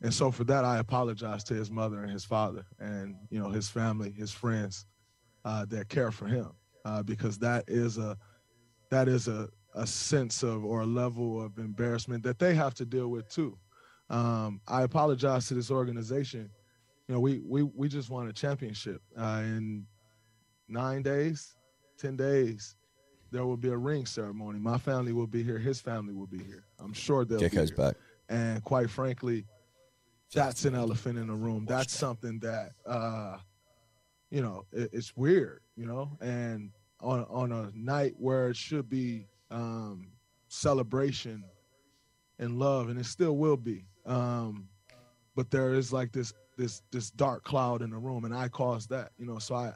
Speaker 5: And so for that, I apologize to his mother and his father, and you know his family, his friends uh, that care for him, uh, because that is a that is a a sense of or a level of embarrassment that they have to deal with too. Um, I apologize to this organization. You know, we we we just won a championship uh, in nine days, ten days. There will be a ring ceremony. My family will be here. His family will be here. I'm sure they'll
Speaker 3: Gecko's
Speaker 5: be here.
Speaker 3: back.
Speaker 5: And quite frankly, that's an elephant in the room. That's something that uh, you know it, it's weird, you know. And on on a night where it should be um, celebration and love, and it still will be, um, but there is like this this this dark cloud in the room, and I caused that, you know. So I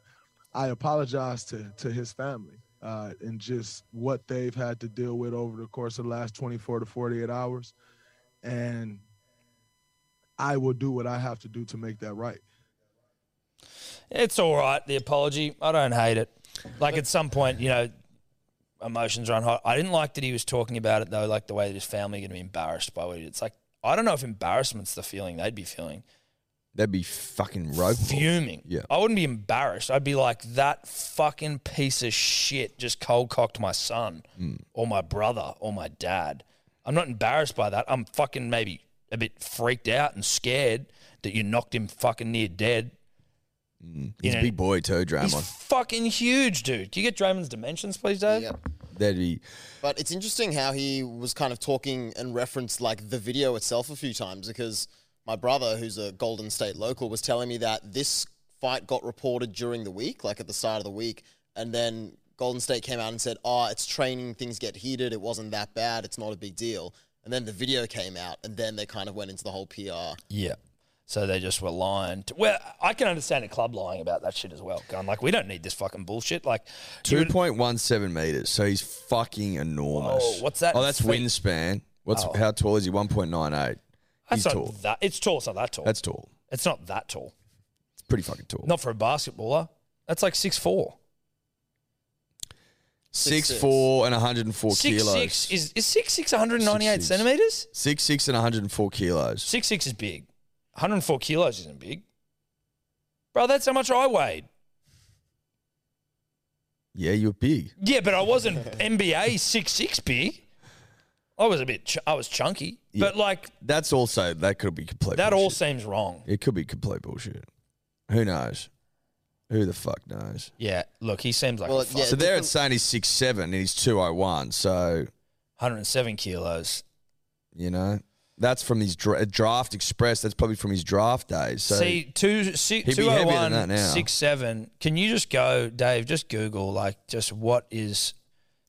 Speaker 5: I apologize to to his family uh, and just what they've had to deal with over the course of the last 24 to 48 hours, and I will do what I have to do to make that right.
Speaker 2: It's all right, the apology. I don't hate it. Like at some point, you know, emotions run hot. I didn't like that he was talking about it though, like the way that his family are going to be embarrassed by what he did. It's like I don't know if embarrassment's the feeling they'd be feeling.
Speaker 3: That'd be fucking rope.
Speaker 2: Fuming.
Speaker 3: Yeah.
Speaker 2: I wouldn't be embarrassed. I'd be like, that fucking piece of shit just cold cocked my son or my brother or my dad. I'm not embarrassed by that. I'm fucking maybe a bit freaked out and scared that you knocked him fucking near dead
Speaker 5: Mm.
Speaker 3: He's
Speaker 2: know,
Speaker 3: a big boy too, Draymond.
Speaker 2: He's fucking huge, dude. Can you get Draymond's dimensions, please, Dave?
Speaker 4: Yep.
Speaker 3: That'd be
Speaker 4: But it's interesting how he was kind of talking and referenced like the video itself a few times because my brother, who's a Golden State local, was telling me that this fight got reported during the week, like at the start of the week, and then Golden State came out and said, "Ah, it's training. Things get heated. It wasn't that bad. It's not a big deal." And then the video came out, and then they kind of went into the whole PR.
Speaker 2: Yeah. So they just were lying. To, well, I can understand a club lying about that shit as well. Going like, we don't need this fucking bullshit. Like,
Speaker 3: two point one seven meters. So he's fucking enormous.
Speaker 2: Whoa, what's that
Speaker 3: Oh,
Speaker 2: in
Speaker 3: that's
Speaker 2: feet? Oh.
Speaker 3: wingspan. What's how tall is he? One point nine eight. He's
Speaker 2: that's not
Speaker 3: tall.
Speaker 2: that. It's tall. It's not that tall.
Speaker 3: That's tall.
Speaker 2: it's not that tall.
Speaker 3: It's pretty fucking tall.
Speaker 2: Not for a basketballer. That's like six four.
Speaker 3: six,
Speaker 4: six.
Speaker 3: four and one hundred and four
Speaker 2: Six
Speaker 3: kilos.
Speaker 2: six is is six six one hundred ninety eight
Speaker 3: Six, six.
Speaker 2: centimeters.
Speaker 3: six six and one hundred and four kilos.
Speaker 2: Six six is big. One hundred four kilos isn't big, bro. That's how much I weighed.
Speaker 3: Yeah, you're big.
Speaker 2: Yeah, but I wasn't NBA six six big. I was a bit. Ch- I was chunky,
Speaker 3: Yeah.
Speaker 2: but like
Speaker 3: That's also that could be complete.
Speaker 2: that all
Speaker 3: bullshit.
Speaker 2: seems wrong.
Speaker 3: it could be complete bullshit. Who knows? Who the fuck knows?
Speaker 2: Yeah, look, he seems like
Speaker 4: Well,
Speaker 2: a fuck.
Speaker 4: yeah,
Speaker 3: So there
Speaker 4: different-
Speaker 3: it's saying he's six seven and he's two oh one. So
Speaker 2: 107 kilos.
Speaker 3: you know that's from his dra- draft express. That's probably from his draft days. So
Speaker 2: See, two, oh si
Speaker 3: be heavier than that
Speaker 2: 201,
Speaker 3: now.
Speaker 2: 67. Can you just go, Dave, just Google, like, just what is.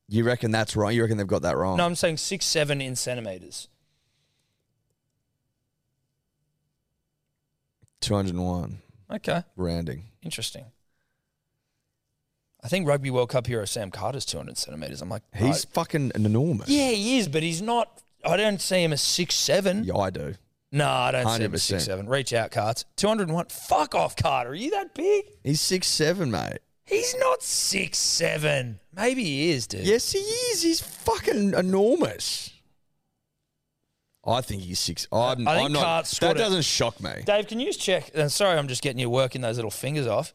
Speaker 3: you reckon that's wrong? You reckon they've got that wrong?
Speaker 2: No, I'm saying six seven in centimeters.
Speaker 3: two hundred and one
Speaker 2: Okay,
Speaker 3: rounding.
Speaker 2: interesting. I think Rugby World Cup hero Sam Carter's 200 centimeters. I'm like,
Speaker 3: He's fucking enormous.
Speaker 2: right. yeah, he is, but he's not. I don't see him as six seven.
Speaker 3: Yeah, I do.
Speaker 2: No, I don't see him as
Speaker 3: 100%.
Speaker 2: six seven. Reach out, Carts. 201. Fuck off, Carter. Are you that big?
Speaker 3: He's six seven, mate.
Speaker 2: He's not six seven. Maybe he is, dude.
Speaker 3: Yes, he is. He's fucking enormous. I think he's six. I'm,
Speaker 2: I think
Speaker 3: I'm not.
Speaker 2: Cart scored
Speaker 3: That
Speaker 2: it.
Speaker 3: doesn't shock me.
Speaker 2: Dave, can you just check? And sorry, I'm just getting you working those little fingers off.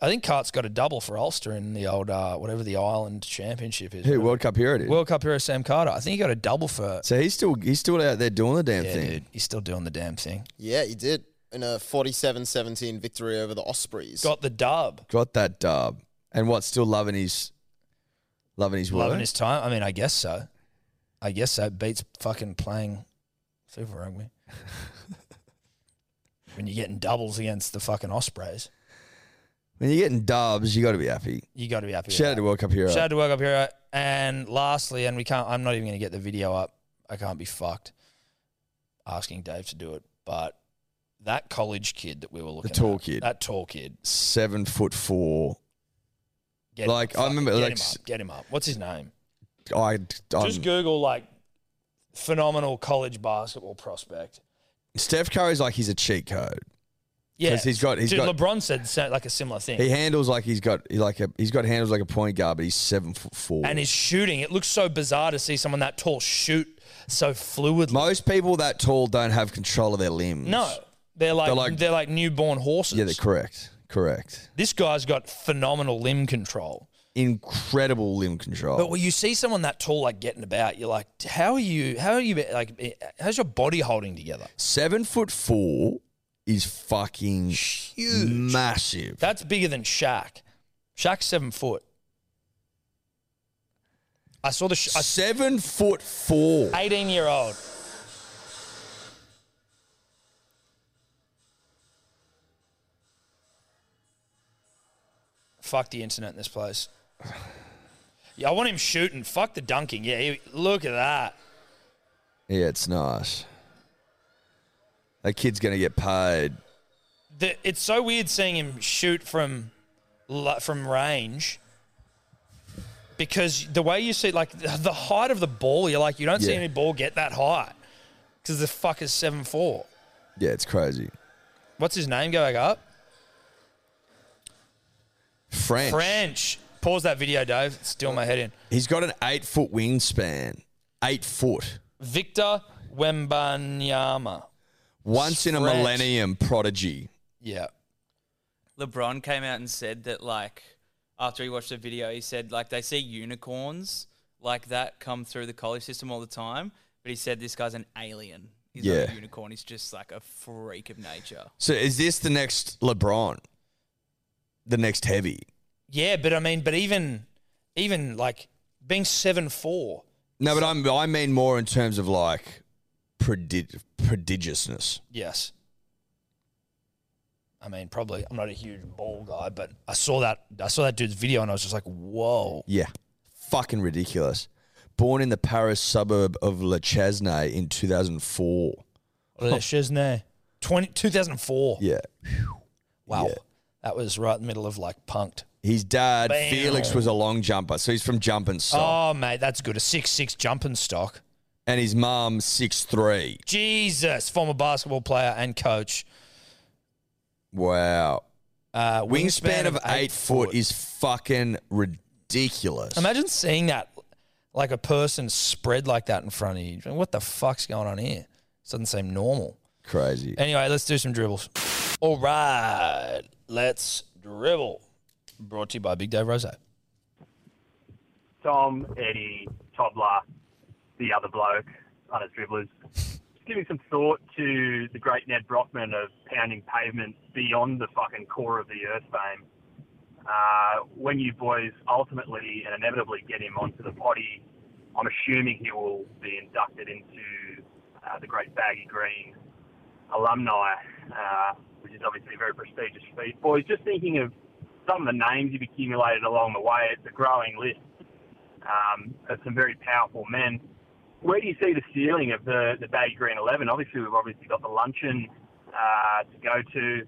Speaker 2: I think Cart's got a double for Ulster in the old uh, whatever the Ireland Championship is.
Speaker 3: Who World Cup hero it is.
Speaker 2: World Cup hero Sam Carter. I think he got a double for.
Speaker 3: so he's still he's still out there doing the damn
Speaker 2: Yeah,
Speaker 3: thing.
Speaker 2: dude, he's still doing the damn thing.
Speaker 4: Yeah, he did in a 47-17 victory over the Ospreys.
Speaker 2: Got the dub.
Speaker 3: Got that dub. And what? Still loving his loving his work.
Speaker 2: Loving his time. I mean, I guess so. I guess so. Beats fucking playing Super Rugby. when you're getting doubles against the fucking Ospreys,
Speaker 3: when you're getting dubs, you got to be happy.
Speaker 2: you got to be happy. with
Speaker 3: Shout
Speaker 2: that.
Speaker 3: out to World Cup hero.
Speaker 2: Shout out to World Cup Hero. And lastly, and we can't, I'm not even going to get the video up. I can't be fucked asking Dave to do it. But that college kid that we were looking
Speaker 3: tall
Speaker 2: at,
Speaker 3: kid.
Speaker 2: that tall kid,
Speaker 3: Seven foot four,
Speaker 2: Get
Speaker 3: Like,
Speaker 2: him,
Speaker 3: I remember,
Speaker 2: fucking
Speaker 3: like,
Speaker 2: get him
Speaker 3: s- Um,
Speaker 2: up, get him up. What's his name?
Speaker 3: I I'm-
Speaker 2: Just Google like phenomenal college basketball prospect.
Speaker 3: Steph Curry's like he's a cheat code.
Speaker 2: Yeah,
Speaker 3: 'Cause he's got- he's
Speaker 2: Dude,
Speaker 3: got-
Speaker 2: LeBron said sa- like a similar thing.
Speaker 3: He handles like he's got he like a, he's got handles like a point guard, but he's seven foot four.
Speaker 2: and his shooting, it looks so bizarre to see someone that tall shoot so fluidly.
Speaker 3: most people that tall don't have control of their limbs.
Speaker 2: no, they're like,
Speaker 3: They're
Speaker 2: they're
Speaker 3: like-
Speaker 2: like newborn horses.
Speaker 3: Yeah, they're correct. Correct.
Speaker 2: this guy's got phenomenal limb control.
Speaker 3: Incredible limb control.
Speaker 2: But when you see someone that tall like getting about, you're like, how are you? How are you? Like, eh, how's your body holding together?
Speaker 3: seven foot four is fucking huge, massive.
Speaker 2: That's bigger than Shaq. Shaq's seven foot. I saw the sh- I
Speaker 3: seven foot four.
Speaker 2: 18 year old. Fuck the internet in this place. Yeah, I want him shooting. Fuck the dunking. Yeah, he, look at that.
Speaker 3: Yeah, it's nice. That kid's gonna get paid.
Speaker 2: The, it's so weird seeing him shoot from li- from range because the way you see like the the height of the ball, you're like you don't see
Speaker 3: Yeah.
Speaker 2: any ball get that high because the fuck is seven four.
Speaker 3: Yeah, it's crazy.
Speaker 2: What's his name going up?
Speaker 3: French.
Speaker 2: French. Pause that video, Dave. It's still in my head in.
Speaker 3: He's got an eight foot wingspan. Eight foot.
Speaker 2: Victor Wembanyama.
Speaker 3: Once in a
Speaker 2: French.
Speaker 3: millennium prodigy.
Speaker 2: Yeah.
Speaker 6: LeBron came out and said that like after he watched the video, he said like they see unicorns like that come through the college system all the time, but he said this guy's an alien. He's not
Speaker 3: Yeah.
Speaker 6: a unicorn. He's just like a freak of nature.
Speaker 3: So is this the next LeBron? The next heavy?
Speaker 2: Yeah, but I mean, but even even like being seven four.
Speaker 3: No, but I'm, I mean more in terms of like prodi- prodigiousness.
Speaker 2: Yes. I mean, probably I'm not a huge ball guy, but I saw that I saw that dude's video and I was just like, whoa.
Speaker 3: Yeah. Fucking ridiculous. Born in the Paris suburb of Le Chesnay in 2004.
Speaker 2: Chesney. 20, 2004.
Speaker 3: Yeah.
Speaker 2: wow.
Speaker 3: yeah.
Speaker 2: That was right in the middle of like punked.
Speaker 3: His dad,
Speaker 2: Bam.
Speaker 3: Felix, was a long jumper. So he's from Jumping Stock.
Speaker 2: Oh, mate, that's good. A six six jumping stock.
Speaker 3: And his mum, 6'3.
Speaker 2: Jesus, former basketball player and coach.
Speaker 3: Wow.
Speaker 2: Uh,
Speaker 3: Wingspan, of eight, foot, is fucking ridiculous.
Speaker 2: Imagine seeing that, like a person spread like that in front of you. What the fuck's going on here? This doesn't seem normal.
Speaker 3: Crazy.
Speaker 2: Anyway, let's do some dribbles. All right, let's dribble. Brought to you by Big Dave Rose.
Speaker 7: Tom, Eddie, Tobler, the other bloke, other dribblers. Just giving some thought to the great Ned Brockman of pounding pavements beyond the fucking core of the earth fame. Uh, when you boys ultimately and inevitably get him onto the potty, I'm assuming he will be inducted into uh, the great baggy green alumni, uh, which is obviously a very prestigious feat. Boys, just thinking of some of the names you've accumulated along the way, it's a growing list um, of some very powerful men. Where do you see the ceiling of the, the Bay Green 11? Obviously, we've obviously got the luncheon uh, to go to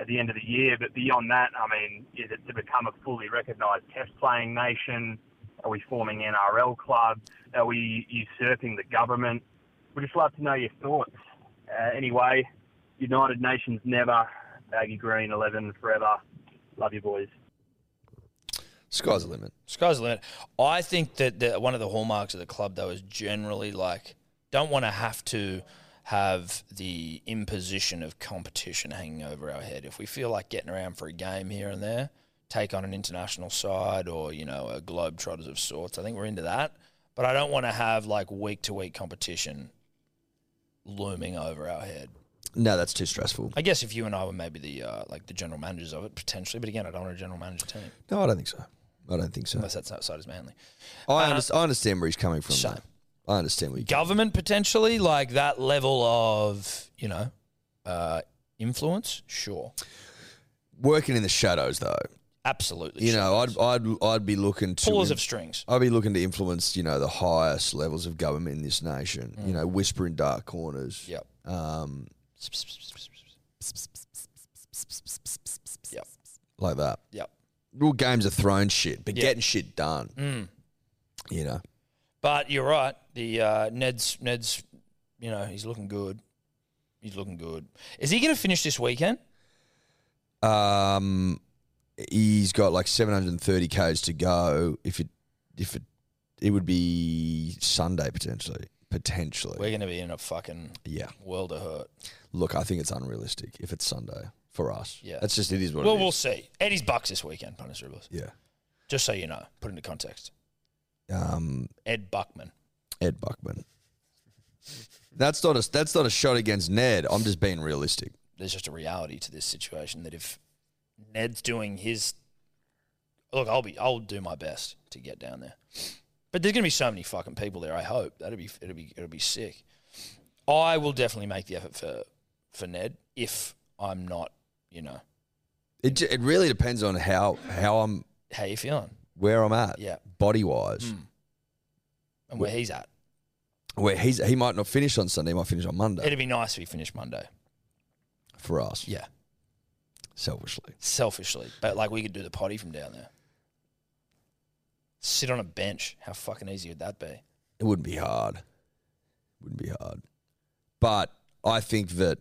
Speaker 7: at the end of the year, but beyond that, I mean, is it to become a fully recognised test playing nation? Are we forming NRL clubs? Are we usurping the government? We'd just love to know your thoughts. Uh, anyway, United Nations never, Baggy Green 11 forever. Love you, boys.
Speaker 3: Sky's the limit.
Speaker 2: Sky's the limit. I think that the, one of the hallmarks of the club, though, is generally like don't want to have to have the imposition of competition hanging over our head. If we feel like getting around for a game here and there, take on an international side or, you know, a Globetrotters of sorts, I think we're into that. But I don't want to have like week to week competition looming over our head.
Speaker 3: No, that's too stressful.
Speaker 2: I guess if you and I were maybe the uh, like the general managers of it potentially, but again, I don't want a general manager team
Speaker 3: No, I don't think so. I don't think so.
Speaker 2: unless that's outside as manly. Uh,
Speaker 3: I, underst- I understand where he's coming from.
Speaker 2: so-
Speaker 3: though. I understand where you
Speaker 2: government potentially, like that level of you know uh, influence. Sure,
Speaker 3: working in the shadows though.
Speaker 2: absolutely.
Speaker 3: You
Speaker 2: sure.
Speaker 3: know, I'd I'd I'd be looking to
Speaker 2: pullers
Speaker 3: in-
Speaker 2: of strings.
Speaker 3: I'd be looking to influence, you know, the highest levels of government in this nation. You know, whisper in dark corners.
Speaker 2: Mm. Yep.
Speaker 3: Um,
Speaker 2: Yep.
Speaker 3: like that.
Speaker 2: Yep.
Speaker 3: real games of thrones shit, but getting shit done. You know,
Speaker 2: Mm. But you're right. The uh, Ned's Ned's, you know, he's looking good. He's looking good. Is he going to finish this weekend?
Speaker 3: um, he's got like 730 k's to go. If it, if it, it would be Sunday potentially, potentially.
Speaker 2: We're going to be in a fucking
Speaker 3: Yeah.
Speaker 2: world of hurt.
Speaker 3: Look, I think it's unrealistic if it's Sunday for us.
Speaker 2: Yeah.
Speaker 3: that's just it is what
Speaker 2: Well,
Speaker 3: it
Speaker 2: we'll
Speaker 3: is.
Speaker 2: see. Eddie's bucks this weekend, punters dribblers.
Speaker 3: yeah.
Speaker 2: Just so you know, put into context.
Speaker 3: Um,
Speaker 2: Ed Buckman.
Speaker 3: Ed Buckman. That's not a that's not a shot against Ned. I'm just being realistic.
Speaker 2: There's just a reality to this situation that if Ned's doing his look, I'll be I'll do my best to get down there. But there's going to be so many fucking people there. I hope that'll be it'll be it'll be sick. I will definitely make the effort for for Ned if I'm not, you know,
Speaker 3: It j- it really depends on how how I'm
Speaker 2: how you feeling
Speaker 3: where I'm at.
Speaker 2: Yeah. Hmm.
Speaker 3: Body wise,
Speaker 2: and where he's at.
Speaker 3: where he's he might not finish on Sunday, he might finish on Monday
Speaker 2: It'd be nice if he finished Monday.
Speaker 3: for us.
Speaker 2: Yeah,
Speaker 3: Selfishly,
Speaker 2: selfishly, but like we could do the potty from down there. Sit on a bench. How fucking easy would that be?
Speaker 3: it wouldn't be hard. Wouldn't be hard. But I think that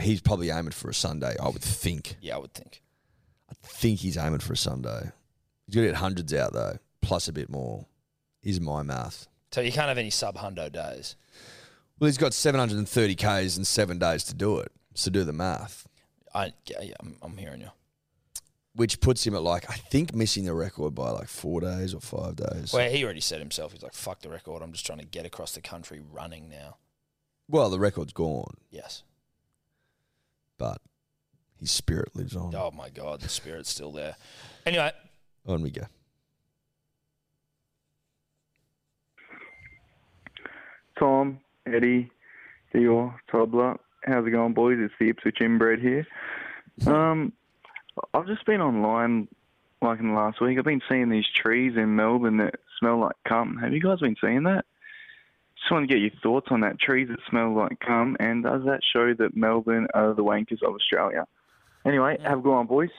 Speaker 3: he's probably aiming for a Sunday. I would think.
Speaker 2: Yeah, I would think.
Speaker 3: think he's aiming for a Sunday. He's going to get hundreds out though, plus a bit more. Is my math.
Speaker 2: So you can't have any sub hundo days.
Speaker 3: Well, he's got 730 Ks in seven days to do it. So do the math,
Speaker 2: I yeah, yeah I'm, I'm hearing you.
Speaker 3: which puts him at like, I think missing the record by like four days or five days.
Speaker 2: Well, he already said himself. He's like, "Fuck the record. I'm just trying to get across the country running now."
Speaker 3: Well, the record's gone,
Speaker 2: Yes.
Speaker 3: but his spirit lives on.
Speaker 2: Oh my god, the spirit's still there. Anyway,
Speaker 3: On we go.
Speaker 8: Tom, Eddie, Dior, Tobler. How's it going, boys? It's the Ipswich inbred here. Um, I've just been online, like in the last week. I've been seeing these trees in Melbourne that smell like cum. Have you guys been seeing that? Just want to get your thoughts on that. Trees that smell like cum, and does that show that Melbourne are the wankers of Australia? Anyway, have a good one, boys.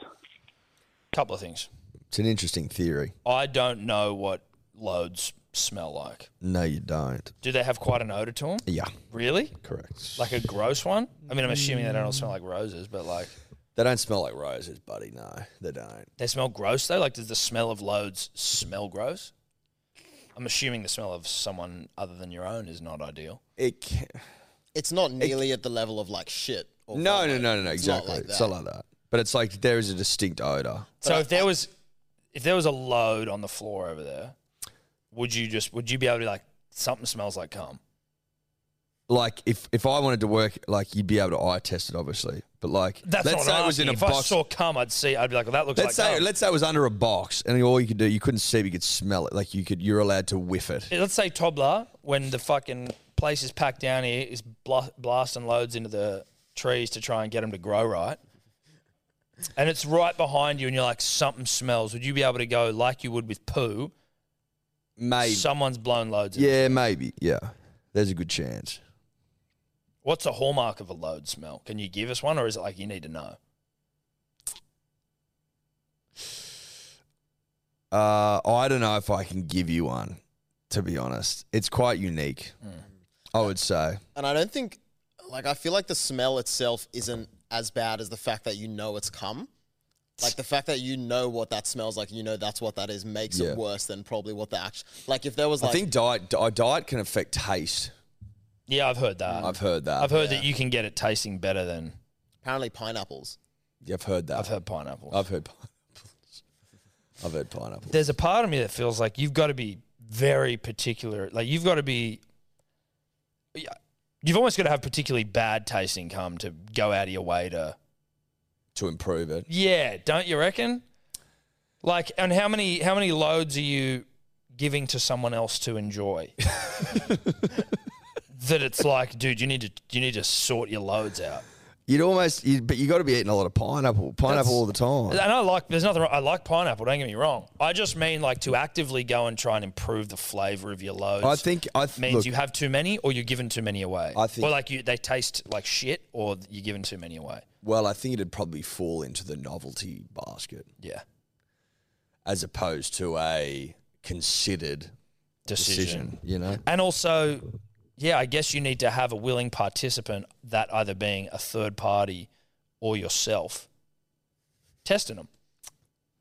Speaker 2: couple of things.
Speaker 3: It's an interesting theory.
Speaker 2: I don't know what loads smell like.
Speaker 3: No, you don't.
Speaker 2: Do they have quite an odor to them?
Speaker 3: Yeah,
Speaker 2: Really?
Speaker 3: correct.
Speaker 2: Like a gross one? I mean, I'm assuming they don't all smell like roses, but like
Speaker 3: They don't smell like roses, buddy. No, they don't.
Speaker 2: They smell gross though. Like, does the smell of loads smell gross? I'm assuming the smell of someone other than your own is not ideal.
Speaker 3: It can-
Speaker 4: It's not nearly at the level of like shit. Or
Speaker 3: no, no,
Speaker 4: vomit.
Speaker 3: no, no, no.
Speaker 4: It's not
Speaker 3: Exactly.
Speaker 4: like
Speaker 3: It's
Speaker 4: that.
Speaker 3: not like that. But it's like there is a distinct odor.
Speaker 2: So
Speaker 4: I-
Speaker 2: if there was, if there was a load on the floor over there, would you just would you be able to be like something smells like cum?
Speaker 3: like if if I wanted to work, like you'd be able to eye test it, obviously. But like,
Speaker 2: That's
Speaker 3: let's
Speaker 2: not
Speaker 3: say
Speaker 2: asking.
Speaker 3: it was in a
Speaker 2: if I
Speaker 3: box.
Speaker 2: saw cum, I'd see. I'd be like, well, that looks
Speaker 3: let's
Speaker 2: like
Speaker 3: say
Speaker 2: cum.
Speaker 3: let's say it was under a box, and all you could do, you couldn't see, but you could smell it. Like you could, you're allowed to whiff it.
Speaker 2: let's say Tobler, when the fucking place is packed down here, is bla- blasting loads into the trees to try and get them to grow right. And it's right behind you, and you're like, something smells. Would you be able to go like you would with poo?
Speaker 3: Maybe,
Speaker 2: Someone's blown loads. in it.
Speaker 3: yeah, maybe, yeah. There's a good chance.
Speaker 2: What's a hallmark of a load smell? Can you give us one, or is it like you need to know?
Speaker 3: Uh, I don't know if I can give you one. To be honest, it's quite unique. I would say.
Speaker 4: And I don't think, like, I feel like the smell itself isn't as bad as the fact that you know it's cum. Like the fact that you know what that smells like, you know that's what that is, makes
Speaker 3: Yeah.
Speaker 4: it worse than probably what the actual. Like if there was
Speaker 3: I
Speaker 4: like,
Speaker 3: think diet di- diet can affect taste.
Speaker 2: Yeah, I've heard that.
Speaker 3: I've heard that.
Speaker 2: I've heard that you can get it tasting better than
Speaker 4: apparently pineapples.
Speaker 3: I've heard that.
Speaker 2: I've heard pineapple.
Speaker 3: I've heard pineapples. I've heard pineapple.
Speaker 2: there's a part of me that feels like you've got to be very particular. Like you've got to be, yeah, you've almost got to have particularly bad tasting cum to go out of your way to.
Speaker 3: To improve it.
Speaker 2: Yeah, don't you reckon? Like, and how many how many loads are you giving to someone else to enjoy? that it's like, dude, you need to you need to sort your loads out.
Speaker 3: You'd almost, you'd, but you got to be eating a lot of pineapple, pineapple
Speaker 2: That's-
Speaker 3: all the time.
Speaker 2: And I like. There's nothing. wrong- I like pineapple. Don't get me wrong. I just mean like to actively go and try and improve the flavor of your loads.
Speaker 3: I think I th-
Speaker 2: means
Speaker 3: look,
Speaker 2: you have too many, or you're giving too many away.
Speaker 3: I think-
Speaker 2: or like you, they taste like shit, or you're giving too many away.
Speaker 3: well, I think it'd probably fall into the novelty basket
Speaker 2: Yeah.
Speaker 3: as opposed to a considered
Speaker 2: Decision.
Speaker 3: decision. You know,
Speaker 2: And also, yeah, I guess you need to have a willing participant, that either being a third party or yourself, testing them.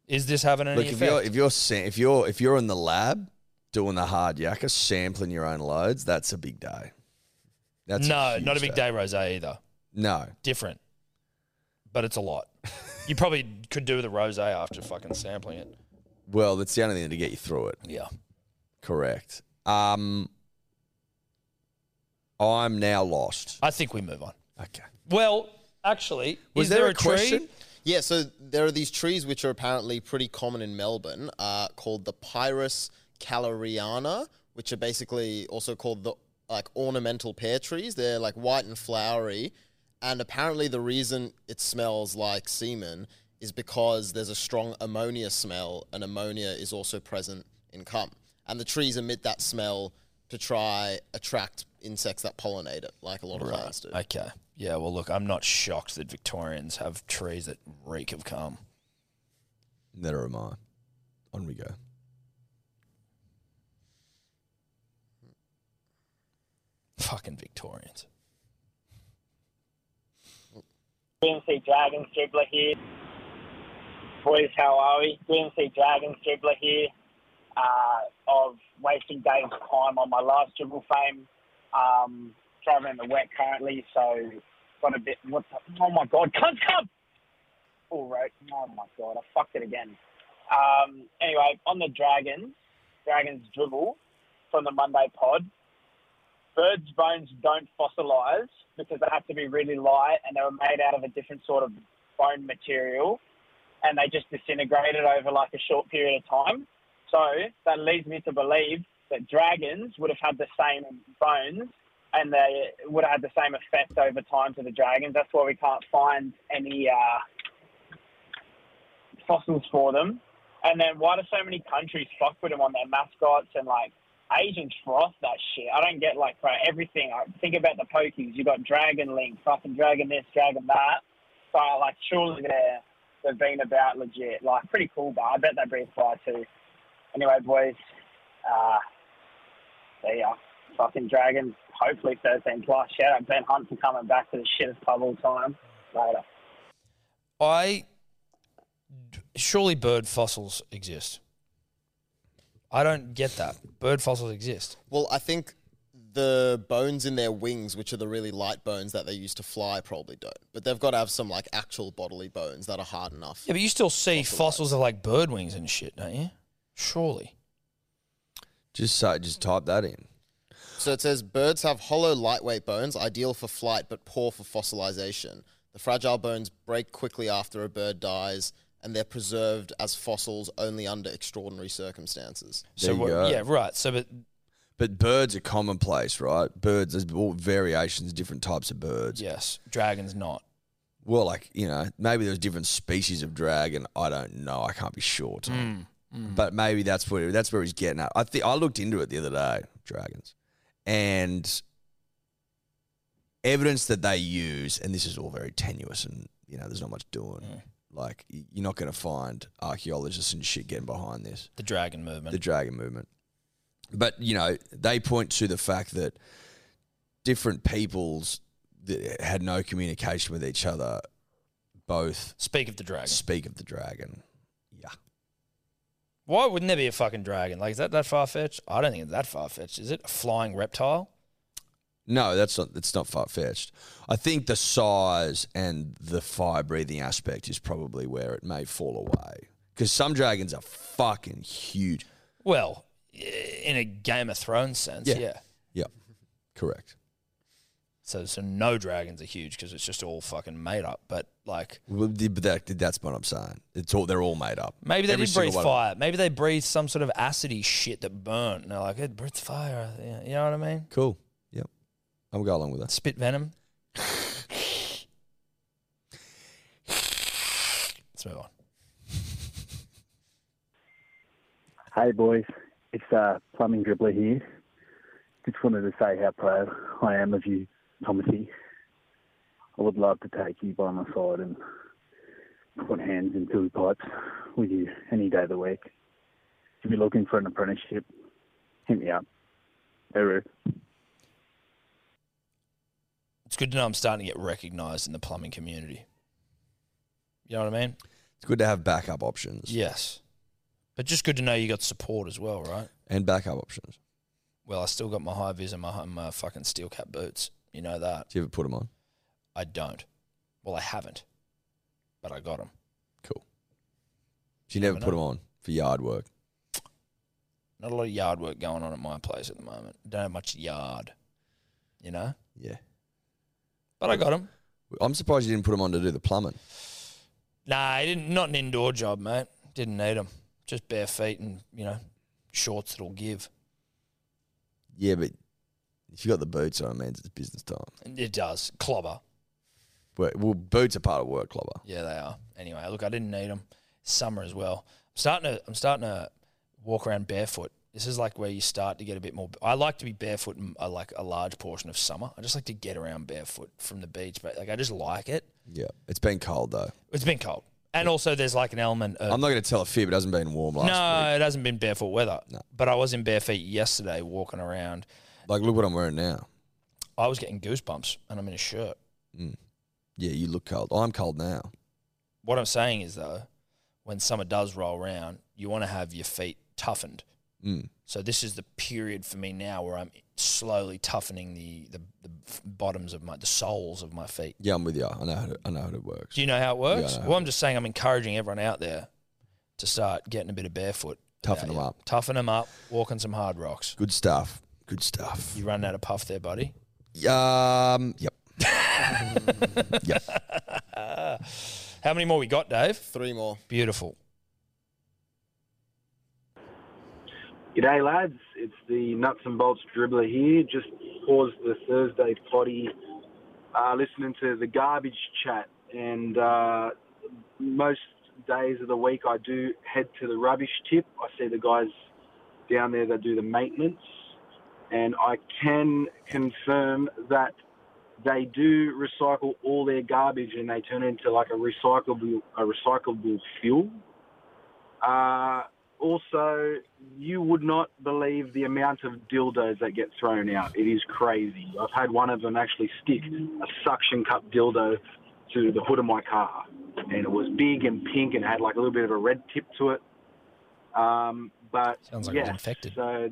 Speaker 2: Is this having any
Speaker 3: look if you're
Speaker 2: effect?
Speaker 3: if you're sa- if you're if you're in the lab doing the hard yakka, sampling your own loads, that's a big day. That's
Speaker 2: no, not a
Speaker 3: huge
Speaker 2: big day rose either.
Speaker 3: No,
Speaker 2: Different, but it's a lot. you probably could do the rose after fucking sampling it.
Speaker 3: well, that's the only thing to get you through it.
Speaker 2: Yeah.
Speaker 3: Correct. Um, I'm now lost.
Speaker 2: I think we move on.
Speaker 3: Okay.
Speaker 2: Well, actually,
Speaker 3: Was
Speaker 2: is
Speaker 3: there
Speaker 2: there,
Speaker 3: a
Speaker 2: a,
Speaker 3: question?
Speaker 2: Tree?
Speaker 4: Yeah, so there are these trees which are apparently pretty common in Melbourne, uh, called the Pyrus caloriana, which are basically also called the like ornamental pear trees. They're like white and flowery, and apparently the reason it smells like semen is because there's a strong ammonia smell, and ammonia is also present in cum, and the trees emit that smell to try attract insects that pollinate it, like a lot of plants do.
Speaker 2: Okay. Yeah. Well, look, I'm not shocked that Victorians have trees that reek of cum.
Speaker 3: Neither am I. On we go.
Speaker 2: Fucking Victorians.
Speaker 9: Green Sea Dragons dribbler here. Boys, how are we? Green Sea Dragons dribbler here. Uh, of wasting days of time on my last dribble fame. Um, traveling in the wet currently, so got a bit. What the, oh my god, cunt cup! All right. Oh my god, I fucked it again. Um, anyway, on the Dragons, Dragons dribble from the Monday pod birds' bones don't fossilize because they have to be really light and they were made out of a different sort of bone material and they just disintegrated over like a short period of time. So that leads me to believe that dragons would have had the same bones and they would have had the same effect over time to the dragons. That's why we can't find any uh, fossils for them. And then why do so many countries fuck with them on their mascots and like Asians froth that shit? I don't get like bro, everything. I think about the Pokies. You got Dragon Link, fucking Dragon this, Dragon that. So like surely they're they've been about legit. Like pretty cool, but I bet they breathe fire too. Anyway, boys, uh, there ya. Fucking Dragons. Hopefully 13 plus. Shout out Ben Hunt for coming back to the shittest pub all time. Later.
Speaker 2: I surely bird fossils exist. I don't get that. Bird fossils exist.
Speaker 4: Well, I think the bones in their wings, which are the really light bones that they use to fly, probably don't. But they've got to have some like actual bodily bones that are hard enough.
Speaker 2: Yeah, but you still see fossils of like bird wings and shit, don't you? Surely.
Speaker 3: Just so, just type that in.
Speaker 4: So it says birds have hollow, lightweight bones, ideal for flight but poor for fossilization. The fragile bones break quickly after a bird dies, and they're preserved as fossils only under extraordinary circumstances.
Speaker 2: so
Speaker 3: There you
Speaker 2: what-
Speaker 3: go.
Speaker 2: yeah, right. So but
Speaker 3: But birds are commonplace, right? Birds, there's all variations, different types of birds.
Speaker 2: yes, dragons not.
Speaker 3: Well, like you know, maybe there's different species of dragon. I don't know. I can't be sure. Tom.
Speaker 2: Mm,
Speaker 3: But maybe that's where that's where he's getting at. I think I looked into it the other day, dragons, and evidence that they use, and this is all very tenuous, and you know, there's not much doing. Like y- you're not going to find archaeologists and shit getting behind this
Speaker 2: The dragon movement.
Speaker 3: the dragon movement. But you know, they point to the fact that different peoples that had no communication with each other both
Speaker 2: Speak of the dragon.
Speaker 3: speak of the dragon. Yeah,
Speaker 2: Why wouldn't there be a fucking dragon? Like, is that that far fetched? I don't think it's that far fetched. Is it a flying reptile?
Speaker 3: no, that's not that's not far fetched. I think the size and the fire breathing aspect is probably where it may fall away because some dragons are fucking huge.
Speaker 2: Well, i- in a Game of Thrones sense,
Speaker 3: Yeah.
Speaker 2: yeah.
Speaker 3: Yeah, correct.
Speaker 2: So, so no dragons are huge because it's just all fucking made up. But like,
Speaker 3: Well, th- But that, that's what I'm saying. It's all they're all made up.
Speaker 2: maybe they
Speaker 3: Every
Speaker 2: did
Speaker 3: single
Speaker 2: breathe
Speaker 3: one of them.
Speaker 2: fire. Maybe they breathe some sort of acidy shit that burnt. And they're like, it breathes fire. Yeah, You know what I mean?
Speaker 3: Cool. Yep. I'm going along with that.
Speaker 2: Spit venom. Let's move on.
Speaker 10: Hey boys, it's uh, Plumbing Dribbler here. Just wanted to say how proud I am of you, Thomasy. I would love to take you by my side and put hands in two pipes with you any day of the week. If you're looking for an apprenticeship, hit me up. Hooroo.
Speaker 2: It's good to know I'm starting to get recognised in the plumbing community. You know what I mean?
Speaker 3: It's good to have backup options.
Speaker 2: Yes. But just good to know you got support as well, right?
Speaker 3: And backup options.
Speaker 2: Well, I still got my high vis and my, and my fucking steel cap boots. You know that.
Speaker 3: Do you ever put them on?
Speaker 2: I don't. Well, I haven't, but I got them.
Speaker 3: She never put them on for yard work.
Speaker 2: Not a lot of yard work going on at my place at the moment. Don't have much yard, you know?
Speaker 3: Yeah.
Speaker 2: But I got them.
Speaker 3: I'm surprised you didn't put them on to do the plumbing.
Speaker 2: Nah, it didn't, not an indoor job, mate. Didn't need them. Just bare feet and, you know, shorts that'll give.
Speaker 3: Yeah, but if you got the boots on, it means it's business time.
Speaker 2: And It does. Clobber.
Speaker 3: Well, well boots are part of work, clobber.
Speaker 2: Yeah, they are. Anyway, look, I didn't need them. Summer as well. I'm starting to. I'm starting to walk around barefoot. This is like where you start to get a bit more. I like to be barefoot in uh, like a large portion of summer. I just like to get around barefoot from the beach, but like I just like it.
Speaker 3: Yeah, it's been cold though.
Speaker 2: It's been cold, and also there's like an element of
Speaker 3: I'm not going to tell a fib. It hasn't been warm last
Speaker 2: no, it hasn't been barefoot weather. But I was in bare feet yesterday walking around.
Speaker 3: Like, look what I'm wearing now.
Speaker 2: I was getting goosebumps, and I'm in a shirt.
Speaker 3: Mm. Yeah, you look cold. I'm cold now.
Speaker 2: What I'm saying is though, when summer does roll around, you want to have your feet toughened.
Speaker 3: Mm.
Speaker 2: So this is the period for me now where I'm slowly toughening the the, the f- bottoms of my the soles of my feet.
Speaker 3: Yeah, I'm with you. I know how to, I know how it works.
Speaker 2: Do you know how it works?
Speaker 3: Yeah, I know.
Speaker 2: well, I'm just saying I'm encouraging everyone out there to start getting a bit of barefoot,
Speaker 3: Toughen them up.
Speaker 2: toughen them up, walking some hard rocks.
Speaker 3: Good stuff. Good stuff.
Speaker 2: You running out of puff there, buddy.
Speaker 3: Um. Yep. yep.
Speaker 2: How many more we got, Dave?
Speaker 4: Three more.
Speaker 2: Beautiful.
Speaker 11: G'day, lads. It's the Nuts and Bolts Dribbler here. Just paused the Thursday potty uh, listening to the garbage chat. And uh, most days of the week, I do head to the rubbish tip. I see the guys down there that do the maintenance. And I can confirm that they do recycle all their garbage and they turn it into like a recyclable, a recyclable fuel. Uh, also, you would not believe the amount of dildos that get thrown out. It is crazy. I've had one of them actually stick a suction cup dildo to the hood of my car, and it was big and pink and had like a little bit of a red tip to it. Um, but
Speaker 2: Sounds like it
Speaker 11: yeah,
Speaker 2: was infected.
Speaker 11: So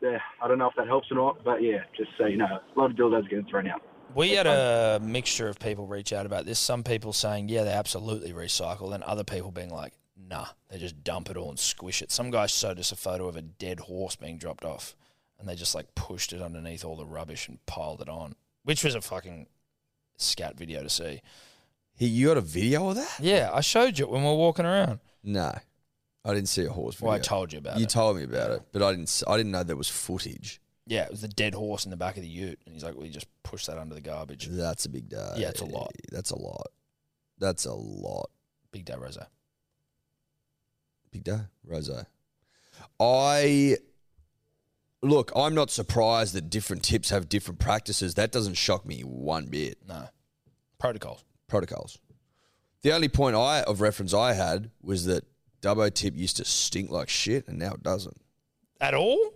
Speaker 11: yeah, I don't know if that helps or not, but yeah, just so you know, a lot of dildos getting thrown out.
Speaker 2: We had a mixture of people reach out about this. Some people saying, yeah, they absolutely recycle, and other people being like, nah, they just dump it all and squish it. Some guy showed us a photo of a dead horse being dropped off, and they just like pushed it underneath all the rubbish and piled it on, which was a fucking scat video to see.
Speaker 3: He, you got a video of that?
Speaker 2: Yeah, I showed you it when we were walking around.
Speaker 3: No, I didn't see a horse. Video.
Speaker 2: Well, I told you about
Speaker 3: You
Speaker 2: it.
Speaker 3: told me about it, but I didn't. s- I didn't know there was footage.
Speaker 2: Yeah, it was the dead horse in the back of the ute, and he's like, we just pushed that under the garbage.
Speaker 3: That's a big day.
Speaker 2: Yeah, it's a lot.
Speaker 3: That's a lot. That's a lot.
Speaker 2: Big day, Rose.
Speaker 3: Big day, Rosé. I look. I'm not surprised that different tips have different practices. That doesn't shock me one bit.
Speaker 2: No, protocols.
Speaker 3: Protocols. The only point I of reference I had was that Dubbo tip used to stink like shit, and now it doesn't.
Speaker 2: At all?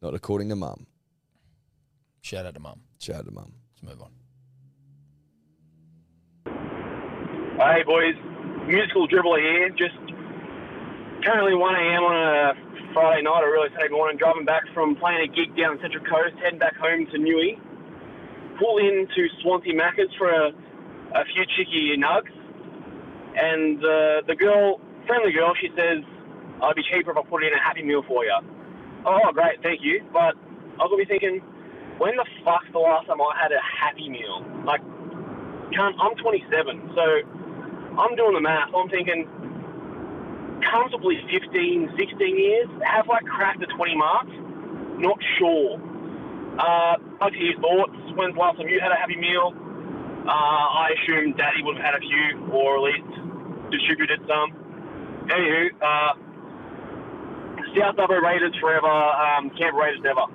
Speaker 3: Not according to mum.
Speaker 2: Shout out to mum.
Speaker 3: Shout out to mum.
Speaker 2: Let's move on.
Speaker 7: Hey boys, musical dribbler here. Just currently 1 a.m. on a Friday night, a really Saturday morning, driving back from playing a gig down the Central Coast, heading back home to Newey. Pull into Swansea Macca's for a, a few chicky nugs, and uh, the girl, friendly girl, she says, "I'll be cheaper if I put in a Happy Meal for you." Oh, great, thank you. But I was gonna be thinking, when the fuck's the last time I had a Happy Meal? Like, can't, I'm 27, so I'm doing the math. I'm thinking comfortably 15, 16 years. Have I cracked the 20 mark? Not sure. Uh, I'd like to hear your thoughts. When's the last time you had a happy meal? Uh, I assume Daddy would have had a few, or at least distributed some. Anywho, uh, South Dubbo Raiders forever, um, Camp Raiders never.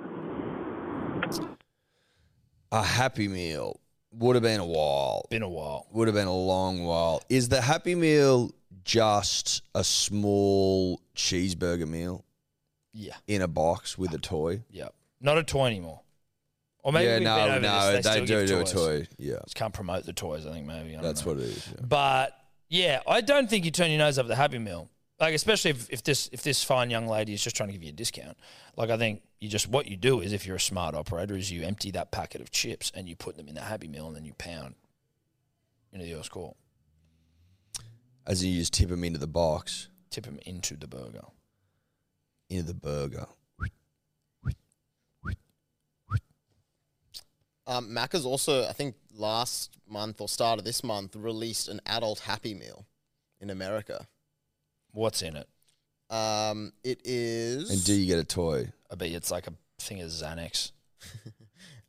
Speaker 3: A Happy Meal would have been a while.
Speaker 2: Been a while.
Speaker 3: Would have been a long while. Is the Happy Meal just a small cheeseburger meal?
Speaker 2: Yeah.
Speaker 3: In a box with a toy.
Speaker 2: Yep. Not a toy anymore. Or maybe
Speaker 3: Yeah,
Speaker 2: we've
Speaker 3: no,
Speaker 2: been over
Speaker 3: no,
Speaker 2: this. They,
Speaker 3: they
Speaker 2: still
Speaker 3: do
Speaker 2: give
Speaker 3: do a
Speaker 2: toys.
Speaker 3: toy, yeah.
Speaker 2: Just can't promote the toys, I think, maybe. I don't
Speaker 3: That's
Speaker 2: know.
Speaker 3: what it is. yeah.
Speaker 2: But yeah, I don't think you turn your nose up at the Happy Meal. Like especially if, if this if this fine young lady is just trying to give you a discount. Like I think you just what you do is if you're a smart operator is you empty that packet of chips and you put them in the Happy Meal and then you pound into your score.
Speaker 3: As in you just tip them into the box,
Speaker 2: Tip them into the burger.
Speaker 3: into the burger.
Speaker 4: Um, Macca's also, I think, last month or start of this month released an adult Happy Meal in America.
Speaker 2: What's in it?
Speaker 4: Um, it is.
Speaker 3: And do you get a toy?
Speaker 2: I bet it's like a thing of Xanax.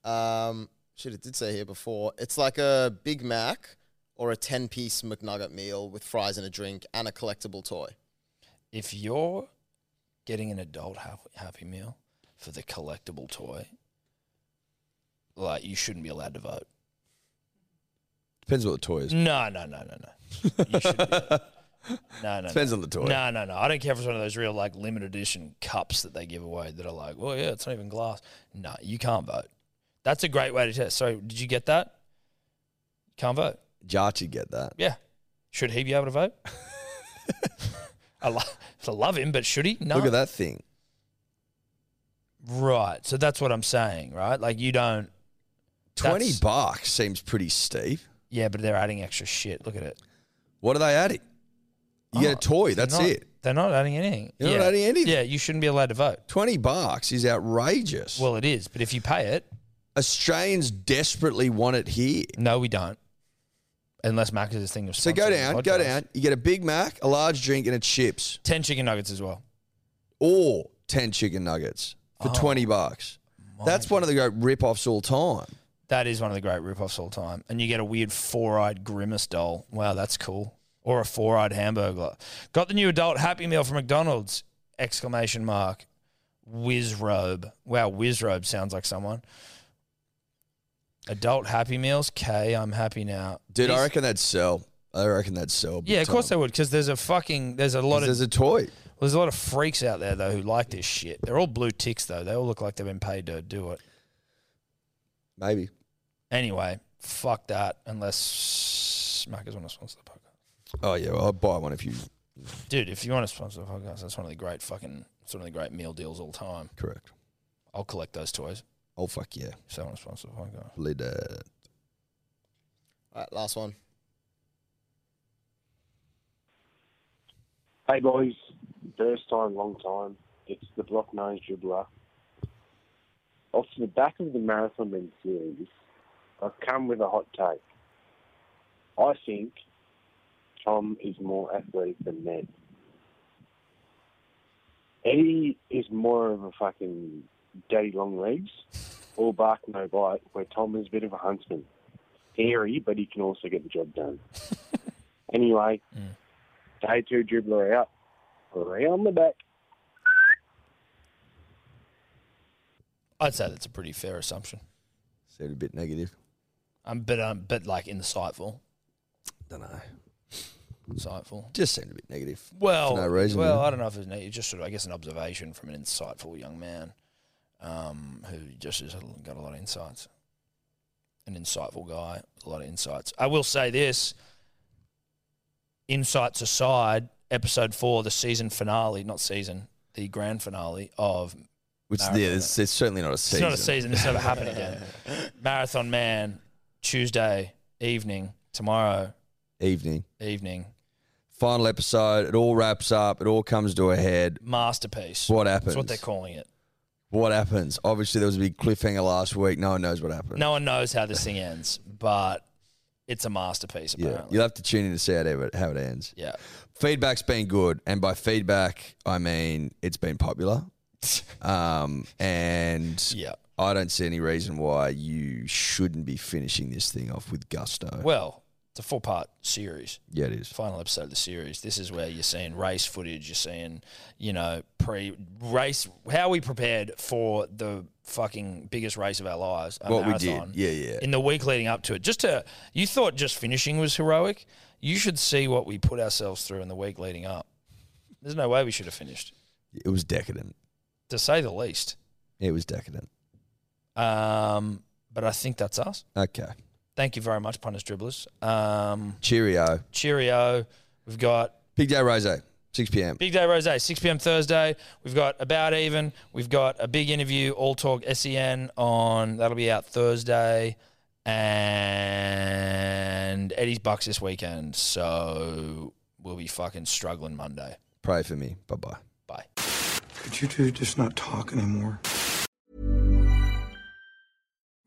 Speaker 4: Um, shit, it did say here before. It's like a Big Mac or a 10 piece McNugget meal with fries and a drink and a collectible toy.
Speaker 2: If you're getting an adult hap- Happy Meal for the collectible toy, like you shouldn't be allowed to vote.
Speaker 3: Depends what the toy is.
Speaker 2: No, no, no, no, no. You shouldn't be. No, no.
Speaker 3: Depends
Speaker 2: no.
Speaker 3: on the toy.
Speaker 2: No, no, no. I don't care if it's one of those real like limited edition cups that they give away that are like, well, yeah, it's not even glass. No, you can't vote. That's a great way to test. So, did you get that? Can't vote.
Speaker 3: Jarchi get that.
Speaker 2: Yeah. Should he be able to vote? I, lo- I love him, but should he? No.
Speaker 3: Look at that thing.
Speaker 2: Right. So that's what I'm saying, right? Like you don't.
Speaker 3: 20
Speaker 2: that's-
Speaker 3: bucks seems pretty steep.
Speaker 2: Yeah, but they're adding extra shit. Look at it. Oh,
Speaker 3: What are they adding? You get a toy, that's
Speaker 2: They're not-
Speaker 3: it.
Speaker 2: They're not adding anything.
Speaker 3: You're
Speaker 2: yeah.
Speaker 3: not adding anything.
Speaker 2: Yeah, you shouldn't be allowed to vote.
Speaker 3: 20 bucks is outrageous.
Speaker 2: Well, it is, but if you pay it,
Speaker 3: Australians desperately want it here.
Speaker 2: No, we don't. Unless Mac is this thing of
Speaker 3: So go
Speaker 2: sponsoring the
Speaker 3: down, go
Speaker 2: podcast.
Speaker 3: down. You get a Big Mac, a large drink, and a chips,
Speaker 2: 10 chicken nuggets as well.
Speaker 3: or 10 chicken nuggets for
Speaker 2: Oh.
Speaker 3: 20 bucks. That's one of the great rip-offs all time.
Speaker 2: That is one of the great rip-offs all time. And you get a weird four-eyed grimace doll. Wow, that's cool. Or a four-eyed hamburger. Got the new adult Happy Meal from McDonald's! Exclamation mark. Wizrobe. Wow, Wizrobe sounds like someone. Adult Happy Meals. K, I'm happy now.
Speaker 3: Dude,
Speaker 2: These-
Speaker 3: I reckon that'd sell. I reckon that'd sell. big
Speaker 2: Yeah, of course
Speaker 3: time.
Speaker 2: they would, because there's a fucking there's a lot of
Speaker 3: There's a toy.
Speaker 2: there's a lot of freaks out there though who like this shit. They're all blue ticks though. They all look like they've been paid to do it.
Speaker 3: Maybe.
Speaker 2: Anyway, fuck that. Unless Smackers want to sponsor the podcast,
Speaker 3: Oh yeah, well, I'll buy one if you.
Speaker 2: dude. If you want to sponsor the podcast, that's one of the great fucking, it's one of the great meal deals all time.
Speaker 3: Correct.
Speaker 2: I'll collect those toys.
Speaker 3: Oh fuck yeah,
Speaker 2: If they want to sponsor the podcast,
Speaker 3: lead that.
Speaker 4: All right, last one.
Speaker 12: Hey boys, first time, long time. It's the block nose dribbler. Off the back of the Marathon Men series, I've come with a hot take. I think Tom is more athletic than Ned. Eddie is more of a fucking daddy long legs, all bark no bite, where Tom is a bit of a huntsman. Hairy, but he can also get the job done. anyway, day two dribbler out, around the back.
Speaker 2: I'd say that's a pretty fair assumption.
Speaker 3: Sounded a bit negative.
Speaker 2: I'm but um but like insightful,
Speaker 3: Don't know.
Speaker 2: insightful.
Speaker 3: Just seemed a bit negative.
Speaker 2: Well,
Speaker 3: for no reason.
Speaker 2: Well,
Speaker 3: man.
Speaker 2: I don't know if it's ne- it's just sort of, I guess an observation from an insightful young man, um, who just has got a lot of insights. An insightful guy, with a lot of insights. I will say this: insights aside, episode four, the season finale, not season, the grand finale of
Speaker 3: Which
Speaker 2: Marathon
Speaker 3: yeah, it's, it's certainly not a
Speaker 2: it's
Speaker 3: season.
Speaker 2: not a season. It's never happened again. Marathon Man, Tuesday evening, tomorrow
Speaker 3: Evening,
Speaker 2: evening,
Speaker 3: final episode. It all wraps up. It all comes to a head.
Speaker 2: masterpiece.
Speaker 3: What
Speaker 2: That's
Speaker 3: happens?
Speaker 2: what they're calling it.
Speaker 3: What happens? Obviously, there was a big cliffhanger last week. No one knows what happened.
Speaker 2: No one knows how this thing ends, but it's a masterpiece
Speaker 3: Yeah,
Speaker 2: apparently.
Speaker 3: you'll have to tune in to see how it, how it ends.
Speaker 2: Yeah.
Speaker 3: Feedback's been good, and by feedback, I mean it's been popular. Um, and
Speaker 2: Yeah.
Speaker 3: I don't see any reason why you shouldn't be finishing this thing off with gusto.
Speaker 2: Well, It's a four part series.
Speaker 3: Yeah, it is.
Speaker 2: Final episode of the series. This is where you're seeing race footage. You're seeing, you know, pre race, how we prepared for the fucking biggest race of our lives. a
Speaker 3: What we did.
Speaker 2: marathon,
Speaker 3: Yeah, yeah.
Speaker 2: In the week leading up to it. Just to, you thought just finishing was heroic. You should see what we put ourselves through in the week leading up. There's no way we should have finished,
Speaker 3: It was decadent.
Speaker 2: to say the least.
Speaker 3: It was decadent.
Speaker 2: Um, but I think that's us.
Speaker 3: Okay.
Speaker 2: Thank you very much, punters dribblers. Um,
Speaker 3: Cheerio.
Speaker 2: cheerio. We've got
Speaker 3: Big Day Rose, 6 p.m.
Speaker 2: Big Day Rose, 6 p.m. Thursday. We've got About Even. We've got a big interview, All Talk SEN on, that'll be out Thursday. And Eddie's Bucks this weekend. So we'll be fucking struggling Monday.
Speaker 3: Pray for me. Bye bye.
Speaker 2: Bye.
Speaker 13: Could you two just not talk anymore?